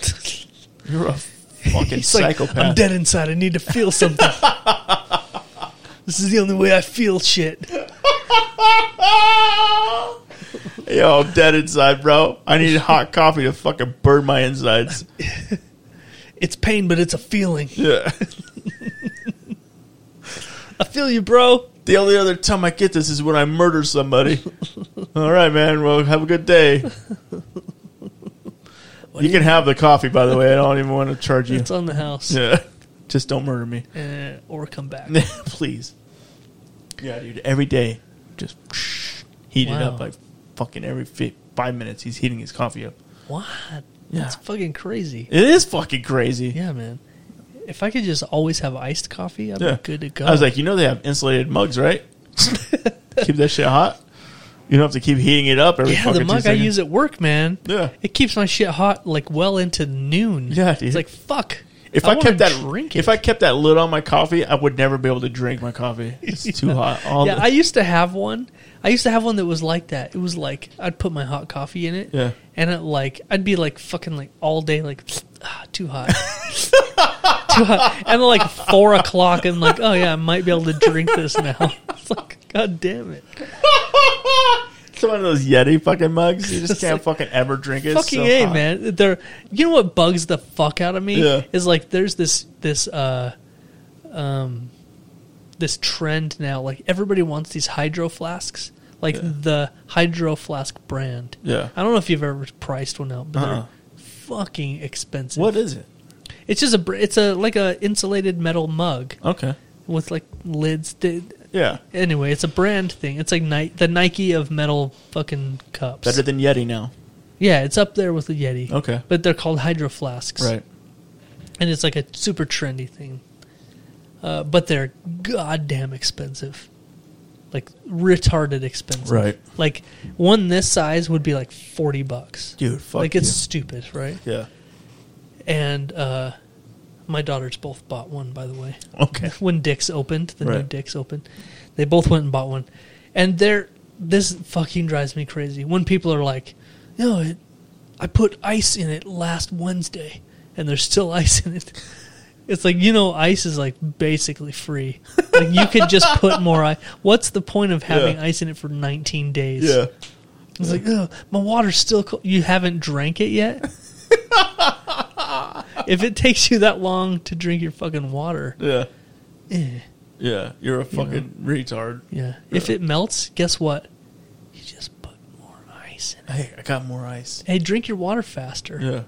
Speaker 6: you're a fucking
Speaker 4: He's like,
Speaker 6: psychopath."
Speaker 4: I'm dead inside. I need to feel something. this is the only way I feel shit.
Speaker 6: Yo, I'm dead inside, bro. I need hot coffee to fucking burn my insides.
Speaker 4: It's pain, but it's a feeling.
Speaker 6: Yeah.
Speaker 4: I feel you, bro.
Speaker 6: The only other time I get this is when I murder somebody. All right, man. Well, have a good day. you can have the coffee, by the way. I don't even want to charge you.
Speaker 4: It's on the house.
Speaker 6: Yeah. Just don't murder me.
Speaker 4: Uh, or come back.
Speaker 6: Please. Yeah, dude. Every day, just heat it up
Speaker 4: Wow.
Speaker 6: like fucking every fi- five minutes. He's heating his coffee up.
Speaker 4: What?
Speaker 6: Yeah.
Speaker 4: That's fucking crazy.
Speaker 6: It is fucking crazy.
Speaker 4: Yeah, man. If I could just always have iced coffee, I'd
Speaker 6: Yeah.
Speaker 4: be good to go.
Speaker 6: I was like, you know, they have insulated mugs, right? keep that shit hot. You don't have to keep heating it up every
Speaker 4: yeah,
Speaker 6: fucking
Speaker 4: the mug
Speaker 6: two
Speaker 4: I
Speaker 6: seconds.
Speaker 4: use at work, man.
Speaker 6: Yeah.
Speaker 4: It keeps my shit hot like well into noon.
Speaker 6: Yeah, dude.
Speaker 4: It's like fuck.
Speaker 6: If I,
Speaker 4: wanna
Speaker 6: kept that,
Speaker 4: drink
Speaker 6: if
Speaker 4: it.
Speaker 6: I kept that lid on my coffee, I would never be able to drink my coffee. It's too hot. All
Speaker 4: yeah,
Speaker 6: the,
Speaker 4: I used to have one. I used to have one that was like that. It was like I'd put my hot coffee in it.
Speaker 6: Yeah.
Speaker 4: And it like I'd be like fucking like all day like ah, too hot. too hot. And then like four o'clock and like, oh yeah, I might be able to drink this now. It's like, God damn it.
Speaker 6: it's one of those Yeti fucking mugs. You just
Speaker 4: It's
Speaker 6: can't
Speaker 4: like-
Speaker 6: fucking ever drink it. It's
Speaker 4: fucking
Speaker 6: so
Speaker 4: a
Speaker 6: hot.
Speaker 4: man there you know what bugs the fuck out of me
Speaker 6: Yeah.
Speaker 4: is like there's this this uh um this trend now like everybody wants these hydro flasks like the hydro flask brand
Speaker 6: Yeah.
Speaker 4: i don't know if you've ever priced one out but
Speaker 6: Uh-uh.
Speaker 4: they're fucking expensive
Speaker 6: What is it?
Speaker 4: it's just a br- it's a like a insulated metal mug
Speaker 6: Okay.
Speaker 4: with like lids that
Speaker 6: Yeah.
Speaker 4: anyway it's a brand thing it's like Ni- the nike of metal fucking cups
Speaker 6: Better than Yeti now.
Speaker 4: yeah, it's up there with the Yeti.
Speaker 6: Okay.
Speaker 4: But they're called hydro flasks.
Speaker 6: Right.
Speaker 4: And it's like a super trendy thing. Uh, but they're goddamn expensive. Like retarded expensive.
Speaker 6: Right.
Speaker 4: Like one this size would be like 40 bucks.
Speaker 6: Dude, fuck
Speaker 4: Like it's
Speaker 6: you.
Speaker 4: stupid, right?
Speaker 6: Yeah.
Speaker 4: And uh, my daughters both bought one, by the way.
Speaker 6: Okay.
Speaker 4: When Dick's opened, the new
Speaker 6: Right.
Speaker 4: Dick's opened, they both went and bought one. And they're, this fucking drives me crazy. When people are like, no, it, I put ice in it last Wednesday, and there's still ice in it. It's like you know, ice is like basically free. Like you could just put more ice. What's the point of having
Speaker 6: Yeah.
Speaker 4: ice in it for 19 days?
Speaker 6: Yeah.
Speaker 4: It's like, oh, my water's still cold. You haven't drank it yet. if it takes you that long to drink your fucking water,
Speaker 6: Yeah.
Speaker 4: eh.
Speaker 6: Yeah. You're a
Speaker 4: You know.
Speaker 6: fucking retard.
Speaker 4: Yeah. If it melts, guess what? You just put more ice in it.
Speaker 6: Hey, I got more ice.
Speaker 4: Hey, drink your water faster.
Speaker 6: Yeah.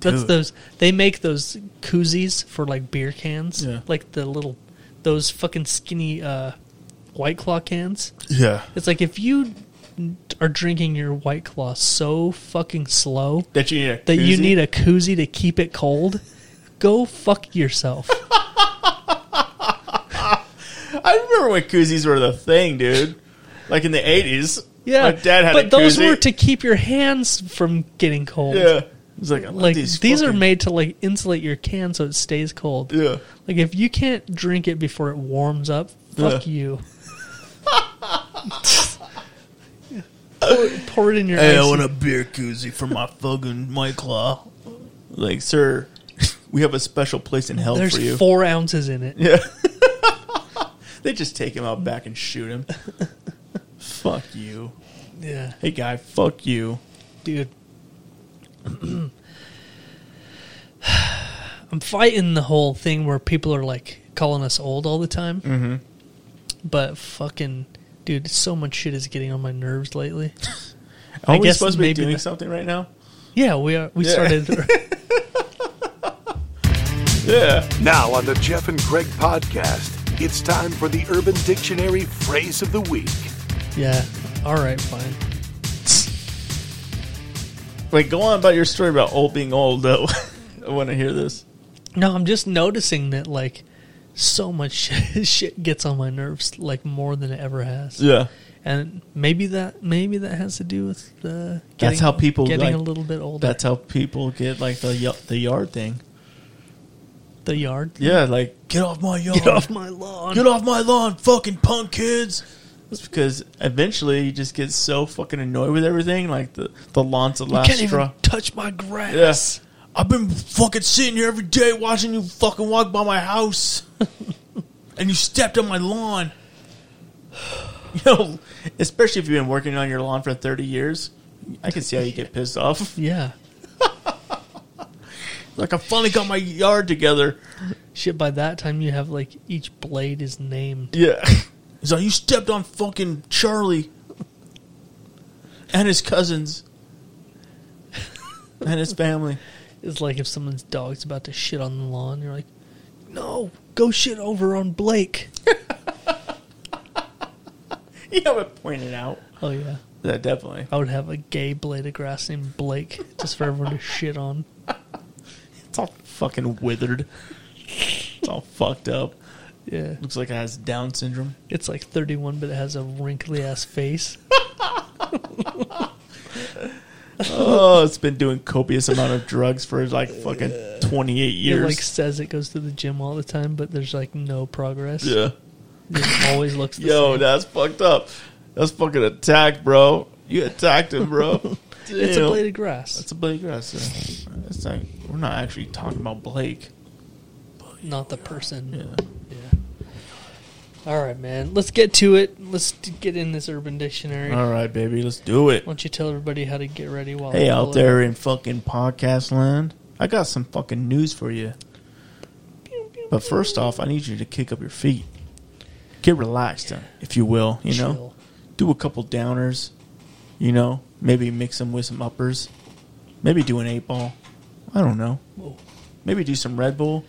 Speaker 4: That's
Speaker 6: Dude.
Speaker 4: those. They make those koozies for like beer cans.
Speaker 6: Yeah.
Speaker 4: Like the little, those fucking skinny uh, White Claw cans.
Speaker 6: Yeah.
Speaker 4: It's like if you are drinking your White Claw so fucking slow
Speaker 6: That you need a
Speaker 4: that you
Speaker 6: koozie?
Speaker 4: need a koozie to keep it cold, go fuck yourself.
Speaker 6: I remember when koozies were the thing, dude. Like in the eighties.
Speaker 4: Yeah,
Speaker 6: My dad had
Speaker 4: but
Speaker 6: a
Speaker 4: those
Speaker 6: koozie.
Speaker 4: were to keep your hands from getting cold.
Speaker 6: Yeah. It's like, I love
Speaker 4: these,
Speaker 6: these
Speaker 4: are
Speaker 6: fucking-
Speaker 4: made to like insulate your can so it stays cold.
Speaker 6: Yeah.
Speaker 4: like if you can't drink it before it warms up, fuck
Speaker 6: Yeah.
Speaker 4: you. pour, pour it in your.
Speaker 6: Hey, I
Speaker 4: icy-
Speaker 6: want a beer koozie for my fucking my claw. Like, sir, we have a special place in hell
Speaker 4: There's
Speaker 6: for you.
Speaker 4: four ounces in it.
Speaker 6: Yeah. they just take him out back and shoot him. fuck you.
Speaker 4: Yeah.
Speaker 6: Hey guy, fuck you.
Speaker 4: Dude. I'm fighting the whole thing where people are like calling us old all the time.
Speaker 6: Mhm.
Speaker 4: But fucking, dude, so much shit is getting on my nerves lately.
Speaker 6: Are we supposed to be doing
Speaker 4: the-
Speaker 6: something right now?
Speaker 4: Yeah, we are. We
Speaker 6: Yeah.
Speaker 4: started.
Speaker 6: Yeah.
Speaker 14: Now on the Jeff and Greg podcast, it's time for the Urban Dictionary phrase of the week.
Speaker 4: yeah. All right, fine.
Speaker 6: Wait, go on about your story about old being old though. I want to hear this.
Speaker 4: No, I'm just noticing that like so much shit gets on my nerves like more than it ever has.
Speaker 6: Yeah.
Speaker 4: And maybe that maybe that has to do with the getting-
Speaker 6: that's how people
Speaker 4: getting
Speaker 6: like-
Speaker 4: a little bit older.
Speaker 6: That's how people get like the y- the yard thing.
Speaker 4: the yard.
Speaker 6: Yeah, like get off my yard.
Speaker 4: Get off my lawn.
Speaker 6: Get off my lawn, fucking punk kids. It's because eventually you just get so fucking annoyed with everything, like the the lawn's the
Speaker 4: You
Speaker 6: last
Speaker 4: can't
Speaker 6: straw.
Speaker 4: even touch my grass.
Speaker 6: Yes. I've been fucking sitting here every day watching you fucking walk by my house. and you stepped on my lawn. You know, especially if you've been working on your lawn for 30 years, I can see how you get pissed off.
Speaker 4: Yeah.
Speaker 6: Like, I finally got my yard together.
Speaker 4: Shit, by that time you have like each blade is named.
Speaker 6: Yeah. So you stepped on fucking Charlie and his cousins and his family.
Speaker 4: It's like if someone's dog's about to shit on the lawn, you're like, no, go shit over on Blake.
Speaker 6: You know what pointed out?
Speaker 4: Oh, yeah.
Speaker 6: Yeah, definitely.
Speaker 4: I would have a gay blade of grass named Blake just for everyone to shit on.
Speaker 6: It's all fucking withered. It's all fucked up.
Speaker 4: Yeah.
Speaker 6: Looks like it has Down syndrome.
Speaker 4: It's like 31, but it has a wrinkly ass face.
Speaker 6: Oh, it's been doing copious amount of drugs for like fucking 28
Speaker 4: It
Speaker 6: years.
Speaker 4: like says it goes to the gym all the time, but there's like no progress.
Speaker 6: Yeah.
Speaker 4: It always looks the
Speaker 6: Yo,
Speaker 4: same.
Speaker 6: that's fucked up. That's fucking attack, bro. You attacked him, bro.
Speaker 4: It's a
Speaker 6: Damn.
Speaker 4: blade of grass.
Speaker 6: It's a blade of grass. Yeah. It's like, we're not actually talking about Blake.
Speaker 4: not the person. Yeah. All right, man. Let's get to it. Let's d- get in this Urban Dictionary.
Speaker 6: All right, baby, let's do
Speaker 4: Why
Speaker 6: it.
Speaker 4: don't you tell everybody how to get ready while
Speaker 6: Hey,
Speaker 4: I
Speaker 6: out
Speaker 4: pull it
Speaker 6: there
Speaker 4: up?
Speaker 6: in fucking podcast land, I got some fucking news for you. But first off, I need you to kick up your feet. Get relaxed, if you will, you know?
Speaker 4: Chill.
Speaker 6: Do a couple downers, you know? Maybe mix them with some uppers. Maybe do an eight ball. I don't know.
Speaker 4: Whoa.
Speaker 6: Maybe do some Red Bull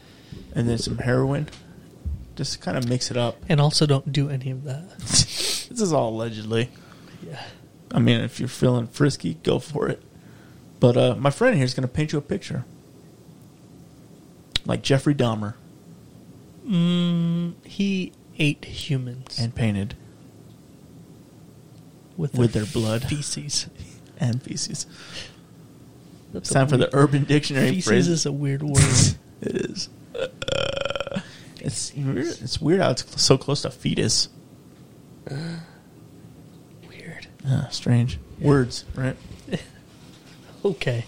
Speaker 6: and then some heroin. Just kind of mix it up.
Speaker 4: And also, don't do any of that.
Speaker 6: This is all allegedly.
Speaker 4: Yeah.
Speaker 6: I mean, if you're feeling frisky, go for it. But uh, my friend here is going to paint you a picture, like Jeffrey Dahmer,
Speaker 4: Mm, he ate humans
Speaker 6: and painted
Speaker 4: with,
Speaker 6: with their blood
Speaker 4: feces.
Speaker 6: and feces.
Speaker 4: That's
Speaker 6: It's
Speaker 4: a
Speaker 6: time for
Speaker 4: weird-
Speaker 6: the Urban Dictionary
Speaker 4: feces
Speaker 6: phrase.
Speaker 4: is a weird word.
Speaker 6: It is. Uh, it's weird- it's weird how it's so close to fetus.
Speaker 4: weird.
Speaker 6: Uh, strange words, right?
Speaker 4: Okay.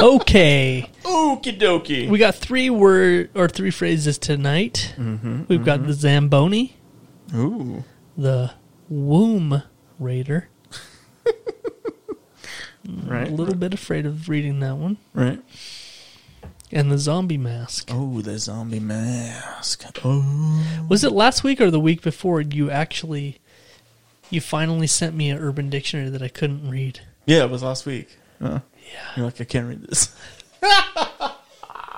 Speaker 4: Okay.
Speaker 6: Okie dokie.
Speaker 4: We got three word or three phrases tonight.
Speaker 6: Mhm,
Speaker 4: We've got
Speaker 6: mhm.
Speaker 4: the Zamboni,
Speaker 6: Ooh.
Speaker 4: the Womb Raider.
Speaker 6: Right.
Speaker 4: A little bit afraid of reading that one.
Speaker 6: Right.
Speaker 4: And the zombie mask.
Speaker 6: Oh, the zombie mask. Oh.
Speaker 4: Was it last week or the week before you actually you finally sent me an urban dictionary that I couldn't read?
Speaker 6: Yeah, it was last week. Uh, yeah. You're like, I can't read this.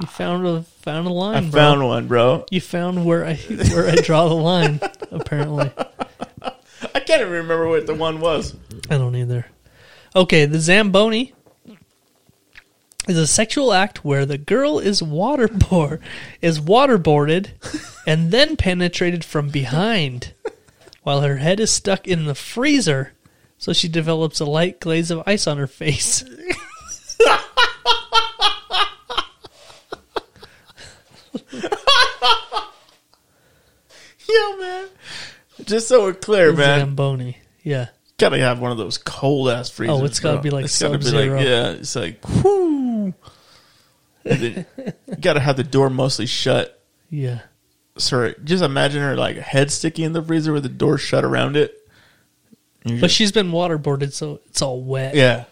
Speaker 4: You found a found a line.
Speaker 6: I
Speaker 4: bro.
Speaker 6: found one, bro.
Speaker 4: You found where I where I draw the line. Apparently,
Speaker 6: I can't even remember what the one was.
Speaker 4: I don't either. Okay, the zamboni is a sexual act where the girl is waterboard is waterboarded and then penetrated from behind, while her head is stuck in the freezer, so she develops a light glaze of ice on her face.
Speaker 6: Yeah, man. Just so we're clear, man.
Speaker 4: Zamboni. Yeah.
Speaker 6: Gotta have one of those cold ass freezers.
Speaker 4: Oh, it's gotta
Speaker 6: bro.
Speaker 4: be, like,
Speaker 6: It's gotta be like
Speaker 4: sub-zero.
Speaker 6: yeah. It's like whoo. And then you gotta have the door mostly shut.
Speaker 4: Yeah.
Speaker 6: So just imagine her like head sticking in the freezer with the door shut around it. You
Speaker 4: But
Speaker 6: just-
Speaker 4: she's been waterboarded, so it's all wet.
Speaker 6: Yeah.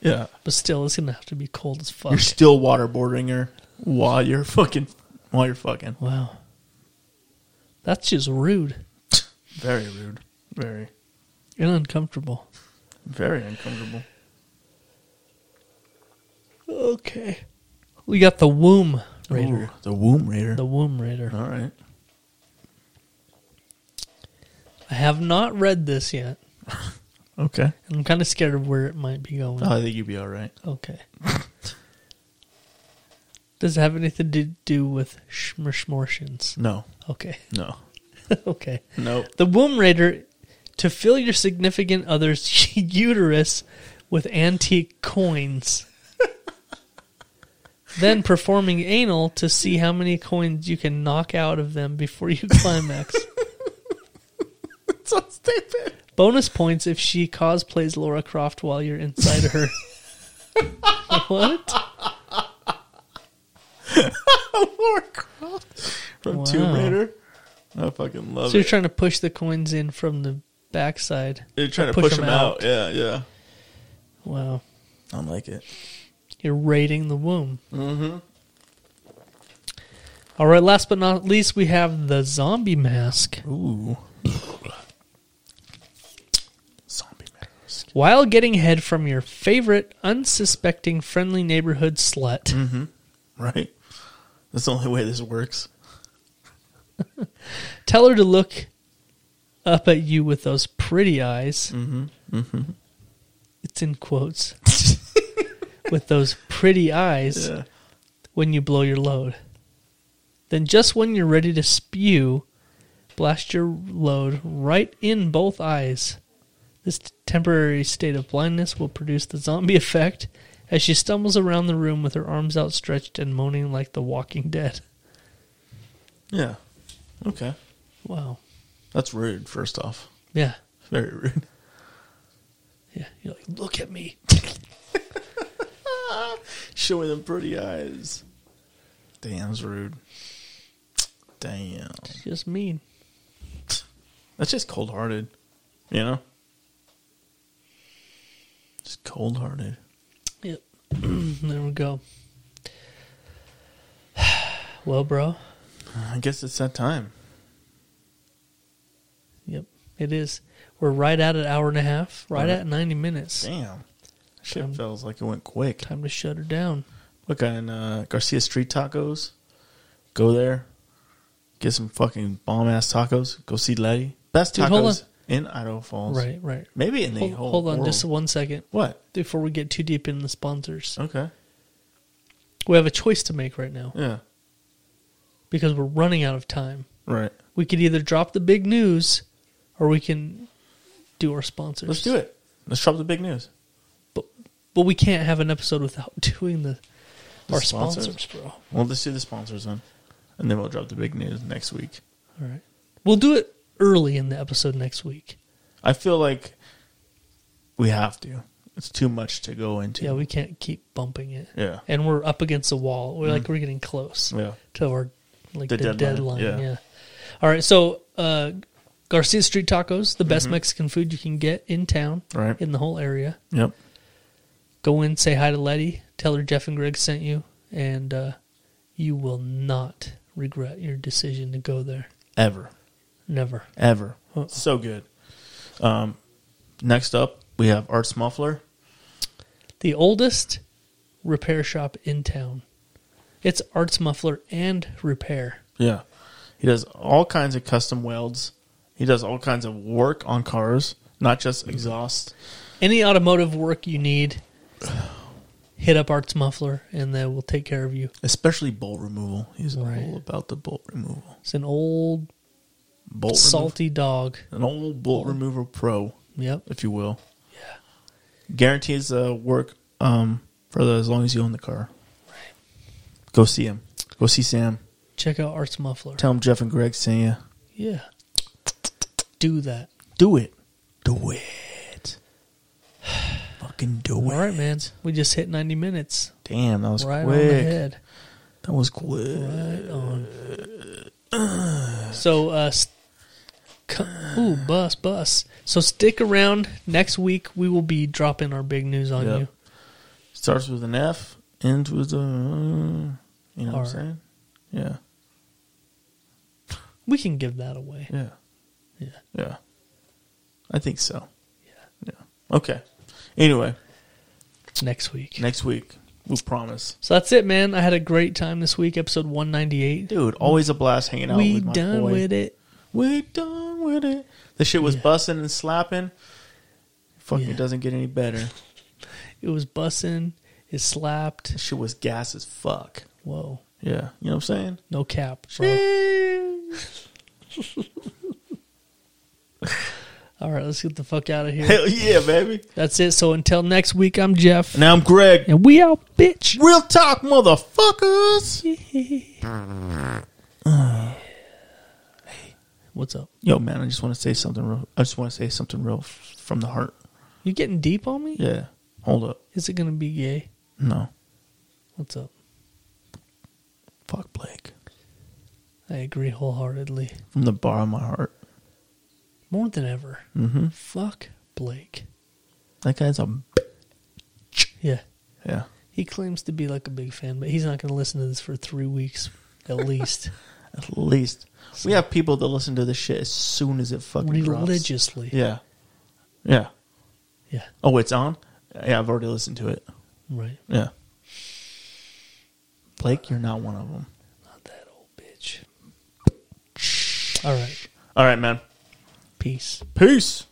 Speaker 6: Yeah.
Speaker 4: But still, it's gonna have to be cold as fuck.
Speaker 6: You're still waterboarding her while you're fucking while you're fucking.
Speaker 4: Wow. That's just rude
Speaker 6: Very rude. Very
Speaker 4: and uncomfortable.
Speaker 6: very uncomfortable.
Speaker 4: Okay. We got the womb raider.
Speaker 6: Ooh, the womb raider.
Speaker 4: The womb raider.
Speaker 6: All right.
Speaker 4: I have not read this yet.
Speaker 6: Okay.
Speaker 4: I'm kind of scared of where it might be going.
Speaker 6: Oh, I think you'd be all right.
Speaker 4: Okay. Does it have anything to do with schmersmortions?
Speaker 6: No.
Speaker 4: Okay.
Speaker 6: No.
Speaker 4: okay.
Speaker 6: Nope.
Speaker 4: The womb raider to fill your significant other's uterus with antique coins. then performing anal to see how many coins you can knock out of them before you climax.
Speaker 6: so stupid.
Speaker 4: Bonus points if she cosplays Laura Croft while you're inside her. what?
Speaker 6: Laura Croft from Tomb
Speaker 4: Wow.
Speaker 6: Raider. I fucking love
Speaker 4: so
Speaker 6: it.
Speaker 4: you're trying to push the coins in from the backside.
Speaker 6: They're trying
Speaker 4: Or
Speaker 6: to push, them out. Yeah, yeah.
Speaker 4: Wow.
Speaker 6: I like it.
Speaker 4: You're raiding the womb.
Speaker 6: Mm-hmm.
Speaker 4: All right, last but not least, we have the zombie mask.
Speaker 6: Ooh.
Speaker 4: While getting head from your favorite unsuspecting friendly neighborhood slut.
Speaker 6: Mm-hmm. Right. That's the only way this works.
Speaker 4: Tell her to look up at you with those pretty eyes. Mm-hmm.
Speaker 6: Mhm.
Speaker 4: It's in quotes. with those pretty eyes
Speaker 6: Yeah.
Speaker 4: when you blow your load. Then, just when you're ready to spew, blast your load right in both eyes. This temporary state of blindness will produce the zombie effect as she stumbles around the room with her arms outstretched and moaning like the walking dead.
Speaker 6: Yeah. Okay.
Speaker 4: Wow.
Speaker 6: That's rude, first off.
Speaker 4: Yeah.
Speaker 6: Very rude.
Speaker 4: Yeah. You're like, look at me.
Speaker 6: Showing them pretty eyes. Damn, that's rude. Damn.
Speaker 4: Just mean.
Speaker 6: That's just cold hearted. You know? Just cold hearted.
Speaker 4: Yep. there we go. Well, bro.
Speaker 6: I guess it's that time.
Speaker 4: Yep. It is. We're right at an hour and a half, right,
Speaker 6: Right.
Speaker 4: at 90 minutes. Um,
Speaker 6: Damn. Shit
Speaker 4: Time-
Speaker 6: feels like it went quick.
Speaker 4: Time to shut her down.
Speaker 6: Look on uh, Garcia Street Tacos. Go there. Get some fucking bomb ass tacos. Go see Letty. Best
Speaker 4: Dude, hold
Speaker 6: tacos in Idaho Falls.
Speaker 4: Right, right.
Speaker 6: Maybe in the
Speaker 4: hold,
Speaker 6: whole
Speaker 4: Hold on
Speaker 6: world.
Speaker 4: just one second.
Speaker 6: What?
Speaker 4: Before we get too deep in the sponsors.
Speaker 6: Okay.
Speaker 4: We have a choice to make right now
Speaker 6: Yeah.
Speaker 4: because we're running out of time.
Speaker 6: Right.
Speaker 4: We could either drop the big news or we can do our sponsors.
Speaker 6: Let's do it. Let's drop the big news.
Speaker 4: But we can't have an episode without doing the,
Speaker 6: The
Speaker 4: our sponsors, bro.
Speaker 6: Well, let's do the sponsors then. And then we'll drop the big news next week.
Speaker 4: All right. We'll do it early in the episode next week.
Speaker 6: I feel like we have to. It's too much to go into.
Speaker 4: Yeah, we can't keep bumping it.
Speaker 6: Yeah.
Speaker 4: and we're up against a wall. We're like
Speaker 6: Mhm.
Speaker 4: we're getting close.
Speaker 6: Yeah.
Speaker 4: to our like
Speaker 6: The
Speaker 4: the,
Speaker 6: deadline,
Speaker 4: deadline.
Speaker 6: yeah.
Speaker 4: Yeah. All right, so uh, Garcia Street Tacos, the best
Speaker 6: Mhm.
Speaker 4: Mexican food you can get in town,
Speaker 6: Right.
Speaker 4: in the whole area.
Speaker 6: Yep.
Speaker 4: Go in, say hi to Letty, tell her Jeff and Greg sent you, and uh, you will not regret your decision to go there.
Speaker 6: Ever.
Speaker 4: Never.
Speaker 6: Ever. So good. Um, next up, we have Art Smuffler.
Speaker 4: The oldest repair shop in town. It's Arts Muffler and Repair.
Speaker 6: Yeah. He does all kinds of custom welds. He does all kinds of work on cars, not just exhaust.
Speaker 4: Any automotive work you need, hit up Arts Muffler, and they will take care of you.
Speaker 6: Especially bolt removal. He's
Speaker 4: Right.
Speaker 6: all about the bolt removal.
Speaker 4: It's an old
Speaker 6: Bolt remo-
Speaker 4: salty dog.
Speaker 6: An old bolt remover pro.
Speaker 4: Yep.
Speaker 6: If you will. Yeah. Guarantees uh, work um, for the, as long as you own the car. Right. Go see him. Go see Sam.
Speaker 4: Check out Arts Muffler.
Speaker 6: Tell him Jeff and Greg sent you.
Speaker 4: Yeah. Do that.
Speaker 6: Do it. Do it. Fucking do
Speaker 4: All right, man. We just hit 90 minutes.
Speaker 6: Damn, that was
Speaker 4: right
Speaker 6: quick.
Speaker 4: on the head.
Speaker 6: That was quick.
Speaker 4: Right on. so, uh, st- co- ooh, bus, bus. So stick around. Next week we will be dropping our big news on
Speaker 6: Yep.
Speaker 4: you.
Speaker 6: Starts with an F, ends with a. You know what I'm
Speaker 4: Alright.
Speaker 6: saying? Yeah.
Speaker 4: We can give that away.
Speaker 6: Yeah.
Speaker 4: Yeah.
Speaker 6: Yeah. I think so. Yeah. Yeah. Okay. Anyway,
Speaker 4: Next week.
Speaker 6: next week, we promise.
Speaker 4: So that's it, man. I had a great time this week. Episode 198.
Speaker 6: Dude, always a blast hanging out
Speaker 4: we
Speaker 6: with my
Speaker 4: done
Speaker 6: boy.
Speaker 4: with it.
Speaker 6: We done with it. This shit was bussing and slapping. Fucking doesn't get any better.
Speaker 4: It was bussing. It slapped.
Speaker 6: This shit was gas as fuck.
Speaker 4: Whoa.
Speaker 6: Yeah. You know what I'm saying?
Speaker 4: No cap, bro. All right, let's get the fuck out of here.
Speaker 6: Hell yeah, baby.
Speaker 4: That's it. So until next week, I'm Jeff.
Speaker 6: Now I'm Greg.
Speaker 4: And we out, bitch.
Speaker 6: Real talk, motherfuckers.
Speaker 4: What's up?
Speaker 6: Yo, man, I just want to say something real. I just want to say something real f- from the heart.
Speaker 4: You getting deep on me?
Speaker 6: Yeah. Hold up.
Speaker 4: Is it gonna be gay?
Speaker 6: No.
Speaker 4: What's up?
Speaker 6: Fuck Blake.
Speaker 4: I agree wholeheartedly.
Speaker 6: From the bar of my heart.
Speaker 4: More than ever.
Speaker 6: Mhm.
Speaker 4: Fuck Blake.
Speaker 6: That guy's a.
Speaker 4: Yeah.
Speaker 6: Yeah.
Speaker 4: He claims to be like a big fan, but he's not gonna listen to this for three weeks at least.
Speaker 6: At least. We have people that listen to this shit as soon as it fucking drops.
Speaker 4: Religiously.
Speaker 6: Yeah. Yeah.
Speaker 4: Yeah.
Speaker 6: Oh, it's on? Yeah, I've already listened to it.
Speaker 4: Right.
Speaker 6: Yeah. Blake, you're not one of them.
Speaker 4: All right.
Speaker 6: All right, man.
Speaker 4: Peace.
Speaker 6: Peace.